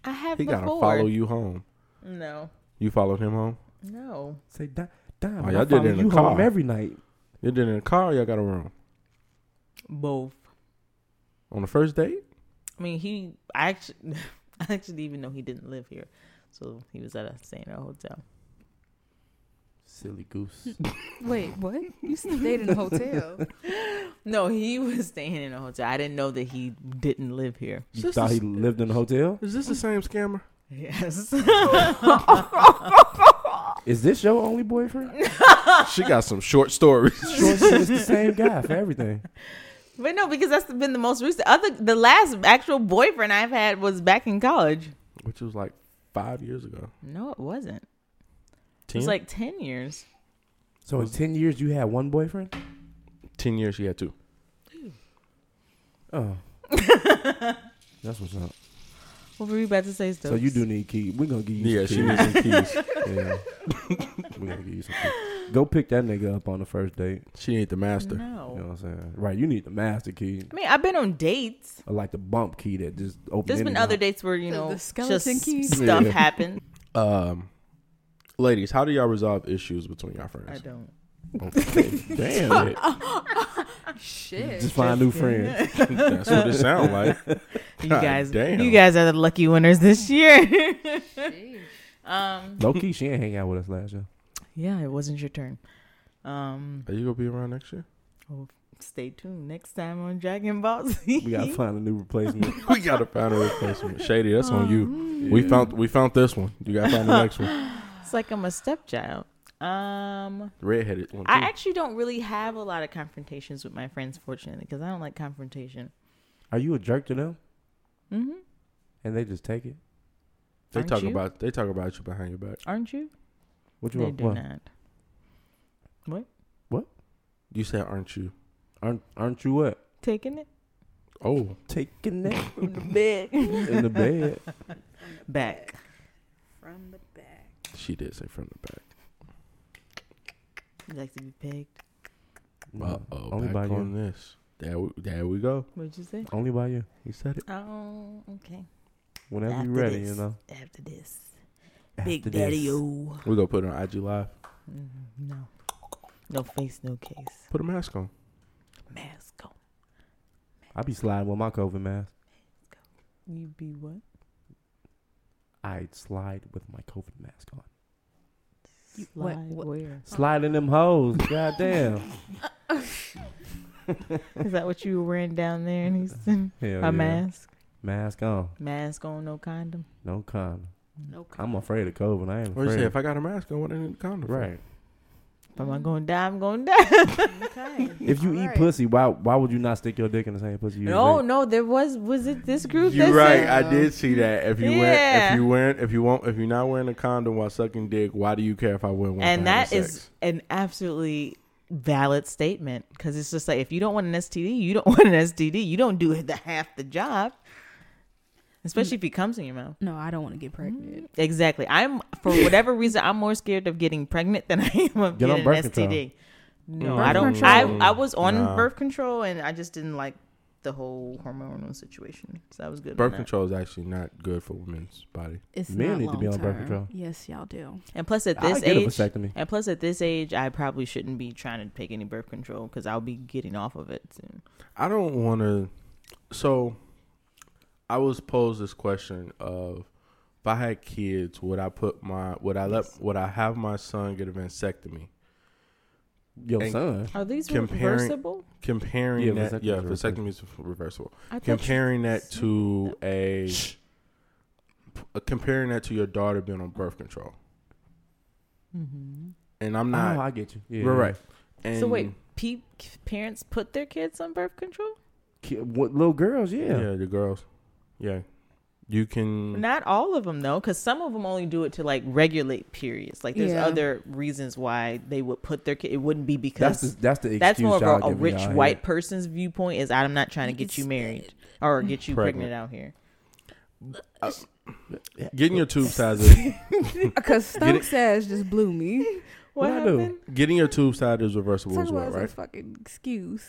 Speaker 3: i have
Speaker 1: He gotta
Speaker 3: before
Speaker 1: follow you home.
Speaker 3: no
Speaker 1: You followed him home.
Speaker 3: no
Speaker 2: Say, Di- Dime,
Speaker 1: Oh,
Speaker 2: I
Speaker 1: y'all did it
Speaker 2: follow
Speaker 1: in the
Speaker 2: you home
Speaker 1: car.
Speaker 2: every night.
Speaker 1: You did it in a car. Or y'all got a room
Speaker 3: both
Speaker 1: on the first date.
Speaker 3: i mean he i actually i actually didn't even know he didn't live here so he was at a staying at a hotel
Speaker 2: Silly goose.
Speaker 4: Wait, what? You stayed in a hotel.
Speaker 3: No, he was staying in a hotel. I didn't know that he didn't live here.
Speaker 2: you
Speaker 1: This
Speaker 2: thought
Speaker 1: is-
Speaker 2: he lived in a hotel?
Speaker 1: Is this the same scammer?
Speaker 3: Yes.
Speaker 2: Is this your only boyfriend?
Speaker 1: she got some short stories.
Speaker 2: Short said it's the same guy for everything.
Speaker 3: but no, because that's been the most recent. Other, the last actual boyfriend I've had was back in college.
Speaker 1: which was like five years ago.
Speaker 3: No, it wasn't. It
Speaker 1: Ten,
Speaker 3: was like ten years.
Speaker 2: So in ten years, you had one boyfriend?
Speaker 1: ten years. She had two.
Speaker 2: Oh, that's what's up.
Speaker 3: What were you about to say, Stokes?
Speaker 2: So you do need keys. We're gonna give you.
Speaker 1: Yeah, she
Speaker 2: some
Speaker 1: needs some keys.
Speaker 2: keys. Yeah. We're gonna give you some keys. Go pick that nigga up on the first date.
Speaker 1: She ain't the master.
Speaker 3: No.
Speaker 2: You know what I'm saying? Right, you need the master key.
Speaker 3: I mean, I've been on dates.
Speaker 2: Or like the bump key that just opened.
Speaker 3: There's been other dates where you
Speaker 4: The-
Speaker 3: know
Speaker 4: the skeleton
Speaker 3: just
Speaker 4: key?
Speaker 3: stuff
Speaker 2: Yeah.
Speaker 3: happened.
Speaker 1: Um, ladies, how do y'all resolve issues between y'all friends?
Speaker 3: I don't.
Speaker 2: Damn it.
Speaker 4: Shit.
Speaker 2: Just find new friends.
Speaker 1: That's what it sounds like.
Speaker 3: You
Speaker 1: God
Speaker 3: guys,
Speaker 1: damn.
Speaker 3: you guys are the lucky winners this year. um.
Speaker 2: Low key, she ain't hang out with us last year.
Speaker 3: Yeah, it wasn't your turn. Um.
Speaker 1: Are you gonna be around next year?
Speaker 3: Stay tuned next time on Dragon Ball Z.
Speaker 2: We gotta find a new replacement.
Speaker 1: we gotta find a replacement. Shady, that's on you. We found we found this one. You gotta find the next one.
Speaker 3: It's like I'm a stepchild. Um,
Speaker 1: Redheaded one. Too.
Speaker 3: I actually don't really have a lot of confrontations with my friends, fortunately, because I don't like confrontation.
Speaker 2: Are you a jerk to them?
Speaker 3: Mm-hmm.
Speaker 2: And they just take it?
Speaker 1: they
Speaker 3: aren't
Speaker 1: talk
Speaker 3: you?
Speaker 1: about they talk about you behind your back.
Speaker 3: Aren't you?
Speaker 2: What you
Speaker 3: They
Speaker 2: want?
Speaker 3: do
Speaker 2: What?
Speaker 3: not.
Speaker 1: You said, aren't you?
Speaker 2: Aren't aren't you what?
Speaker 3: Taking it?
Speaker 1: Oh,
Speaker 2: Taking it
Speaker 4: From the bed.
Speaker 2: in the bed.
Speaker 3: Back.
Speaker 4: From the back.
Speaker 1: she did say from the back.
Speaker 3: You like to be pegged.
Speaker 1: Uh
Speaker 2: No,
Speaker 1: oh,
Speaker 2: only
Speaker 1: back
Speaker 2: by
Speaker 1: on
Speaker 2: you.
Speaker 1: this. There we, there we go.
Speaker 3: What'd you say?
Speaker 2: Only by you.
Speaker 1: He said it.
Speaker 3: Oh, okay.
Speaker 2: Whenever
Speaker 3: After
Speaker 2: you're ready,
Speaker 3: this.
Speaker 2: you know.
Speaker 3: After this,
Speaker 2: After
Speaker 3: Big
Speaker 2: this.
Speaker 3: Daddy O.
Speaker 1: We're going to put it on IG Live.
Speaker 3: Mm-hmm. No, no face, no case.
Speaker 1: Put a mask on.
Speaker 3: Mask on.
Speaker 2: I be sliding with my COVID mask.
Speaker 3: You be what?
Speaker 2: I'd slide with my COVID mask
Speaker 1: Oh.
Speaker 2: on.
Speaker 4: You- what-
Speaker 3: Slide
Speaker 4: what-
Speaker 3: where?
Speaker 2: Sliding them hoes. Goddamn.
Speaker 3: Is that what you were wearing down there in Houston?
Speaker 2: Hell
Speaker 3: A
Speaker 2: Oh, yeah.
Speaker 3: mask,
Speaker 2: Mask on.
Speaker 3: mask on, no condom.
Speaker 2: No condom.
Speaker 4: No.
Speaker 2: I'm afraid of COVID. I ain't
Speaker 1: Or you
Speaker 2: afraid.
Speaker 1: say, if I got a mask on, what do I need a condom for?
Speaker 2: right.
Speaker 3: If
Speaker 4: Mm.
Speaker 3: I'm gonna die, I'm gonna die.
Speaker 4: Okay.
Speaker 2: If you eat
Speaker 4: Alright.
Speaker 2: pussy, why why would you not stick your dick in the same pussy? You
Speaker 3: No,
Speaker 2: rape?
Speaker 3: no, there was was it this group?
Speaker 1: You're
Speaker 3: that
Speaker 1: right.
Speaker 3: said-
Speaker 1: I did see that. If you wear,
Speaker 3: Yeah.
Speaker 1: if you wear, if you won't, if you're not wearing a condom while sucking dick, why do you care if I wear one? for
Speaker 3: and that
Speaker 1: having
Speaker 3: is
Speaker 1: sex?
Speaker 3: an absolutely valid statement because it's just like if you don't want an STD, you don't want an STD. You don't do the half the job, especially if it comes in your mouth.
Speaker 4: No, I don't want to get pregnant.
Speaker 3: Exactly. I'm for whatever reason I'm more scared of getting pregnant than I am of
Speaker 2: Get on
Speaker 3: getting an
Speaker 2: birth
Speaker 3: STD.
Speaker 2: control.
Speaker 3: No,
Speaker 4: Birth
Speaker 3: I don't.
Speaker 4: control.
Speaker 3: I I was on
Speaker 1: Nah.
Speaker 3: birth control and I just didn't like the whole hormonal situation, so I was good. on
Speaker 1: birth
Speaker 3: that.
Speaker 1: control is actually not good for women's body.
Speaker 4: It's
Speaker 2: Men
Speaker 4: not
Speaker 2: need to be on birth
Speaker 4: long-term.
Speaker 2: control.
Speaker 4: Yes, y'all do.
Speaker 3: And plus, at
Speaker 2: I'd
Speaker 3: this
Speaker 2: get a
Speaker 3: age,
Speaker 2: vasectomy.
Speaker 3: and plus at this age, I probably shouldn't be trying to take any birth control because I'll be getting off of it soon.
Speaker 1: I don't want to. So, I was posed this question of, if I had kids, would I put my, would I let, would I have my son get a vasectomy?
Speaker 2: Your
Speaker 1: And-
Speaker 2: son.
Speaker 3: Are these
Speaker 1: Comparing-
Speaker 3: reversible?
Speaker 1: Comparing
Speaker 2: Yeah,
Speaker 1: that,
Speaker 2: vasectomies
Speaker 1: yeah,
Speaker 2: are reversible.
Speaker 1: vasectomy is reversible.
Speaker 3: I thought you-
Speaker 1: Comparing that to a, p- comparing that to your daughter being on birth control. And I'm not.
Speaker 2: oh, I get you. Yeah.
Speaker 1: Right, right. And
Speaker 3: so wait, pe- parents put their kids on birth control?
Speaker 2: Ki- What little girls? Yeah.
Speaker 1: yeah. the girls, yeah, you
Speaker 2: Hmm.
Speaker 1: can.
Speaker 3: Not all of them though, because some of them only do it to like regulate periods. Like there's
Speaker 4: Yeah.
Speaker 3: other reasons why they would put their kid. It wouldn't be because
Speaker 2: That's
Speaker 3: that's,
Speaker 2: the, that's the excuse.
Speaker 3: more of
Speaker 2: y'all
Speaker 3: a, a
Speaker 2: giving
Speaker 3: rich
Speaker 2: y'all
Speaker 3: white person's viewpoint. Is I'm not trying to get you
Speaker 4: It's-
Speaker 3: married or get you
Speaker 1: Pregnant.
Speaker 3: pregnant, out here.
Speaker 1: Getting your tube sizes,
Speaker 4: Because
Speaker 1: Get
Speaker 4: Stunk
Speaker 1: it-
Speaker 4: says just blew me.
Speaker 3: What,
Speaker 2: What'd I do?
Speaker 3: happened?
Speaker 1: getting your tube size is reversible
Speaker 4: Talk
Speaker 1: as well,
Speaker 4: about
Speaker 1: right?
Speaker 4: right? fucking excuse.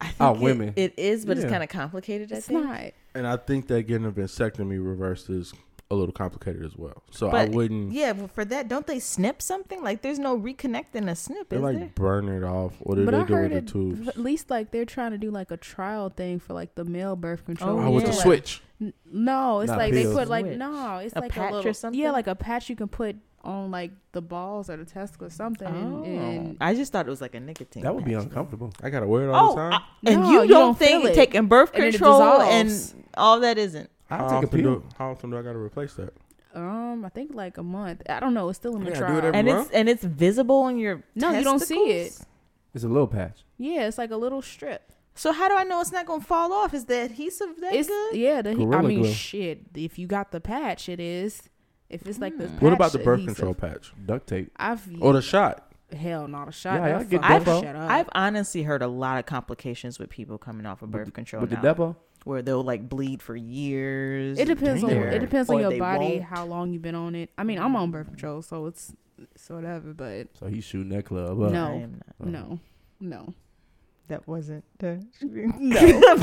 Speaker 3: I think
Speaker 2: Oh,
Speaker 3: it-
Speaker 2: women.
Speaker 3: it is, but
Speaker 2: Yeah.
Speaker 3: it's kind of complicated. I
Speaker 4: It's
Speaker 3: think.
Speaker 4: not.
Speaker 1: And I think that getting a vasectomy reversed is a little complicated as well. So I
Speaker 3: But-
Speaker 1: wouldn't.
Speaker 3: Yeah, but for that, don't they snip something? Like, there's no reconnecting a snip,
Speaker 1: They
Speaker 3: is
Speaker 1: like
Speaker 3: there?
Speaker 1: burn it off. What do
Speaker 4: But
Speaker 1: they
Speaker 4: I
Speaker 1: do with
Speaker 4: heard
Speaker 1: the
Speaker 4: it,
Speaker 1: tubes?
Speaker 4: at least like they're trying to do like a trial thing for like the male birth control.
Speaker 3: Oh,
Speaker 1: Oh, with
Speaker 4: It's
Speaker 1: the
Speaker 3: yeah.
Speaker 4: like-
Speaker 1: switch.
Speaker 4: N- No, it's
Speaker 2: Not
Speaker 4: like they
Speaker 2: pills.
Speaker 4: put like
Speaker 3: Switch.
Speaker 4: no, it's
Speaker 3: A
Speaker 4: like
Speaker 3: patch
Speaker 4: a
Speaker 3: or
Speaker 4: little
Speaker 3: something?
Speaker 4: Yeah, like a patch you can put on like the balls or the testicle or something.
Speaker 3: Oh.
Speaker 4: And
Speaker 3: I just thought it was like a nicotine.
Speaker 2: That would be
Speaker 3: patch.
Speaker 2: uncomfortable.
Speaker 1: I gotta wear it all
Speaker 3: Oh,
Speaker 1: the time.
Speaker 3: I- and
Speaker 4: uh, No,
Speaker 3: you,
Speaker 4: you
Speaker 3: don't
Speaker 4: don't
Speaker 3: think
Speaker 4: feel it.
Speaker 3: taking birth
Speaker 4: And then it
Speaker 3: control and
Speaker 4: dissolves.
Speaker 3: all that isn't?
Speaker 1: How
Speaker 2: I'll take a
Speaker 1: often,
Speaker 2: pill.
Speaker 1: do, how often do I gotta replace that?
Speaker 4: um, I think like a month. I don't know. It's still in the
Speaker 1: Yeah, do
Speaker 4: trial.
Speaker 1: it every-
Speaker 3: And
Speaker 1: Well-
Speaker 3: it's and it's visible on your
Speaker 4: No, you don't see
Speaker 3: testicles?
Speaker 2: It's a little patch.
Speaker 4: yeah, it's like a little strip.
Speaker 3: So how do I know it's not gonna fall off? Is the adhesive that
Speaker 4: It's
Speaker 3: good?
Speaker 4: yeah. The, I
Speaker 2: Gorilla
Speaker 4: mean,
Speaker 2: glue.
Speaker 4: shit. If you got the patch, it is. If it's like the
Speaker 3: Hmm.
Speaker 1: What
Speaker 4: patch
Speaker 1: about the birth
Speaker 4: adhesive,
Speaker 1: control patch
Speaker 2: Duct tape.
Speaker 4: I've
Speaker 1: or the shot?
Speaker 4: hell not a shot.
Speaker 2: Yeah,
Speaker 4: Yeah,
Speaker 2: I get
Speaker 4: I
Speaker 2: that far.
Speaker 4: shut up.
Speaker 3: I've honestly heard a lot of complications with people coming off of birth control
Speaker 2: With
Speaker 3: now,
Speaker 2: the depot.
Speaker 3: where they'll like bleed for years.
Speaker 4: It depends on
Speaker 3: They're-
Speaker 4: it depends on
Speaker 3: or
Speaker 4: your
Speaker 3: they
Speaker 4: body,
Speaker 3: won't.
Speaker 4: how long you've been on it. I mean, I'm on birth control, so it's it's whatever. But
Speaker 2: So he's shooting that club up.
Speaker 4: No.
Speaker 3: I am
Speaker 1: Oh.
Speaker 3: not.
Speaker 4: no, no,
Speaker 3: That wasn't.
Speaker 4: no.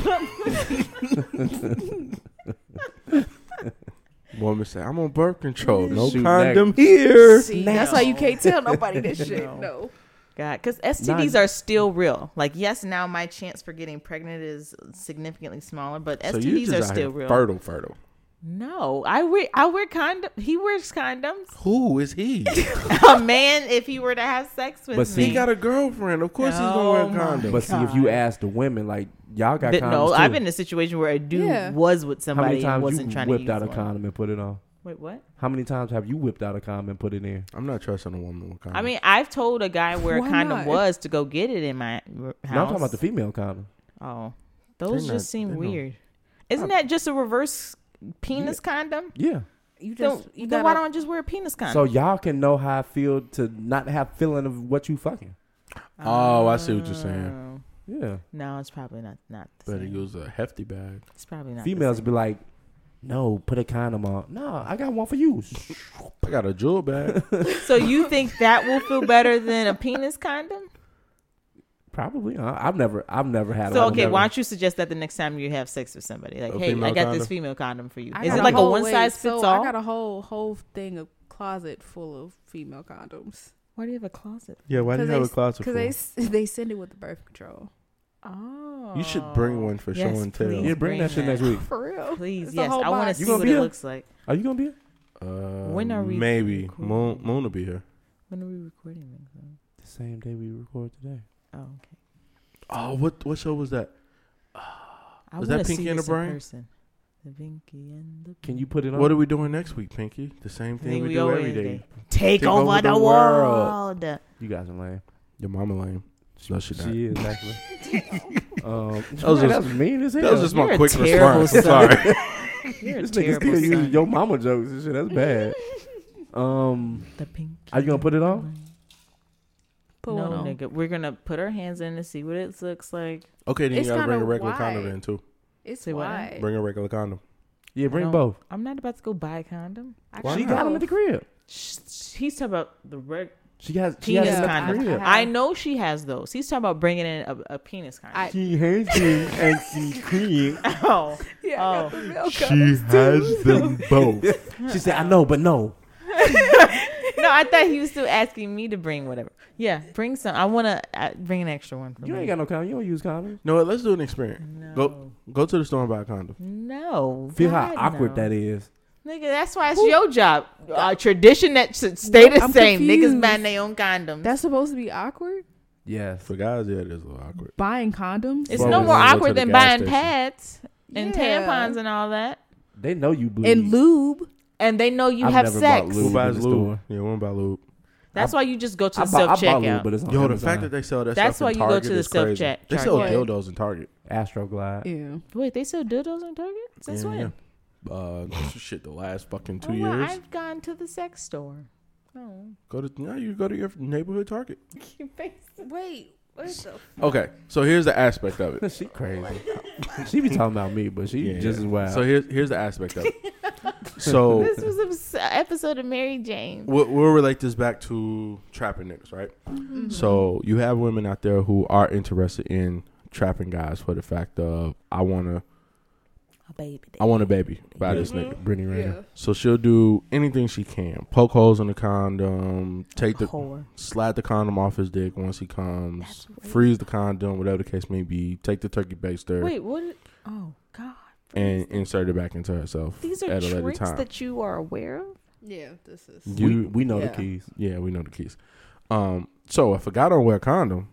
Speaker 1: Woman say, I'm on birth
Speaker 3: Mm-hmm.
Speaker 1: control. No
Speaker 2: Shoot
Speaker 1: condom here.
Speaker 4: See, that's why you
Speaker 3: No.
Speaker 4: can't tell nobody this shit.
Speaker 3: No.
Speaker 4: No.
Speaker 3: God, because STDs are still real. Like, yes, now my chance for getting pregnant is significantly smaller, but
Speaker 1: So you
Speaker 3: STDs
Speaker 1: just
Speaker 3: are
Speaker 1: out here
Speaker 3: still real.
Speaker 1: Fertile, fertile.
Speaker 3: No, I wear I wear condom. He wears condoms.
Speaker 1: Who is he?
Speaker 3: a man, if he were to have sex with
Speaker 2: But
Speaker 3: me,
Speaker 2: see-
Speaker 1: he got a girlfriend. Of course he's gonna
Speaker 3: Oh
Speaker 1: wear a
Speaker 3: my
Speaker 1: condom.
Speaker 2: But see, if you ask the women, like y'all got
Speaker 3: Th-
Speaker 2: condoms
Speaker 3: no,
Speaker 2: too.
Speaker 3: I've been in a situation where a dude
Speaker 4: Yeah.
Speaker 3: was with
Speaker 2: How
Speaker 3: somebody
Speaker 2: many
Speaker 3: and
Speaker 2: times
Speaker 3: wasn't
Speaker 2: you
Speaker 3: trying to
Speaker 2: whipped
Speaker 3: use
Speaker 2: out a
Speaker 3: one.
Speaker 2: condom and put it on?
Speaker 3: Wait, what?
Speaker 2: How many times have you whipped out a condom and put it in?
Speaker 1: I'm not trusting a woman with
Speaker 2: Mm.
Speaker 1: condoms.
Speaker 3: I mean, I've told a guy where a
Speaker 4: Why
Speaker 3: condom
Speaker 4: not?
Speaker 3: was to go get it in my r- house.
Speaker 2: No, I'm talking about the female condom.
Speaker 3: oh, those
Speaker 1: They're
Speaker 3: just
Speaker 1: not-
Speaker 3: seem
Speaker 1: they're not-
Speaker 3: weird. Isn't that just a reverse penis condom?
Speaker 2: Yeah.
Speaker 4: You just
Speaker 3: Then,
Speaker 4: you
Speaker 3: then why
Speaker 4: gotta-
Speaker 3: don't I just wear a penis condom?
Speaker 2: So y'all can know how I feel to not have feeling of what you fucking.
Speaker 1: Oh, I see what you're saying.
Speaker 3: Oh.
Speaker 2: Yeah.
Speaker 3: No, it's probably not not. The
Speaker 1: Better
Speaker 3: same.
Speaker 1: use a hefty bag.
Speaker 3: It's probably not. the
Speaker 2: Females
Speaker 3: same.
Speaker 2: be like, no, put a condom on. No, I got one for you.
Speaker 1: I got a jewel bag.
Speaker 3: So you think that will feel better than a penis condom?
Speaker 2: Probably. huh? I've never, I've never had.
Speaker 3: So
Speaker 2: I've
Speaker 3: okay,
Speaker 2: never-
Speaker 3: why don't you suggest that the next time you have sex with somebody, like,
Speaker 1: A
Speaker 3: hey, I
Speaker 1: female
Speaker 3: got this
Speaker 1: condom?
Speaker 3: female condom for you.
Speaker 4: I
Speaker 3: Is
Speaker 4: got
Speaker 3: it like a
Speaker 4: whole-
Speaker 3: one
Speaker 4: wait,
Speaker 3: size fits
Speaker 4: so
Speaker 3: all?
Speaker 4: I got a whole whole thing of closet full of female condoms.
Speaker 3: Why do you have a closet?
Speaker 1: yeah, why do you have a
Speaker 4: Because
Speaker 1: closet
Speaker 4: Because
Speaker 1: for?
Speaker 4: they s- they send it with the birth control.
Speaker 3: Oh,
Speaker 1: You should bring one for show
Speaker 3: Yes,
Speaker 1: and tell.
Speaker 3: please
Speaker 2: Yeah, bring that shit next week.
Speaker 4: For real.
Speaker 3: Please,
Speaker 4: It's a
Speaker 3: yes,
Speaker 4: whole
Speaker 3: I want to
Speaker 4: box.
Speaker 3: see
Speaker 2: You gonna
Speaker 3: what
Speaker 2: be
Speaker 3: it
Speaker 2: here?
Speaker 3: looks like.
Speaker 2: Are you gonna be? Here?
Speaker 1: Uh,
Speaker 3: When are we
Speaker 1: Maybe
Speaker 3: recording?
Speaker 1: Moon Moon will be here.
Speaker 3: When are we recording this? though?
Speaker 2: The same day we record today.
Speaker 3: Oh, okay.
Speaker 1: Oh, what what show was that?
Speaker 3: I
Speaker 1: Was that
Speaker 3: wanna
Speaker 1: Pinky
Speaker 3: see
Speaker 1: and the
Speaker 3: this in
Speaker 1: Brain?
Speaker 3: person. The Pinky and the
Speaker 2: Can you put it on?
Speaker 1: What are we doing next week, Pinky? The same thing we, do
Speaker 3: always
Speaker 1: every day.
Speaker 3: Take,
Speaker 1: Take
Speaker 3: over,
Speaker 1: over
Speaker 3: the,
Speaker 1: the
Speaker 3: world.
Speaker 1: world.
Speaker 2: you guys are lame.
Speaker 1: Your mama lame. No, she not.
Speaker 2: She is actually. um,
Speaker 1: was
Speaker 2: that was
Speaker 1: just-
Speaker 2: mean as hell.
Speaker 1: That was just
Speaker 3: You're
Speaker 1: my
Speaker 3: a
Speaker 1: quick
Speaker 3: terrible
Speaker 1: response. I'm
Speaker 3: son.
Speaker 1: sorry.
Speaker 3: You're a
Speaker 2: this nigga
Speaker 3: terrible
Speaker 2: still using
Speaker 3: son.
Speaker 2: your mama jokes and shit. That's bad. um,
Speaker 3: The Pinky.
Speaker 2: are you gonna put it on?
Speaker 4: Put
Speaker 3: no,
Speaker 4: one on.
Speaker 3: nigga. We're gonna put our hands in to see what it looks like.
Speaker 1: Okay, then
Speaker 4: It's
Speaker 1: you gotta bring a
Speaker 4: kinda
Speaker 1: regular condom
Speaker 4: wide.
Speaker 1: in too.
Speaker 4: It's
Speaker 3: Say what?
Speaker 4: wide.
Speaker 1: Bring a regular condom.
Speaker 2: Yeah, bring
Speaker 3: No.
Speaker 2: both.
Speaker 3: I'm not about to go buy a condom.
Speaker 4: I
Speaker 1: Why
Speaker 2: She
Speaker 1: not?
Speaker 2: got them
Speaker 4: both.
Speaker 2: at the crib.
Speaker 3: Sh- He's talking about the reg-
Speaker 2: She has. She has
Speaker 3: penis
Speaker 4: Yeah,
Speaker 2: them
Speaker 4: I-
Speaker 2: at the
Speaker 3: condom.
Speaker 2: crib.
Speaker 3: I, know she has those. He's talking about bringing in a, a penis condom.
Speaker 4: I-
Speaker 2: She has them at the crib.
Speaker 3: oh,
Speaker 4: Yeah, I got
Speaker 3: Oh.
Speaker 4: the milk
Speaker 1: has them both.
Speaker 2: She said, "I know, but no."
Speaker 3: no, I thought he was still asking me to bring whatever. Yeah, bring some. I want to uh, bring an extra one for
Speaker 2: You
Speaker 3: me.
Speaker 2: ain't got no condom. You don't use condoms.
Speaker 1: No, let's do an experiment.
Speaker 3: no. Mm.
Speaker 1: Go go to the store and buy a condom.
Speaker 3: No.
Speaker 2: Feel how
Speaker 3: God,
Speaker 2: awkward
Speaker 3: no.
Speaker 2: that is.
Speaker 3: Nigga, that's why it's your job. Uh, tradition that should stay the
Speaker 4: I'm
Speaker 3: same. Niggas
Speaker 4: confused.
Speaker 3: buying their own condoms.
Speaker 4: That's supposed to be awkward.
Speaker 2: Yes.
Speaker 1: For guys, yeah, it is a little awkward.
Speaker 4: Buying condoms.
Speaker 3: it's
Speaker 1: Well,
Speaker 3: no
Speaker 1: we
Speaker 3: more
Speaker 1: wanna go to
Speaker 3: awkward
Speaker 1: the
Speaker 3: than
Speaker 1: gas
Speaker 3: buying
Speaker 1: station.
Speaker 3: pads and
Speaker 4: Yeah.
Speaker 3: tampons and all that.
Speaker 2: They know you bleed.
Speaker 4: and lube.
Speaker 3: And they know you
Speaker 2: I've
Speaker 3: have
Speaker 2: never bought
Speaker 3: sex.
Speaker 2: Lube
Speaker 1: Who
Speaker 2: in
Speaker 1: buys
Speaker 2: the
Speaker 1: lube?
Speaker 2: store.
Speaker 1: Yeah, one buy lube.
Speaker 3: That's why you just go to
Speaker 2: I
Speaker 3: the
Speaker 2: bought,
Speaker 3: self
Speaker 2: I bought lube,
Speaker 3: checkout.
Speaker 2: but it's on
Speaker 1: Yo, the
Speaker 2: Amazon.
Speaker 1: fact that they sell that
Speaker 3: That's
Speaker 1: stuff
Speaker 3: why
Speaker 1: in
Speaker 3: you go
Speaker 1: Target
Speaker 3: to the
Speaker 1: is crazy.
Speaker 3: self-check-
Speaker 1: They sell
Speaker 4: Target.
Speaker 1: dildos in Target.
Speaker 2: Astro Glide.
Speaker 4: Yeah.
Speaker 3: Wait, they sell dildos on Target? Since
Speaker 1: yeah,
Speaker 3: when?
Speaker 1: yeah. Uh, shit, the last fucking
Speaker 3: Two
Speaker 1: two years.
Speaker 3: Oh, I've gone to the sex store. Oh.
Speaker 1: Go to now. You go to your neighborhood Target.
Speaker 4: Wait. What the?
Speaker 1: Okay, so here's the aspect of it.
Speaker 2: she crazy. she be talking about me, but she
Speaker 1: Yeah,
Speaker 2: just
Speaker 1: yeah.
Speaker 2: as wild.
Speaker 1: So here's here's the aspect of it. so
Speaker 3: This was an episode of Mary Jane.
Speaker 1: we'll, we'll relate this back to trapping niggas, right? So you have women out there who are interested in trapping guys for the fact of I wanna
Speaker 3: A baby.
Speaker 1: I want a baby by this nigga.
Speaker 2: Brittany Renner.
Speaker 4: Yeah.
Speaker 1: So she'll do anything she can. Poke holes in the condom, take the
Speaker 3: Whore.
Speaker 1: slide the condom off his dick once he comes, freeze the condom, whatever the case may be, take the turkey baster
Speaker 3: Wait, what? did- Oh, God.
Speaker 1: and insert it back into herself
Speaker 3: These are
Speaker 1: at a later
Speaker 3: tricks
Speaker 1: time.
Speaker 3: that you are aware of?
Speaker 4: Yeah. This is.
Speaker 2: We,
Speaker 1: You-
Speaker 2: we know
Speaker 4: Yeah.
Speaker 2: the keys.
Speaker 1: Yeah, we know the keys. Um, so if a guy don't wear a condom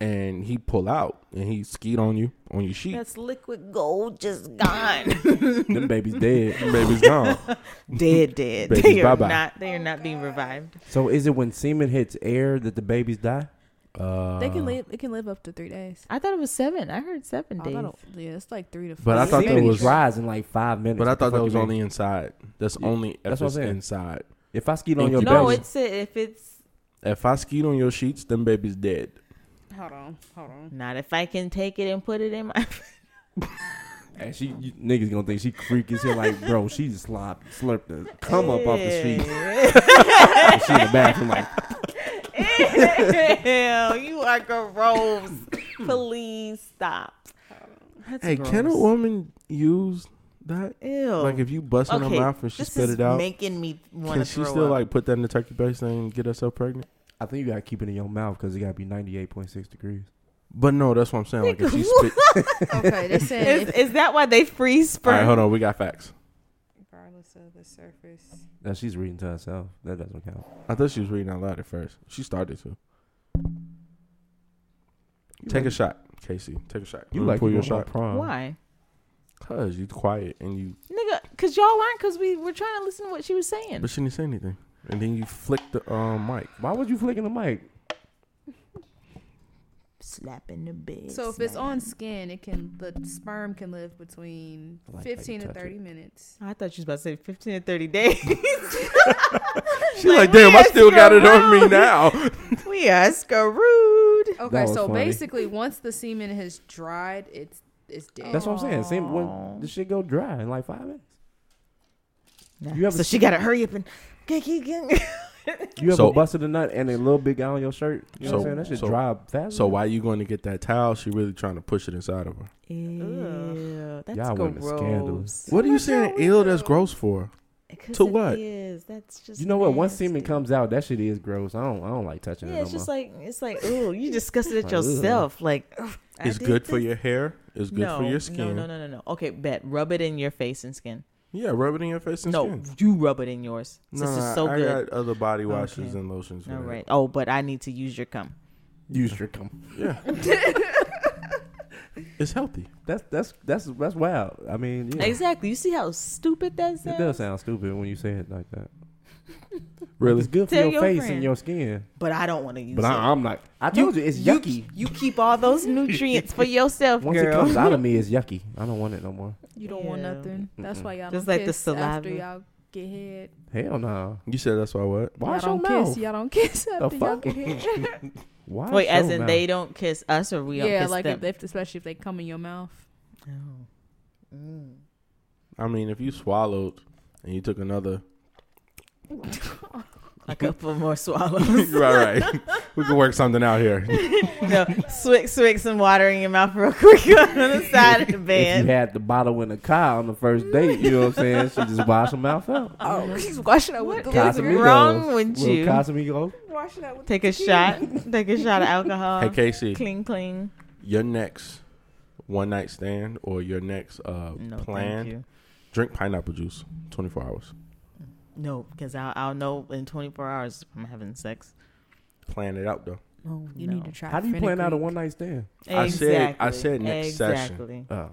Speaker 1: and he pull out and he skied on you on your sheet,
Speaker 3: That's liquid gold just gone.
Speaker 2: Them babies dead.
Speaker 1: baby's gone.
Speaker 3: dead, dead.
Speaker 1: Babies,
Speaker 3: they are
Speaker 1: bye-bye.
Speaker 3: not. They are not being revived.
Speaker 2: So is it when semen hits air that the babies die?
Speaker 1: Uh,
Speaker 4: They can live. It can live up to three days.
Speaker 3: I thought it was seven. I heard seven
Speaker 4: I
Speaker 3: days.
Speaker 4: thought it- yeah, it's like three to. Four.
Speaker 1: But I thought that
Speaker 2: semen
Speaker 1: was-
Speaker 2: dries in like five minutes.
Speaker 1: but I
Speaker 2: What the
Speaker 1: thought that
Speaker 2: fuck
Speaker 1: was
Speaker 2: you mean?
Speaker 1: only inside. That's
Speaker 2: Yeah,
Speaker 1: only if
Speaker 2: that's what
Speaker 1: it's
Speaker 2: I'm saying.
Speaker 1: inside.
Speaker 2: If I skied on your
Speaker 3: no,
Speaker 2: belly,
Speaker 3: it's if it's
Speaker 1: If I skied on your sheets, then baby's dead.
Speaker 4: Hold on. Hold on.
Speaker 3: not if I can take it and put it in my.
Speaker 2: and she you, niggas gonna think she freak as hell. Like, bro, she just slop, slurped the come up off the sheet. And she in the bathroom like,
Speaker 3: Ew, you are gross. Please stop. That's
Speaker 1: Hey, can a
Speaker 3: gross.
Speaker 1: woman use that?
Speaker 3: Ew.
Speaker 1: Like if you bust in her mouth and she
Speaker 3: this
Speaker 1: spit
Speaker 3: is
Speaker 1: it out,
Speaker 3: making me want
Speaker 1: can
Speaker 3: to
Speaker 1: she
Speaker 3: throw
Speaker 1: still
Speaker 3: up.
Speaker 1: like put that in the turkey baster and get herself pregnant?
Speaker 2: I think you gotta keep it in your mouth because it gotta be ninety eight point six degrees.
Speaker 1: But no, that's what I'm saying. Like if she spit.
Speaker 4: Okay. They said
Speaker 3: Is, is that why they freeze
Speaker 1: All
Speaker 3: sperm?
Speaker 1: right, hold on. We got facts.
Speaker 4: regardless of the surface.
Speaker 2: Now she's reading to herself. That doesn't count.
Speaker 1: I thought she was reading out loud at first. She started to. Take a shot, Casey. Take a shot.
Speaker 2: You
Speaker 1: Let me
Speaker 2: like
Speaker 1: pull
Speaker 2: you
Speaker 1: your
Speaker 2: going
Speaker 1: shot?
Speaker 2: to prom?
Speaker 3: Why,
Speaker 1: Cause you quiet and you,
Speaker 3: nigga? Cause y'all aren't. Cause we were trying to listen to what she was saying.
Speaker 1: but she didn't say anything. And then you flick the um, mic.
Speaker 2: Why was you flicking the mic?
Speaker 3: Slapping the bed.
Speaker 4: So if it's
Speaker 3: slam.
Speaker 4: on skin, it can the sperm can live between
Speaker 2: I like how you
Speaker 4: fifteen to
Speaker 2: touch it.
Speaker 4: thirty minutes.
Speaker 3: I thought she was about to say fifteen to thirty days.
Speaker 1: She's like, damn, I still got it on me
Speaker 3: screwed."
Speaker 1: now.
Speaker 3: we are screwed.
Speaker 4: Okay,
Speaker 2: was
Speaker 4: so
Speaker 2: funny.
Speaker 4: basically, once the semen has dried, it's it's dead.
Speaker 2: That's what I'm saying. Same when the shit go dry in like five minutes.
Speaker 3: Nah.
Speaker 2: You ever
Speaker 3: so she got to hurry up and get, get, get.
Speaker 2: You ever
Speaker 1: So-
Speaker 2: busted a nut and a little bit guy on your shirt? You know what
Speaker 1: So-
Speaker 2: I'm saying? That shit
Speaker 1: so-
Speaker 2: dry fast.
Speaker 1: So why you going to get that towel? She really trying to push it inside of her.
Speaker 3: Ew, that's
Speaker 2: Y'all women
Speaker 3: gross.
Speaker 2: scandalous.
Speaker 1: What are you saying? Ill. That's gross for.
Speaker 3: 'Cause
Speaker 1: To
Speaker 3: it
Speaker 1: what?
Speaker 3: is. That's just
Speaker 2: You know what? Once
Speaker 3: nasty.
Speaker 2: semen comes out, that shit is gross. I don't. I don't like touching it.
Speaker 3: Yeah,
Speaker 2: no
Speaker 3: it's just
Speaker 2: more.
Speaker 3: like it's like ooh, you disgusted it
Speaker 2: Like,
Speaker 3: yourself. Like ugh, I
Speaker 1: It's
Speaker 3: did
Speaker 1: good for
Speaker 3: this.
Speaker 1: your hair. It's good
Speaker 3: no,
Speaker 1: for your skin.
Speaker 3: No, no, no, no, no. Okay, bet rub it in your face and skin.
Speaker 1: Yeah, rub it in your face and
Speaker 3: no,
Speaker 1: skin.
Speaker 3: you rub it in yours. This is so
Speaker 1: I
Speaker 3: good.
Speaker 1: got other body washes
Speaker 3: Okay.
Speaker 1: and lotions. for
Speaker 3: All
Speaker 1: that.
Speaker 3: right. Oh, but I need to use your cum.
Speaker 2: use your cum.
Speaker 1: Yeah. it's healthy.
Speaker 2: That's that's that's that's wild. I mean, yeah.
Speaker 3: Exactly. You see how stupid that sounds?
Speaker 2: It does sound stupid when you say it like that.
Speaker 1: Really?
Speaker 2: It's good for
Speaker 3: Tell
Speaker 2: your,
Speaker 3: your
Speaker 2: face
Speaker 3: friend.
Speaker 2: and your skin.
Speaker 3: But I don't want to use
Speaker 2: But
Speaker 3: it.
Speaker 2: I, I'm not. I told you, it's yucky.
Speaker 3: You keep all those nutrients for yourself,
Speaker 2: Once it
Speaker 3: girl.
Speaker 2: comes out of me, it's yucky. I don't want it no more.
Speaker 4: You don't want
Speaker 3: Yeah.
Speaker 4: nothing. That's why y'all
Speaker 3: Just
Speaker 4: don't
Speaker 3: like the
Speaker 4: kiss after
Speaker 3: saliva.
Speaker 4: y'all get head.
Speaker 2: Hell no.
Speaker 1: You said that's why what?
Speaker 2: Why
Speaker 4: y'all
Speaker 2: is your
Speaker 4: don't
Speaker 2: mouth?
Speaker 4: kiss. Y'all don't kiss after y'all
Speaker 2: fuck?
Speaker 4: get head.
Speaker 2: Why
Speaker 3: Wait,
Speaker 2: is
Speaker 3: as
Speaker 2: your
Speaker 3: in
Speaker 2: mouth?
Speaker 3: they don't kiss us or we don't
Speaker 4: yeah,
Speaker 3: kiss
Speaker 4: like
Speaker 3: them?
Speaker 4: if, if especially if they come in your mouth.
Speaker 3: Oh. Mm.
Speaker 1: I mean, if you swallowed and you took another,
Speaker 3: A couple more swallows.
Speaker 1: you're all right. we can work something out here.
Speaker 3: no, swick, swick some water in your mouth real quick on the side of the
Speaker 2: If you
Speaker 3: bed.
Speaker 2: had the bottle in the car on the first date, you know what I'm saying? She just wash her mouth out.
Speaker 4: Oh, she's washing out with the
Speaker 3: What is
Speaker 2: Casamigos.
Speaker 3: wrong with
Speaker 2: Little
Speaker 3: you?
Speaker 2: Casamigos.
Speaker 4: washing out with
Speaker 3: Take a shot. Take a shot of alcohol.
Speaker 1: hey, Casey,
Speaker 3: clean, clean.
Speaker 1: your next one night stand or your next uh,
Speaker 3: No, thank
Speaker 1: plan,
Speaker 3: you.
Speaker 1: drink pineapple juice 24 hours.
Speaker 3: No, because I'll, I'll know in 24 hours if I'm having sex.
Speaker 1: Plan it out though.
Speaker 4: Oh, you
Speaker 3: no.
Speaker 4: need to try.
Speaker 2: How do you plan out a one night stand?
Speaker 1: I said- I said next session.
Speaker 3: exactly.
Speaker 2: Uh,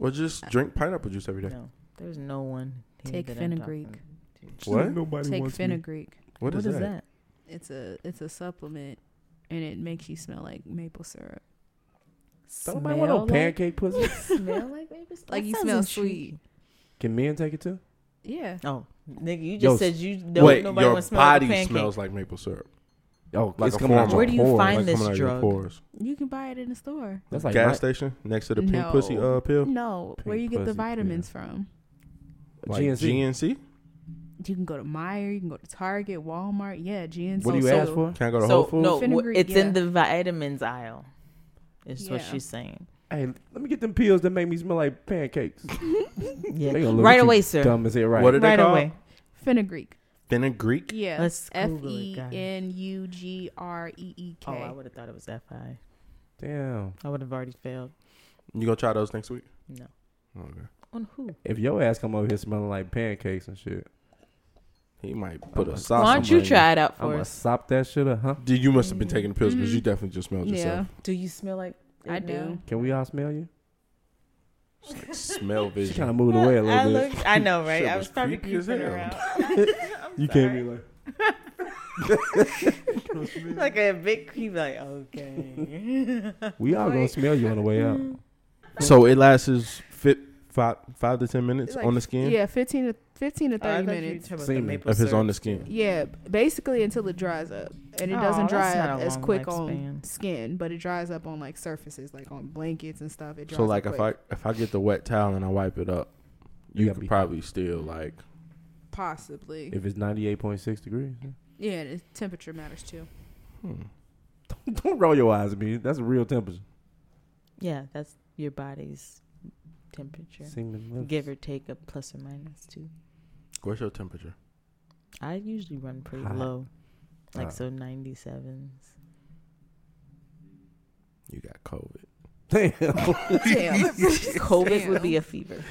Speaker 1: Or just drink pineapple juice every day.
Speaker 3: Uh, No, there's no one. here
Speaker 4: Take
Speaker 3: that I'm
Speaker 4: fenugreek.
Speaker 3: talking
Speaker 1: What?
Speaker 2: Nobody
Speaker 4: Take fenugreek.
Speaker 1: What
Speaker 3: to.
Speaker 1: is,
Speaker 3: What is
Speaker 1: that?
Speaker 3: that?
Speaker 4: It's a it's a supplement, and it makes you smell like maple syrup.
Speaker 2: Don't nobody want no pancake pussy.
Speaker 3: smell like maple syrup?
Speaker 4: Like
Speaker 3: That
Speaker 4: you
Speaker 3: sounds
Speaker 4: smell
Speaker 3: intriguing.
Speaker 2: Can men take it too?
Speaker 4: Yeah.
Speaker 3: Oh, nigga, you just
Speaker 2: Yo,
Speaker 3: said you don't.
Speaker 1: Wait,
Speaker 3: nobody
Speaker 1: your
Speaker 3: wants to smell like a
Speaker 1: body
Speaker 3: pancake.
Speaker 1: smells like maple syrup.
Speaker 2: Oh,
Speaker 1: Like
Speaker 2: it's
Speaker 1: a
Speaker 2: coming out
Speaker 1: form
Speaker 2: your
Speaker 3: Where do you
Speaker 2: pores.
Speaker 3: find
Speaker 1: like
Speaker 3: this
Speaker 1: coming out of your
Speaker 3: drug?
Speaker 1: pores.
Speaker 4: You can buy it in the store.
Speaker 2: That's like
Speaker 1: Gas
Speaker 2: my-
Speaker 1: station next to the pink
Speaker 4: No.
Speaker 1: pussy uh, pill.
Speaker 4: No, where
Speaker 2: Pink
Speaker 4: you get
Speaker 2: pussy,
Speaker 4: the
Speaker 2: yeah.
Speaker 4: vitamins from.
Speaker 1: Like
Speaker 2: GNC.
Speaker 1: GNC?
Speaker 4: You can go to Meyer, you can go to Target, Walmart. Yeah, GNC.
Speaker 2: What do you
Speaker 4: So-
Speaker 2: ask for?
Speaker 1: Can I go to
Speaker 3: so
Speaker 1: Whole Foods?
Speaker 3: no,
Speaker 4: Fenugreek,
Speaker 3: w- it's in
Speaker 4: yeah.
Speaker 3: the vitamins aisle. Is what
Speaker 4: Yeah.
Speaker 3: she's saying.
Speaker 2: Hey, let me get them pills that make me smell like pancakes.
Speaker 3: Yeah,
Speaker 2: They gonna look
Speaker 3: right
Speaker 2: at you
Speaker 3: away, sir.
Speaker 2: Dumb as it, right?
Speaker 1: What are they
Speaker 3: right
Speaker 1: called?
Speaker 3: away.
Speaker 4: Fenugreek.
Speaker 1: Fenugreek?
Speaker 4: Yeah.
Speaker 3: Let's
Speaker 4: F
Speaker 3: Google it,
Speaker 4: E
Speaker 3: guys.
Speaker 4: N U G R E E
Speaker 3: Oh, I
Speaker 4: K.
Speaker 3: would have thought it was FI.
Speaker 2: Damn.
Speaker 3: I would have already failed.
Speaker 1: You gonna try those next week?
Speaker 3: No.
Speaker 1: Okay.
Speaker 3: On who?
Speaker 2: If your ass come over here smelling like pancakes and shit,
Speaker 1: He might put
Speaker 2: a-
Speaker 1: a sauce.
Speaker 3: Why don't you
Speaker 1: on
Speaker 3: try it out
Speaker 2: I'm
Speaker 3: for
Speaker 2: gonna
Speaker 3: us?
Speaker 2: sop that shit up, huh?
Speaker 1: Dude, you must have been taking the pills because you
Speaker 4: Mhm.
Speaker 1: definitely Oh, just smelled
Speaker 4: Yeah,
Speaker 1: yourself.
Speaker 3: Do you smell like?
Speaker 4: I
Speaker 3: it
Speaker 4: do.
Speaker 3: now?
Speaker 2: Can we all smell you?
Speaker 1: It's like smell
Speaker 2: She kind
Speaker 1: vision.
Speaker 2: of moved away a
Speaker 3: I
Speaker 2: little bit.
Speaker 3: looked- I know, right?
Speaker 1: Shit
Speaker 3: I
Speaker 1: was
Speaker 3: was probably
Speaker 1: creepy as
Speaker 3: creeping
Speaker 1: hell.
Speaker 3: around.
Speaker 2: you can't be like,
Speaker 3: like a big creep. Like okay.
Speaker 2: we all gonna smell you on the way out.
Speaker 3: mm-hmm.
Speaker 1: So it lasts fi- five, five to ten minutes
Speaker 4: Like,
Speaker 1: on the skin.
Speaker 4: Yeah, 15 to 15 to
Speaker 3: Oh, I
Speaker 4: 30
Speaker 3: thought you were
Speaker 4: minutes.
Speaker 3: talking about the
Speaker 2: Semen.
Speaker 3: maple
Speaker 1: If it's
Speaker 3: syrup.
Speaker 1: on the skin,
Speaker 4: Yeah, b- basically until it dries up. And it
Speaker 3: Aw,
Speaker 4: doesn't
Speaker 3: that's
Speaker 4: dry
Speaker 3: not
Speaker 4: up
Speaker 3: a
Speaker 4: as
Speaker 3: long
Speaker 4: quick on
Speaker 3: lifespan.
Speaker 4: skin, but it dries up on like surfaces, like on blankets and stuff. It dries
Speaker 1: so like
Speaker 4: up
Speaker 1: if I if I get the wet towel and I wipe it up,
Speaker 2: You
Speaker 1: you
Speaker 2: gotta
Speaker 1: could
Speaker 2: be-
Speaker 1: probably still like
Speaker 4: possibly.
Speaker 2: If it's 98.6 degrees,
Speaker 4: yeah, and it's- temperature matters too.
Speaker 1: hmm.
Speaker 2: don't roll your eyes at me. That's a real temperature.
Speaker 3: Yeah, that's your body's temperature,
Speaker 2: Semen lips.
Speaker 3: give or take a plus or minus two.
Speaker 1: what's your temperature?
Speaker 3: I usually run pretty
Speaker 2: Hot.
Speaker 3: low, like
Speaker 2: Ah.
Speaker 3: so ninety sevens.
Speaker 1: You got COVID.
Speaker 2: Damn.
Speaker 3: COVID would be a fever,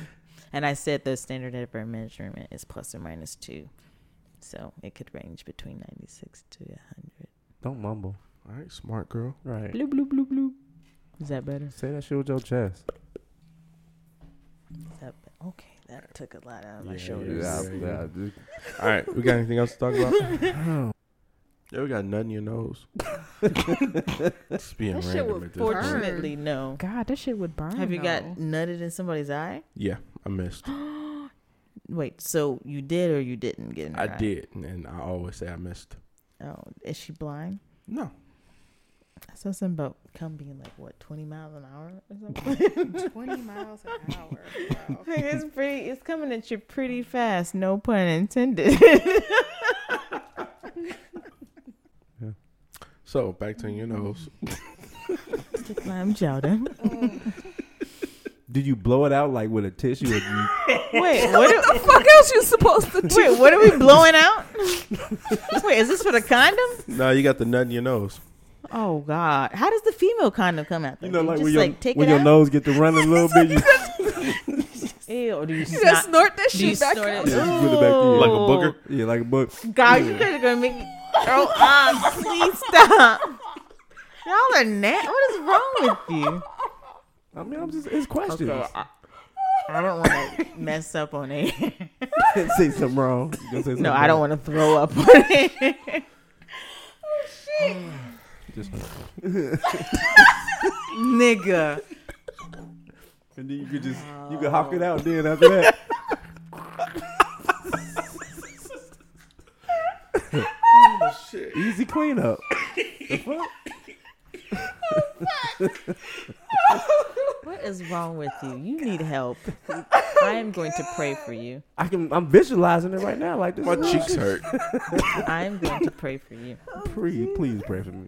Speaker 3: and I said the standard of our measurement is plus or minus two, so it could range between ninety six to hundred.
Speaker 2: don't mumble.
Speaker 1: All right, smart girl.
Speaker 2: Right.
Speaker 3: Bloop bloop bloop bloop. Is that better?
Speaker 2: Say that shit with your chest.
Speaker 3: Is that be- okay, that took a lot out of
Speaker 1: Yeah,
Speaker 3: my
Speaker 1: yeah,
Speaker 3: shoulders.
Speaker 1: Oh, yeah.
Speaker 2: dude.
Speaker 1: All right, we got anything else to talk about?
Speaker 2: Oh.
Speaker 1: yeah, we got nothing in your nose. Just being
Speaker 4: That shit
Speaker 1: random
Speaker 4: would
Speaker 1: at this point.
Speaker 4: burn.
Speaker 3: Fortunately, no.
Speaker 4: God, that shit would burn.
Speaker 3: Have you got
Speaker 4: though.
Speaker 3: nutted in somebody's eye?
Speaker 1: Yeah, I missed.
Speaker 3: Wait, so you did or you didn't get in her
Speaker 1: I
Speaker 3: eye?
Speaker 1: did, and I always say I missed.
Speaker 3: Oh, is she blind?
Speaker 1: No,
Speaker 3: I saw something about come being like what twenty miles an hour or something.
Speaker 4: 20 miles an hour. Wow.
Speaker 3: Like, it's pretty. It's coming at you pretty fast. No pun intended.
Speaker 1: So back to your nose.
Speaker 3: the clam chowder.
Speaker 2: Did you blow it out like with a tissue? Or you,
Speaker 3: Wait, what? Are,
Speaker 4: the fuck else you supposed to do?
Speaker 3: wait, what are we blowing out? wait, is this for the condom?
Speaker 1: no, you got the nut in your nose.
Speaker 3: Oh God! How does the female condom come out?
Speaker 2: you know, like
Speaker 3: just
Speaker 2: when your,
Speaker 3: like take
Speaker 2: when
Speaker 3: it
Speaker 2: your
Speaker 3: out.
Speaker 2: nose get to running a little bit, you,
Speaker 3: Ew, or do you
Speaker 4: You just
Speaker 3: snort?
Speaker 4: snort that
Speaker 3: Do you
Speaker 4: shit back
Speaker 3: snort
Speaker 4: out.
Speaker 3: it?
Speaker 2: Yeah, you put it back in.
Speaker 1: Like a booger?
Speaker 2: yeah, like a book.
Speaker 3: God, you guys are gonna make me throw up. Please stop. Y'all are nat. What is wrong with you?
Speaker 2: I mean, I'm just it's questions.
Speaker 3: Okay, I, I don't want to mess up on it.
Speaker 2: Can't say something wrong. You gonna say something
Speaker 3: No, I don't
Speaker 2: wrong.
Speaker 3: want to throw up on it. Oh,
Speaker 2: Just,
Speaker 3: Nigga.
Speaker 2: and then you could just you could hawk it out. Then after that, easy cleanup. The fuck?
Speaker 3: What is wrong with you? You need help. I am going to pray for you.
Speaker 2: I can. I'm visualizing it right now. Like this.
Speaker 1: My
Speaker 2: is-
Speaker 1: cheeks hurt.
Speaker 3: I am going to pray for you.
Speaker 2: Please, please pray for me.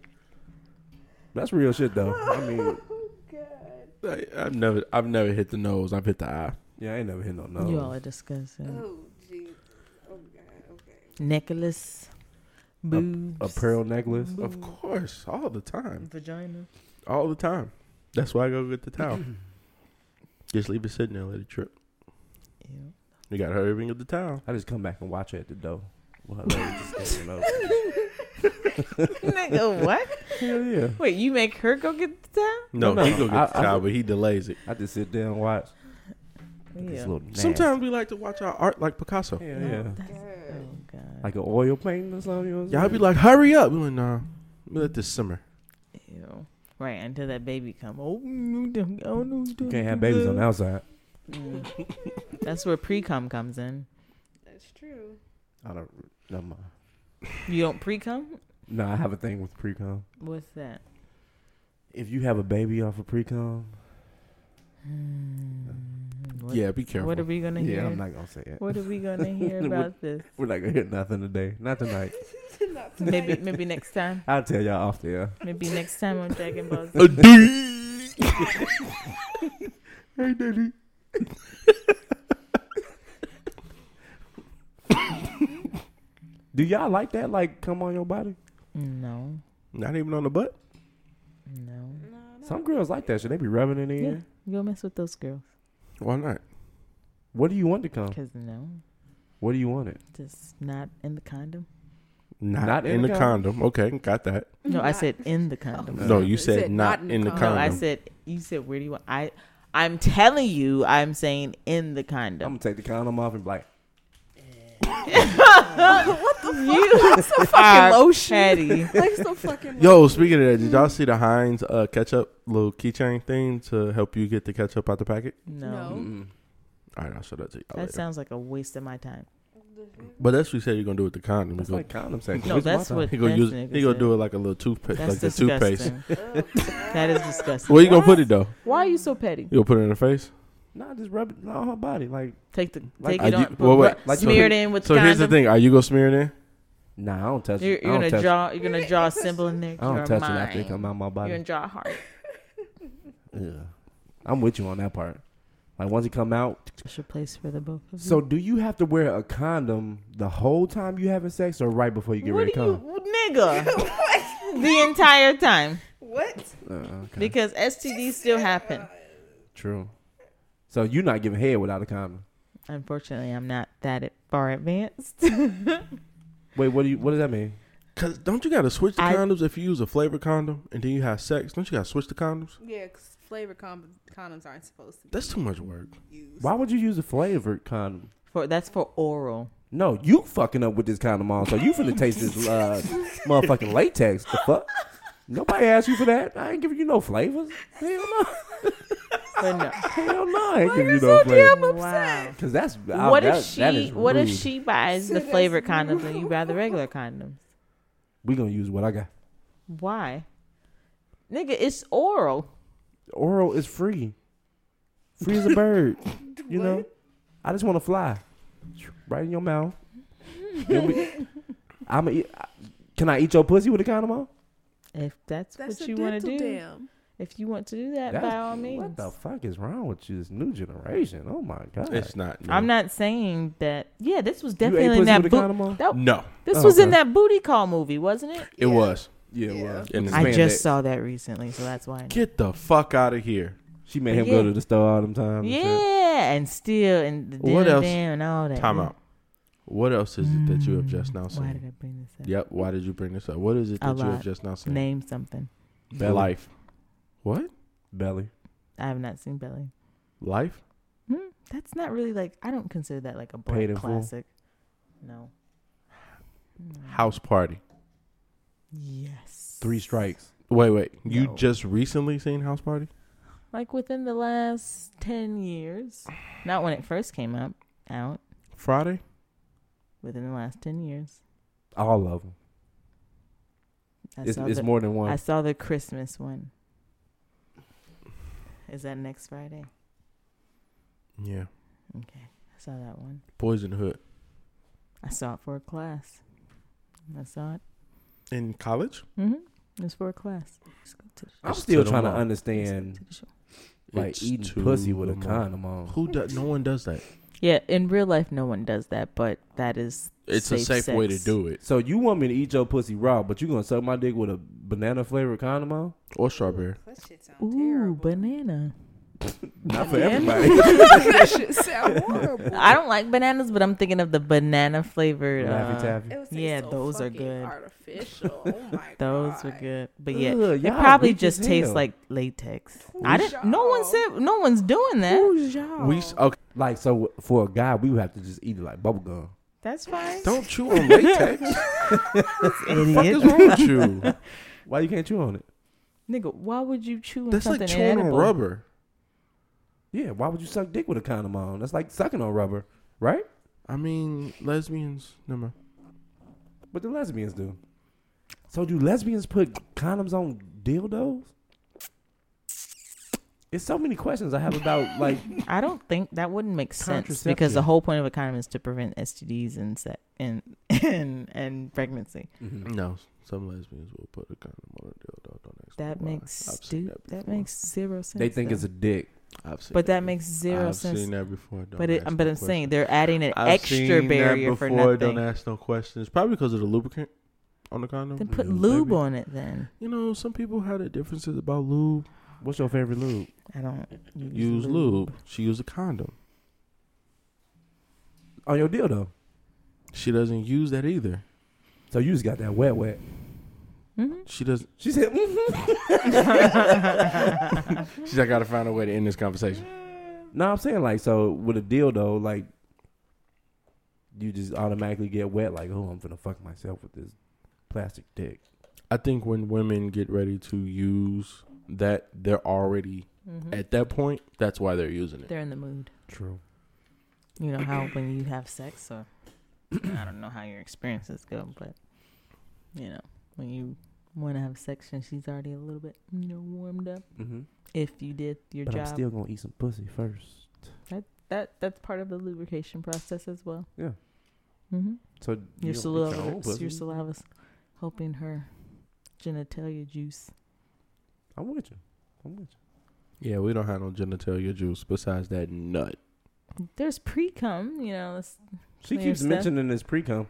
Speaker 2: That's real shit, though. I mean,
Speaker 1: I, I've never, I've never hit the nose. I've hit the eye.
Speaker 2: yeah, I ain't never hit no nose.
Speaker 3: You all are disgusting.
Speaker 4: Oh, Jesus. Oh, God. Okay.
Speaker 3: Necklace, boobs,
Speaker 2: a pearl necklace.
Speaker 1: Of course, all the time,
Speaker 3: vagina.
Speaker 1: all the time. That's why I go get the towel. Just leave it sitting there, let it trip.
Speaker 3: Ew.
Speaker 1: You got her at the towel.
Speaker 2: I just come back and watch her at the door. Well, I love it, just hanging out.
Speaker 3: Nigga, what?
Speaker 2: Hell yeah.
Speaker 3: Wait, you make her go get the towel?
Speaker 1: No,
Speaker 2: No,
Speaker 1: he
Speaker 2: no,
Speaker 1: go get
Speaker 2: I-
Speaker 1: the
Speaker 2: I-
Speaker 1: towel, but he delays it.
Speaker 2: I just sit there and watch. Look at This
Speaker 3: Yeah.
Speaker 2: little nasty.
Speaker 1: Sometimes we like to watch our art like Picasso.
Speaker 2: Hell yeah.
Speaker 3: Oh god.
Speaker 2: Like an oil painting or something. You know what I'm
Speaker 1: Y'all be
Speaker 2: saying?
Speaker 1: like, hurry up. We like, nah, we let this simmer.
Speaker 3: Ew. Right until that baby come. Oh no, don't- oh no,
Speaker 2: You
Speaker 3: don't
Speaker 2: can't have
Speaker 3: do
Speaker 2: babies
Speaker 3: that.
Speaker 2: on the outside.
Speaker 3: Mm. That's where pre cum comes in.
Speaker 4: That's true.
Speaker 2: I don't. Never mind.
Speaker 3: You don't pre cum?
Speaker 2: No, I have a thing with pre cum.
Speaker 3: What's that?
Speaker 2: If you have a baby off of pre cum,
Speaker 3: What-
Speaker 1: Yeah, be careful.
Speaker 3: What are we gonna hear?
Speaker 2: yeah, I'm not gonna say it.
Speaker 3: What are we gonna hear
Speaker 2: What-
Speaker 3: about this?
Speaker 2: We're not gonna hear nothing today. Not tonight.
Speaker 4: Not tonight.
Speaker 3: Maybe maybe next time.
Speaker 2: I'll tell y'all off the air.
Speaker 3: Maybe next time on Dragon Ball Z.
Speaker 1: A dude. hey, daddy.
Speaker 2: Do y'all like that? Like, come on your body.
Speaker 3: No,
Speaker 1: Not even on the butt.
Speaker 3: no.
Speaker 2: Some girls like that shit. They be rubbing it in.
Speaker 3: Yeah. You don't mess with those girls.
Speaker 1: Why not?
Speaker 2: What do you want to come?
Speaker 3: Cause no,
Speaker 2: What do you want it?
Speaker 3: just not in the condom.
Speaker 1: Not, in, the condom. Okay, got that.
Speaker 3: No, I
Speaker 4: Not-
Speaker 3: said in the condom.
Speaker 1: No, you said, not, in the
Speaker 3: No,
Speaker 1: condom.
Speaker 3: I said you said where do you want? I I'm telling you, I'm saying in the
Speaker 2: I'm
Speaker 3: condom.
Speaker 2: gonna take the condom off and be like,
Speaker 3: You are petty.
Speaker 4: Like some fucking.
Speaker 1: Yo, speaking of that, did y'all see the Heinz uh, ketchup little keychain thing to help you get the ketchup out the packet?
Speaker 3: No.
Speaker 4: No.
Speaker 2: Mm-mm.
Speaker 1: All right, I'll show that to y'all
Speaker 3: That
Speaker 1: later.
Speaker 3: sounds like a waste of my time.
Speaker 1: but that's what you said you're gonna do with the condom.
Speaker 2: that's
Speaker 1: You go-
Speaker 2: like condom sex.
Speaker 3: No,
Speaker 2: Waste my
Speaker 3: that's
Speaker 2: time.
Speaker 3: what
Speaker 1: He gonna
Speaker 3: that's
Speaker 1: use.
Speaker 3: nigga
Speaker 1: He gonna
Speaker 3: said.
Speaker 1: do it like a little toothpaste,
Speaker 3: That's
Speaker 1: like the toothpaste.
Speaker 3: disgusting. that is disgusting.
Speaker 1: Where you gonna put it though?
Speaker 3: Why are you so petty?
Speaker 1: You gonna put it in her face?
Speaker 2: Nah, just rub it on her body. Like,
Speaker 3: Take the
Speaker 2: Like-
Speaker 3: take
Speaker 1: Are
Speaker 3: it
Speaker 1: you-
Speaker 3: on.
Speaker 1: well, wait,
Speaker 2: like you
Speaker 3: smear
Speaker 2: put-
Speaker 3: it in with
Speaker 1: So
Speaker 3: the condom.
Speaker 1: here's the thing: Are you gonna smear it in?
Speaker 2: nah, I don't touch
Speaker 3: You're,
Speaker 2: it. I
Speaker 3: you're
Speaker 2: don't
Speaker 3: gonna
Speaker 2: touch
Speaker 3: draw. You're gonna draw a symbol in there.
Speaker 2: It. I don't
Speaker 3: You're
Speaker 2: touch
Speaker 3: mine.
Speaker 2: it after it come out my
Speaker 3: You're
Speaker 2: body.
Speaker 3: gonna draw a heart.
Speaker 2: Ugh. I'm with you on that part. Like once it come out.
Speaker 3: Special place for the both of
Speaker 2: So do you have to wear a condom the whole time you having sex, or right before you get
Speaker 3: what
Speaker 2: ready to
Speaker 3: do
Speaker 2: come?
Speaker 3: you, nigga? the entire time
Speaker 4: What?
Speaker 2: Uh, okay.
Speaker 3: because STDs still happen.
Speaker 2: True. So you're not giving head without a condom.
Speaker 3: Unfortunately, I'm not that ad- far advanced.
Speaker 2: Wait, what do you? What does that mean?
Speaker 1: Cause don't you gotta switch the
Speaker 3: I-
Speaker 1: condoms if you use a flavored condom and then you have sex? Don't you gotta switch the condoms?
Speaker 4: Yeah, 'cause flavored con- condoms aren't supposed to be
Speaker 1: That's too much work.
Speaker 4: used.
Speaker 2: Why would you use a flavored condom?
Speaker 3: For that's for oral.
Speaker 2: No, you fucking up with this condom on, so you finna taste this uh, motherfucking latex. The fuck? Nobody asked you for that. I ain't giving you no flavors. Hell no.
Speaker 3: But no.
Speaker 2: Hell no. I ain't giving you no flavors.
Speaker 3: Wow.
Speaker 2: Cause that's I-
Speaker 3: What
Speaker 2: Oh, that-
Speaker 3: if
Speaker 2: that
Speaker 3: she?
Speaker 2: is
Speaker 3: What if
Speaker 2: rude.
Speaker 3: she buys the
Speaker 4: That's
Speaker 3: flavored condoms and you buy the regular condoms?
Speaker 2: We gonna use what I got.
Speaker 3: Why? Nigga, it's oral.
Speaker 2: Oral is free. Free as a bird. you know? I just want to fly. Right in your mouth. I'm eat, can I eat your pussy with a condom on?
Speaker 3: If that's,
Speaker 4: That's
Speaker 3: what
Speaker 4: a
Speaker 3: you want to
Speaker 4: dental
Speaker 3: do,
Speaker 4: dam.
Speaker 3: if you want to do that, by all means.
Speaker 2: What the fuck is wrong with you? This new generation. Oh my god.
Speaker 1: It's not. No.
Speaker 3: I'm not saying that. Yeah, this was
Speaker 2: you
Speaker 3: definitely in
Speaker 2: pussy
Speaker 3: that
Speaker 2: with a
Speaker 3: book.
Speaker 2: condom on?
Speaker 3: That-
Speaker 1: No,
Speaker 3: This
Speaker 2: Oh,
Speaker 3: was in
Speaker 2: okay.
Speaker 3: that booty call movie, wasn't it?
Speaker 1: it
Speaker 4: Yeah.
Speaker 1: was.
Speaker 2: Yeah,
Speaker 4: Yeah.
Speaker 2: well,
Speaker 1: And
Speaker 3: I
Speaker 1: it's-
Speaker 2: Man,
Speaker 3: just
Speaker 2: that-
Speaker 3: saw that recently, so that's why. I know.
Speaker 1: Get the fuck out of here.
Speaker 2: she made him
Speaker 3: Yeah.
Speaker 2: go to the store all them time. and shit.
Speaker 3: Yeah, and still and the
Speaker 1: What
Speaker 3: what else?
Speaker 1: else?
Speaker 3: and all that.
Speaker 1: Time
Speaker 3: Yeah.
Speaker 1: out. What else is it that you have just now
Speaker 3: Why did
Speaker 1: seen?
Speaker 3: I bring this up?
Speaker 1: Yep. Why did you bring this up? What is it
Speaker 3: A
Speaker 1: that you have
Speaker 3: lot.
Speaker 1: just now seen?
Speaker 3: Name something.
Speaker 2: Belly.
Speaker 1: Life. What?
Speaker 2: Belly.
Speaker 3: I have not seen Belly.
Speaker 1: Life?
Speaker 3: Hmm, that's not really like I don't consider that like a black
Speaker 2: Paid in Full?
Speaker 3: classic. No.
Speaker 1: House party.
Speaker 3: Yes.
Speaker 2: Three strikes.
Speaker 1: Wait, wait. You
Speaker 3: No.
Speaker 1: just recently seen House Party?
Speaker 3: Like within the last ten years, not when it first came up out.
Speaker 1: Friday?
Speaker 3: Within the last ten years,
Speaker 2: All of them.
Speaker 3: I
Speaker 2: It's,
Speaker 3: saw
Speaker 2: it's
Speaker 3: the,
Speaker 2: more than
Speaker 3: I
Speaker 2: one.
Speaker 3: saw the Christmas one. Is that next Friday?
Speaker 1: Yeah.
Speaker 3: I saw that one.
Speaker 1: Boys in the Hood.
Speaker 3: I saw it for a class. I saw it.
Speaker 1: In college?
Speaker 3: Mm-hmm. It was for a class. Let's go to the,
Speaker 2: I'm
Speaker 1: It's
Speaker 2: still
Speaker 1: to the
Speaker 2: trying to
Speaker 1: mall.
Speaker 2: understand
Speaker 3: to the show.
Speaker 2: like
Speaker 1: It's to
Speaker 2: eating pussy with a
Speaker 1: the mall.
Speaker 2: condom on.
Speaker 1: Who does? No one does that.
Speaker 3: Yeah, in real life, no one does that, but that is
Speaker 1: It's a safe way to
Speaker 3: sex.
Speaker 1: do it.
Speaker 2: So you want me to eat your pussy raw, but you gonna suck my dick with a banana flavored condom on?
Speaker 1: Or strawberry.
Speaker 4: That shit sound
Speaker 3: Ooh, banana.
Speaker 2: Not for everybody.
Speaker 4: that shit sound horrible.
Speaker 3: I don't like bananas, but I'm thinking of the banana flavored.
Speaker 2: Laffy
Speaker 3: Uh,
Speaker 2: Taffy.
Speaker 4: It was
Speaker 3: Yeah, those are
Speaker 4: fucking
Speaker 3: good.
Speaker 4: Artificial. Oh my
Speaker 3: those
Speaker 4: god.
Speaker 3: were good, but yeah,
Speaker 2: Ugh,
Speaker 3: it
Speaker 2: y'all
Speaker 3: probably
Speaker 2: weak
Speaker 3: just
Speaker 2: as
Speaker 3: tastes
Speaker 2: hell.
Speaker 3: like latex. I didn't. No one
Speaker 4: y'all?
Speaker 3: said. No one's doing that.
Speaker 1: We s- uh, okay.
Speaker 2: Like so for a guy, we would have to just eat it like bubble gum.
Speaker 3: That's fine.
Speaker 1: Don't chew on latex. What is
Speaker 3: idiot.
Speaker 1: wrong with you?
Speaker 2: Why you can't chew on it?
Speaker 3: Nigga, why would you chew on
Speaker 1: That's
Speaker 3: something
Speaker 1: like chewing on
Speaker 3: inedible?
Speaker 1: rubber.
Speaker 2: Yeah, why would you suck dick with a condom on? That's like sucking on rubber, right?
Speaker 1: I mean, lesbians. Never. mind.
Speaker 2: What the lesbians do. So do lesbians put condoms on dildos? It's so many questions I have about like
Speaker 3: I don't think that wouldn't make sense because the
Speaker 2: Contraception.
Speaker 3: whole point of a condom is to prevent STDs and se- and and and pregnancy.
Speaker 1: No, some lesbians will put a condom on a dildo. Don't ask
Speaker 3: That
Speaker 1: me why.
Speaker 3: makes
Speaker 1: I've seen
Speaker 3: stu- that,
Speaker 1: before.
Speaker 3: makes zero sense.
Speaker 2: they think
Speaker 3: though.
Speaker 2: it's a dick.
Speaker 1: I've seen
Speaker 3: but that makes 0
Speaker 1: I've
Speaker 3: sense.
Speaker 1: seen that before. Don't
Speaker 3: but it,
Speaker 1: ask
Speaker 3: but I'm
Speaker 1: no
Speaker 3: saying
Speaker 1: questions.
Speaker 3: they're adding an
Speaker 1: I've
Speaker 3: extra
Speaker 1: seen that
Speaker 3: barrier for
Speaker 1: before, Don't
Speaker 3: nothing.
Speaker 1: ask no questions. Probably because of the lubricant on the condom.
Speaker 3: Then put
Speaker 2: Lube,
Speaker 3: lube
Speaker 1: maybe.
Speaker 3: on it. Then
Speaker 1: You know, some people had their differences about lube.
Speaker 2: What's your favorite lube?
Speaker 3: I don't
Speaker 1: Use lube. She used a condom.
Speaker 2: On your dildo.
Speaker 1: She doesn't use that either.
Speaker 2: So you just got that wet wet.
Speaker 3: mm-hmm,
Speaker 1: She doesn't.
Speaker 2: She said, mm-hmm.
Speaker 1: She's. I gotta find a way to end this conversation.
Speaker 2: No, I'm saying like so with a dildo, like you just automatically get wet, like, oh, I'm gonna fuck myself with this plastic dick.
Speaker 1: I think when women get ready to use that, they're already at that point. That's why they're using it.
Speaker 3: mm-hmm. They're in the mood.
Speaker 2: True.
Speaker 3: You know how when you have sex, or I don't know how your experiences go, but you know when you want to have sex and she's already a little bit you know warmed up.
Speaker 2: Mm-hmm.
Speaker 3: If you did your
Speaker 2: But I'm
Speaker 3: job,
Speaker 2: still gonna eat some pussy first.
Speaker 3: that that's part of the lubrication process as well.
Speaker 2: Yeah.
Speaker 3: Mm-hmm.
Speaker 2: So
Speaker 3: Your
Speaker 2: you don't eat your own
Speaker 3: saliva,
Speaker 2: pussy.
Speaker 3: your saliva's helping her genitalia juice.
Speaker 2: I'm with you. I'm with
Speaker 1: Yeah, we don't have no genitalia juice besides that nut.
Speaker 3: There's pre cum, you know. It's,
Speaker 2: you. She
Speaker 3: Clear
Speaker 2: keeps
Speaker 3: stuff.
Speaker 2: mentioning this pre cum.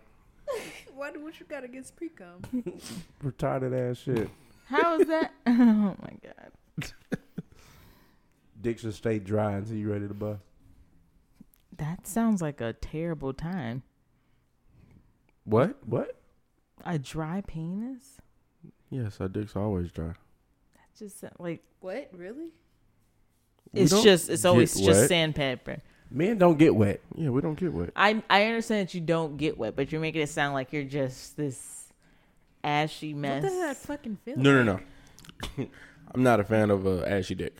Speaker 4: Why do what you got against pre cum?
Speaker 2: Retarded ass shit.
Speaker 3: how is that? oh my god!
Speaker 2: Dick should stay dry until you ready to bust.
Speaker 3: That sounds like a terrible time.
Speaker 1: What?
Speaker 2: What?
Speaker 3: A dry penis.
Speaker 1: Yes, our dick's always dry.
Speaker 3: That just sound- like
Speaker 4: What? Really?
Speaker 1: We
Speaker 3: it's
Speaker 1: don't
Speaker 3: just it's
Speaker 1: get
Speaker 3: always just
Speaker 1: wet.
Speaker 3: sandpaper.
Speaker 2: Men don't get wet.
Speaker 1: Yeah, we don't get wet.
Speaker 3: I I understand that you don't get wet, but you're making it sound like you're just this ashy mess.
Speaker 4: What does that fucking feel?
Speaker 1: No, no, no. I'm not a fan of uh, ashy dick.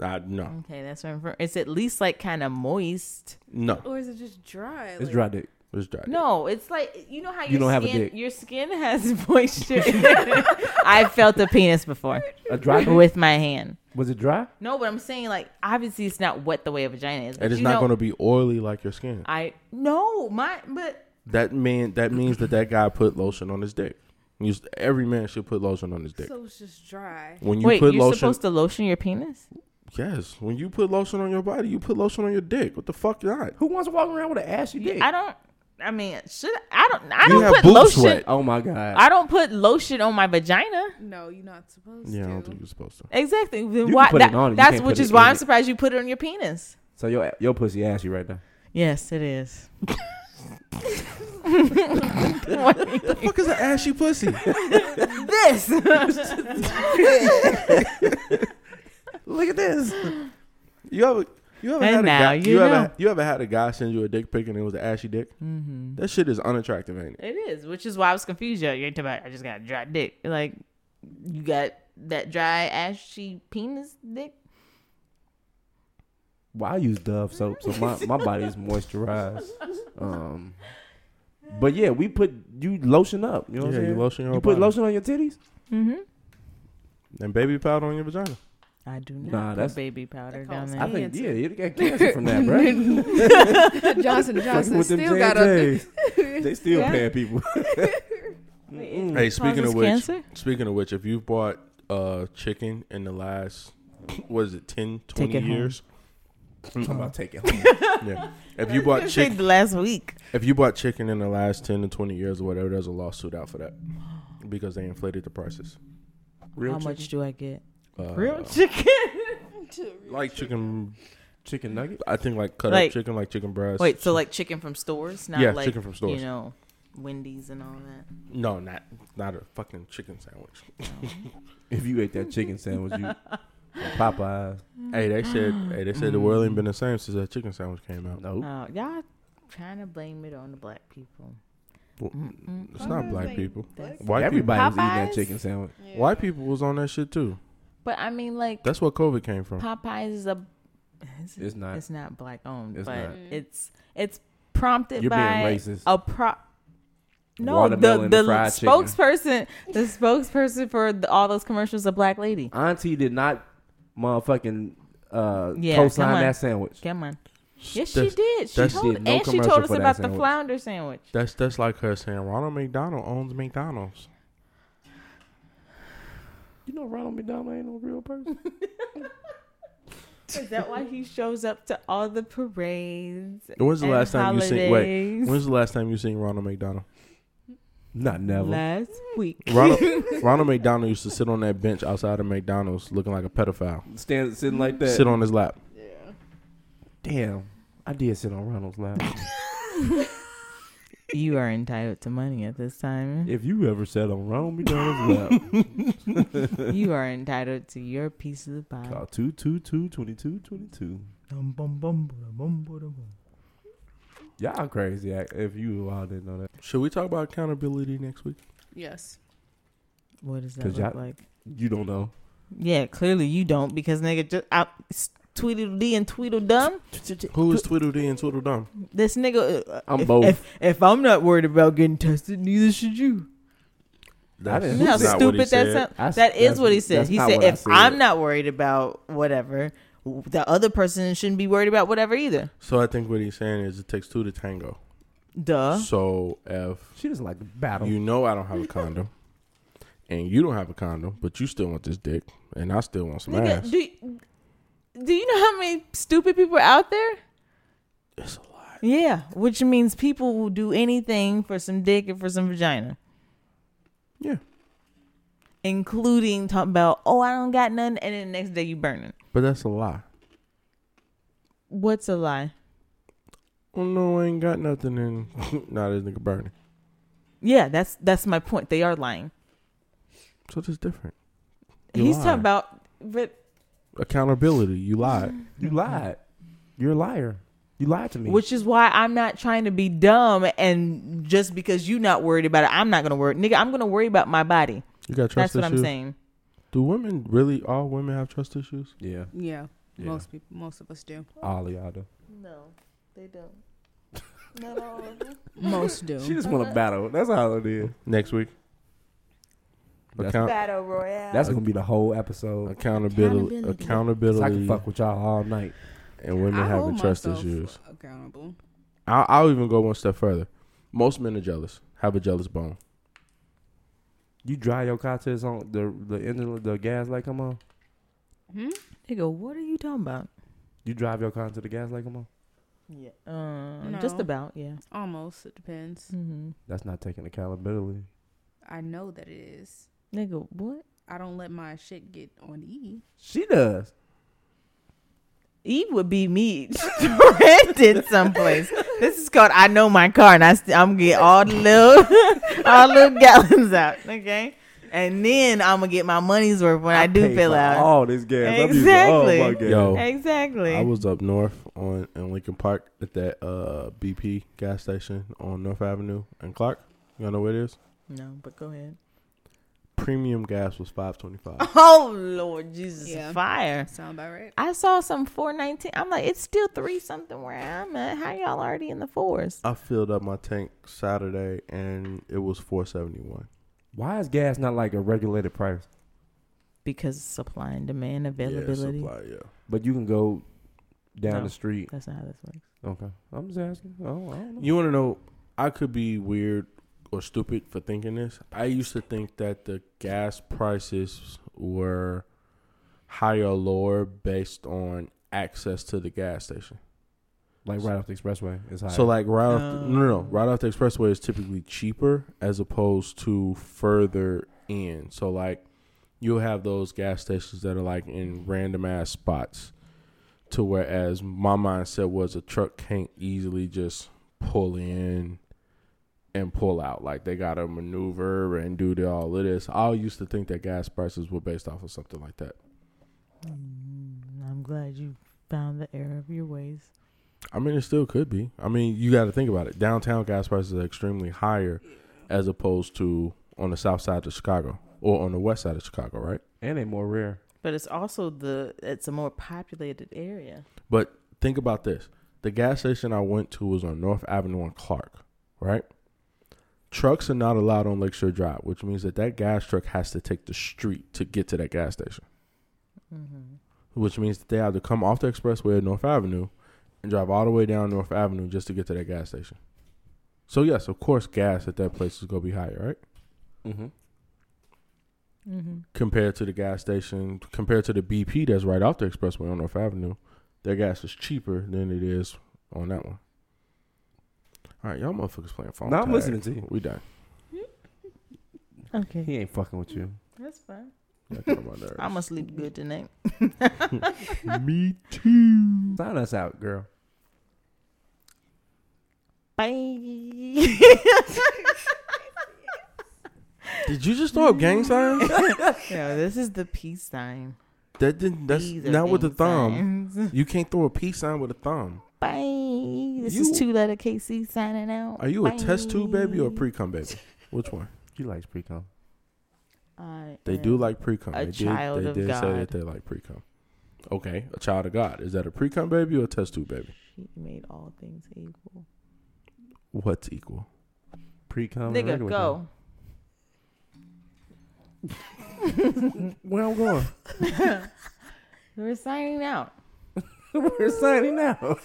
Speaker 1: I, no,
Speaker 3: Okay, that's what I'm. For. It's at least like kind of moist.
Speaker 1: no.
Speaker 4: Or is it just dry?
Speaker 2: It's dry dick.
Speaker 1: It's dry.
Speaker 3: No, it's like you know how your
Speaker 2: You don't have a
Speaker 3: skin,
Speaker 2: dick.
Speaker 3: Your skin has moisture. in it. I felt a penis before
Speaker 2: A dry dick?
Speaker 3: with my hand.
Speaker 2: Was it dry?
Speaker 3: No, but I'm saying like obviously it's not wet the way a vagina is. but
Speaker 1: And it's
Speaker 3: you
Speaker 1: not
Speaker 3: know-
Speaker 1: going to be oily like your skin.
Speaker 3: I no my but
Speaker 1: That man. That means that that guy put lotion on his dick. You s- every man should put lotion on his dick.
Speaker 4: So it's just dry.
Speaker 1: When you
Speaker 3: wait
Speaker 1: put
Speaker 3: you're
Speaker 1: lotion,
Speaker 3: supposed to lotion your penis.
Speaker 1: yes. When you put lotion on your body, you put lotion on your dick. What the fuck, not?
Speaker 2: Who wants to walk around with an ashy dick?
Speaker 3: I don't. I mean, should I I don't I
Speaker 1: You
Speaker 3: don't
Speaker 1: have
Speaker 3: put
Speaker 1: boob
Speaker 3: lotion.
Speaker 1: sweat.
Speaker 2: oh my god!
Speaker 3: I don't put lotion on my vagina.
Speaker 4: No, you're not supposed
Speaker 1: Yeah, I
Speaker 4: to.
Speaker 1: don't think you're supposed to.
Speaker 3: Exactly. Then
Speaker 2: can
Speaker 3: why?
Speaker 2: put
Speaker 3: that-
Speaker 2: it on it, you
Speaker 3: that's
Speaker 2: can't
Speaker 3: which
Speaker 2: put it
Speaker 3: is why
Speaker 2: in
Speaker 3: I'm
Speaker 2: it.
Speaker 3: surprised you put it on your penis.
Speaker 2: so your your pussy ashy right now.
Speaker 3: Yes, it is.
Speaker 1: The fuck is an ashy pussy?
Speaker 3: this.
Speaker 2: Look at this.
Speaker 1: You ever you ever
Speaker 3: And
Speaker 1: had a
Speaker 3: now
Speaker 1: guy,
Speaker 3: you
Speaker 1: you, ever
Speaker 3: know.
Speaker 1: you ever had a guy send you a dick pic and it was an ashy dick? Mm-hmm. That shit is unattractive, ain't it?
Speaker 3: It is, which is why I was confused. Yo, you ain't talking about I just got a dry dick. Like you got that dry ashy penis dick.
Speaker 2: Well, I use Dove soap, so my, my body is moisturized. Um, but yeah, we put you lotion up. You know what
Speaker 1: Yeah,
Speaker 2: I'm
Speaker 1: you
Speaker 2: saying?
Speaker 1: lotion your
Speaker 2: You
Speaker 1: whole
Speaker 2: put
Speaker 1: body.
Speaker 2: lotion on your titties?
Speaker 3: Mm-hmm.
Speaker 1: And baby powder on your vagina.
Speaker 3: I do not
Speaker 2: Nah,
Speaker 3: put
Speaker 2: that's-
Speaker 3: baby powder
Speaker 4: That
Speaker 3: down
Speaker 4: costs
Speaker 3: there.
Speaker 2: I think
Speaker 4: Cancer.
Speaker 2: yeah, you got cancer from that, bro.
Speaker 4: Johnson and Johnson still got a.
Speaker 2: a, they still
Speaker 3: Yeah.
Speaker 2: paying people.
Speaker 1: Hey, speaking
Speaker 3: causes
Speaker 1: of which,
Speaker 3: cancer?
Speaker 1: speaking of which, if you bought uh chicken in the last what is it 10, 20
Speaker 3: it home.
Speaker 1: years?
Speaker 2: I'm about to take it home.
Speaker 1: Yeah. If you bought
Speaker 3: Say
Speaker 1: chicken,
Speaker 3: last week.
Speaker 1: if you bought chicken in the last ten to twenty years or whatever, there's a lawsuit out for that because they inflated the prices.
Speaker 2: Real
Speaker 3: How
Speaker 2: chicken,
Speaker 3: much do I get?
Speaker 1: Uh,
Speaker 3: Real chicken.
Speaker 1: like chicken,
Speaker 2: chicken nugget?
Speaker 1: I think like cut
Speaker 3: Like-
Speaker 1: up chicken, like chicken breast.
Speaker 3: Wait, so like chicken from stores, not
Speaker 1: Yeah,
Speaker 3: like
Speaker 1: chicken from stores.
Speaker 3: You know, Wendy's and all that.
Speaker 1: no, not not a fucking chicken sandwich.
Speaker 2: If you ate that chicken sandwich, you Popeyes.
Speaker 3: Mm.
Speaker 1: Hey, they said. hey, they said the world ain't been the same since that chicken sandwich came out.
Speaker 2: No,
Speaker 3: Uh, y'all trying to blame it on the black people.
Speaker 1: It's
Speaker 3: Oh,
Speaker 1: not black people.
Speaker 3: That's-
Speaker 1: White
Speaker 2: everybody was eating that
Speaker 3: Popeyes?
Speaker 2: chicken sandwich.
Speaker 1: people, white people was on that shit too.
Speaker 3: But I mean, like
Speaker 1: That's where COVID came from.
Speaker 3: Popeyes is a.
Speaker 2: It's not.
Speaker 3: It's not black owned,
Speaker 2: It's
Speaker 3: but
Speaker 2: not.
Speaker 3: it's it's prompted
Speaker 2: You're being
Speaker 3: by
Speaker 2: racist.
Speaker 3: a pro. No, the
Speaker 2: Watermelon
Speaker 3: the
Speaker 2: and fried chicken.
Speaker 3: spokesperson, the spokesperson for the, all those commercials, a black lady.
Speaker 2: Auntie did not motherfucking uh,
Speaker 3: Yeah, come on.
Speaker 2: co-sign that sandwich.
Speaker 3: Come on. Yes,
Speaker 1: That's-
Speaker 3: she did. She
Speaker 1: that's-
Speaker 3: told,
Speaker 2: did no
Speaker 3: and she
Speaker 2: commercial
Speaker 3: told us
Speaker 2: for that
Speaker 3: about the
Speaker 2: sandwich.
Speaker 3: flounder sandwich.
Speaker 1: That's that's like her saying Ronald McDonald owns McDonald's.
Speaker 2: You know Ronald McDonald ain't no real person.
Speaker 3: Is that why he shows up to all the parades?
Speaker 1: When's the
Speaker 3: And
Speaker 1: last time you seen? Wait,
Speaker 3: holidays.
Speaker 1: when's the last time you seen Ronald McDonald?
Speaker 2: Not never.
Speaker 3: Last week,
Speaker 1: Ronald Ronald McDonald used to sit on that bench outside of McDonald's looking like a pedophile.
Speaker 2: Stand sitting like that.
Speaker 1: Sit on his lap.
Speaker 2: Damn, I did sit on Ronald's lap.
Speaker 3: you are entitled to money at this time.
Speaker 2: if you ever sat on Ronald McDonald's lap,
Speaker 3: you are entitled to your piece of the pie.
Speaker 2: call Uh, two two two twenty two twenty two. Y'all crazy act- if you all didn't know that.
Speaker 1: Should we talk about accountability next week?
Speaker 4: Yes.
Speaker 3: What does that
Speaker 2: 'Cause
Speaker 3: look
Speaker 2: y'all-
Speaker 3: like?
Speaker 2: You don't know.
Speaker 3: Yeah, clearly you don't because nigga just out s- Tweedledee and Tweedledum.
Speaker 1: Who is Tweedledee and Tweedledum?
Speaker 3: This nigga, uh,
Speaker 2: I'm
Speaker 3: if,
Speaker 2: both.
Speaker 3: If, if I'm not worried about getting tested, neither should you.
Speaker 2: I didn't-
Speaker 3: You know how
Speaker 1: what
Speaker 2: That's not
Speaker 1: he
Speaker 3: stupid that
Speaker 1: said.
Speaker 3: sound-
Speaker 2: That's-
Speaker 3: That is
Speaker 2: that's-
Speaker 3: what he said.
Speaker 2: that's
Speaker 3: He
Speaker 2: not
Speaker 3: said
Speaker 2: what I
Speaker 3: if
Speaker 2: said.
Speaker 3: I'm not worried about whatever, w- the other person shouldn't be worried about whatever either.
Speaker 1: So I think what he's saying is it takes two to tango.
Speaker 3: Duh.
Speaker 1: So if
Speaker 2: She doesn't like to battle.
Speaker 1: You know I don't have a condom, and you don't have a condom, but you still want this dick, and I still want some
Speaker 3: Nigga,
Speaker 1: ass.
Speaker 3: do you, do you know how many stupid people are out there?
Speaker 1: It's a lot.
Speaker 3: Yeah, which means people will do anything for some dick and for some vagina.
Speaker 1: Yeah,
Speaker 3: including talking about, oh, I don't got none, and then the next day you burning.
Speaker 1: but that's a lie.
Speaker 3: What's a lie?
Speaker 1: Oh no, I ain't got nothing, and now this nigga burning.
Speaker 3: Yeah, that's that's my point. They are lying.
Speaker 1: So it's different. You
Speaker 3: He's
Speaker 1: lying.
Speaker 3: talking about, but
Speaker 1: Accountability. You lied.
Speaker 2: you lied. You're a liar. You lied to me.
Speaker 3: which is why I'm not trying to be dumb and just because you not worried about it, I'm not gonna worry, nigga. I'm gonna worry about my body.
Speaker 1: You got trust
Speaker 3: that's what
Speaker 1: issues.
Speaker 3: I'm saying.
Speaker 1: Do women really? All women have trust issues.
Speaker 2: yeah,
Speaker 4: Yeah.
Speaker 2: Yeah.
Speaker 4: Most people, most of us do.
Speaker 2: all of y'all do.
Speaker 3: No, they don't.
Speaker 7: Not all of them.
Speaker 4: Most do.
Speaker 2: She just want to battle. That's all it is.
Speaker 1: Next week.
Speaker 2: That's-
Speaker 1: Account-
Speaker 7: Battle Royale.
Speaker 2: That's gonna be the whole episode.
Speaker 1: accountability,
Speaker 3: Accountability.
Speaker 2: So
Speaker 1: accountability,
Speaker 2: I can fuck with y'all all night.
Speaker 1: and women
Speaker 4: I
Speaker 1: having
Speaker 4: hold
Speaker 1: trust
Speaker 4: myself
Speaker 1: issues.
Speaker 4: Accountable.
Speaker 1: I'll, I'll even go one step further. Most men are jealous. Have a jealous bone.
Speaker 2: You dry your car till it's on the the engine the gas light come on.
Speaker 4: Hmm?
Speaker 3: They go, what are you talking about?
Speaker 2: You drive your car to the gas light come on.
Speaker 3: Yeah. Um, Just
Speaker 4: No.
Speaker 3: about, yeah.
Speaker 4: Almost. It depends.
Speaker 3: Mm-hmm.
Speaker 2: That's not taking accountability.
Speaker 4: I know that it is.
Speaker 3: They go, what?
Speaker 4: I don't let my shit get on E.
Speaker 2: She does.
Speaker 3: Eve would be me rented someplace. This is called I know my car, and I st- I'm gonna get all the little all little gallons out, okay? And then I'm gonna get my money's worth when I, do
Speaker 2: pay
Speaker 3: fill
Speaker 2: for
Speaker 3: out.
Speaker 2: all this gas. Exactly. All oh my gas.
Speaker 1: Yo,
Speaker 3: Exactly.
Speaker 1: I was up north on in Lincoln Park at that uh, BP gas station on North Avenue and Clark. Y'all know where it is?
Speaker 3: no, but go ahead.
Speaker 1: Premium gas was five twenty five.
Speaker 3: Oh Lord Jesus,
Speaker 4: Yeah.
Speaker 3: fire!
Speaker 4: Sound about right?
Speaker 3: I saw some four nineteen. I'm like, it's still three something where I'm at. How y'all already in the fours?
Speaker 1: I filled up my tank Saturday and it was four seventy one.
Speaker 2: Why is gas not like a regulated price?
Speaker 3: Because supply and demand, availability.
Speaker 1: Yeah, supply, yeah.
Speaker 2: But you can go down
Speaker 3: No.
Speaker 2: the street.
Speaker 3: That's not how this works.
Speaker 2: Okay. I'm just asking. Oh, I don't know.
Speaker 1: You want to know? I could be weird or stupid for thinking this. I used to think that the gas prices were higher or lower based on access to the gas station.
Speaker 2: like right off the expressway. It's high.
Speaker 1: So, like right off, the, no, no, no,
Speaker 3: Oh.
Speaker 1: right off the expressway is typically cheaper as opposed to further in. So, like you'll have those gas stations that are like in random ass spots. To whereas my mindset was a truck can't easily just pull in and pull out. Like they gotta maneuver and do the, all of this. I used to think that gas prices were based off of something like that.
Speaker 3: Mm-hmm. I'm glad you found the error of your ways.
Speaker 1: I mean, it still could be. I mean, you got to think about it. Downtown gas prices are extremely higher as opposed to on the south side of Chicago or on the west side of Chicago, right?
Speaker 2: and they more rare.
Speaker 3: But it's also the it's a more populated area.
Speaker 1: But think about this. The gas station I went to was on North Avenue and Clark, right? Trucks are not allowed on Lakeshore Drive, which means that that gas truck has to take the street to get to that gas station.
Speaker 3: Mm-hmm.
Speaker 1: Which means that they have to come off the expressway at North Avenue and drive all the way down North Avenue just to get to that gas station. So yes, of course, gas at that place is gonna be higher, right?
Speaker 2: Mm-hmm.
Speaker 3: Mm-hmm.
Speaker 1: Compared to the gas station, compared to the BP that's right off the expressway on North Avenue, their gas is cheaper than it is on that one. All right, y'all motherfuckers playing phone.
Speaker 2: No, I'm
Speaker 1: tag.
Speaker 2: listening to you.
Speaker 1: We done.
Speaker 3: Okay,
Speaker 2: He ain't fucking with you.
Speaker 3: that's fine.
Speaker 1: Y'all get on my nerves.
Speaker 3: I'm gonna sleep good tonight.
Speaker 2: Me too. Sign us out, girl.
Speaker 3: Bye.
Speaker 1: Did you just throw up gang signs?
Speaker 3: no, this is the peace sign.
Speaker 1: That didn't. That's
Speaker 3: These are
Speaker 1: not with the
Speaker 3: gang
Speaker 1: thumb.
Speaker 3: signs.
Speaker 1: You can't throw a peace sign with a thumb.
Speaker 3: Bye. This
Speaker 1: You-
Speaker 3: is two letter KC signing out.
Speaker 1: Are you a test tube baby or a
Speaker 3: Bye.
Speaker 1: pre cum baby? Which one?
Speaker 2: She likes pre cum.
Speaker 3: I
Speaker 1: They
Speaker 3: am
Speaker 1: do like pre cum.
Speaker 3: a
Speaker 1: they
Speaker 3: child
Speaker 1: did, they
Speaker 3: of
Speaker 1: did say
Speaker 3: God.
Speaker 1: that they like pre cum. Okay, a child of God. Is that a pre cum baby or a test tube baby?
Speaker 3: She made all things equal.
Speaker 1: What's equal?
Speaker 2: Pre cum.
Speaker 3: Nigga, go.
Speaker 2: Where I'm going?
Speaker 3: We're signing out.
Speaker 2: We're signing out.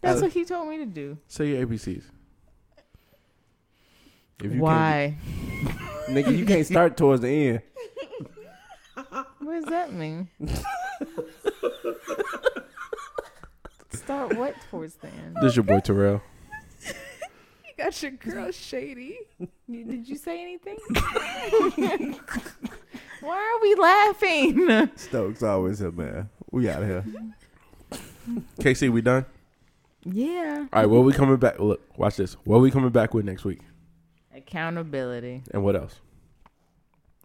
Speaker 3: That's what he told me to do.
Speaker 1: Say your ABCs.
Speaker 2: If you
Speaker 3: Why?
Speaker 2: Can't, nigga, you can't start towards the end.
Speaker 3: What does that mean? Start what towards the end?
Speaker 1: This your boy Terrell.
Speaker 4: You got your girl shady.
Speaker 3: You- Did you say anything? Why are we laughing?
Speaker 2: Stokes always here, man. We out of here.
Speaker 1: KC, we done?
Speaker 3: Yeah.
Speaker 1: All right, what we coming back? Look, watch this. What we coming back with next week?
Speaker 3: Accountability.
Speaker 1: And what else?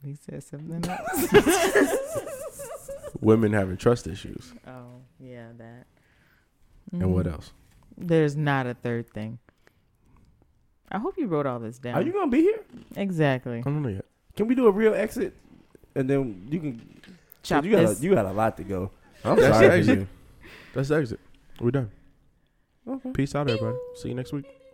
Speaker 3: He said something else.
Speaker 1: Women having trust issues.
Speaker 3: Oh, yeah, that.
Speaker 1: And what
Speaker 3: Mhm.
Speaker 1: else?
Speaker 3: There's not a third thing. I hope you wrote all this down.
Speaker 2: Are you gonna be here?
Speaker 3: exactly.
Speaker 1: I don't know yet.
Speaker 2: Can we do a real exit? And then you can.
Speaker 3: Chop
Speaker 2: you got
Speaker 3: this.
Speaker 2: a, you got a lot to go. I'm
Speaker 1: That's
Speaker 2: sorry for
Speaker 1: actually-
Speaker 2: you.
Speaker 1: That's the exit. We done. Peace out, everybody. See you next week.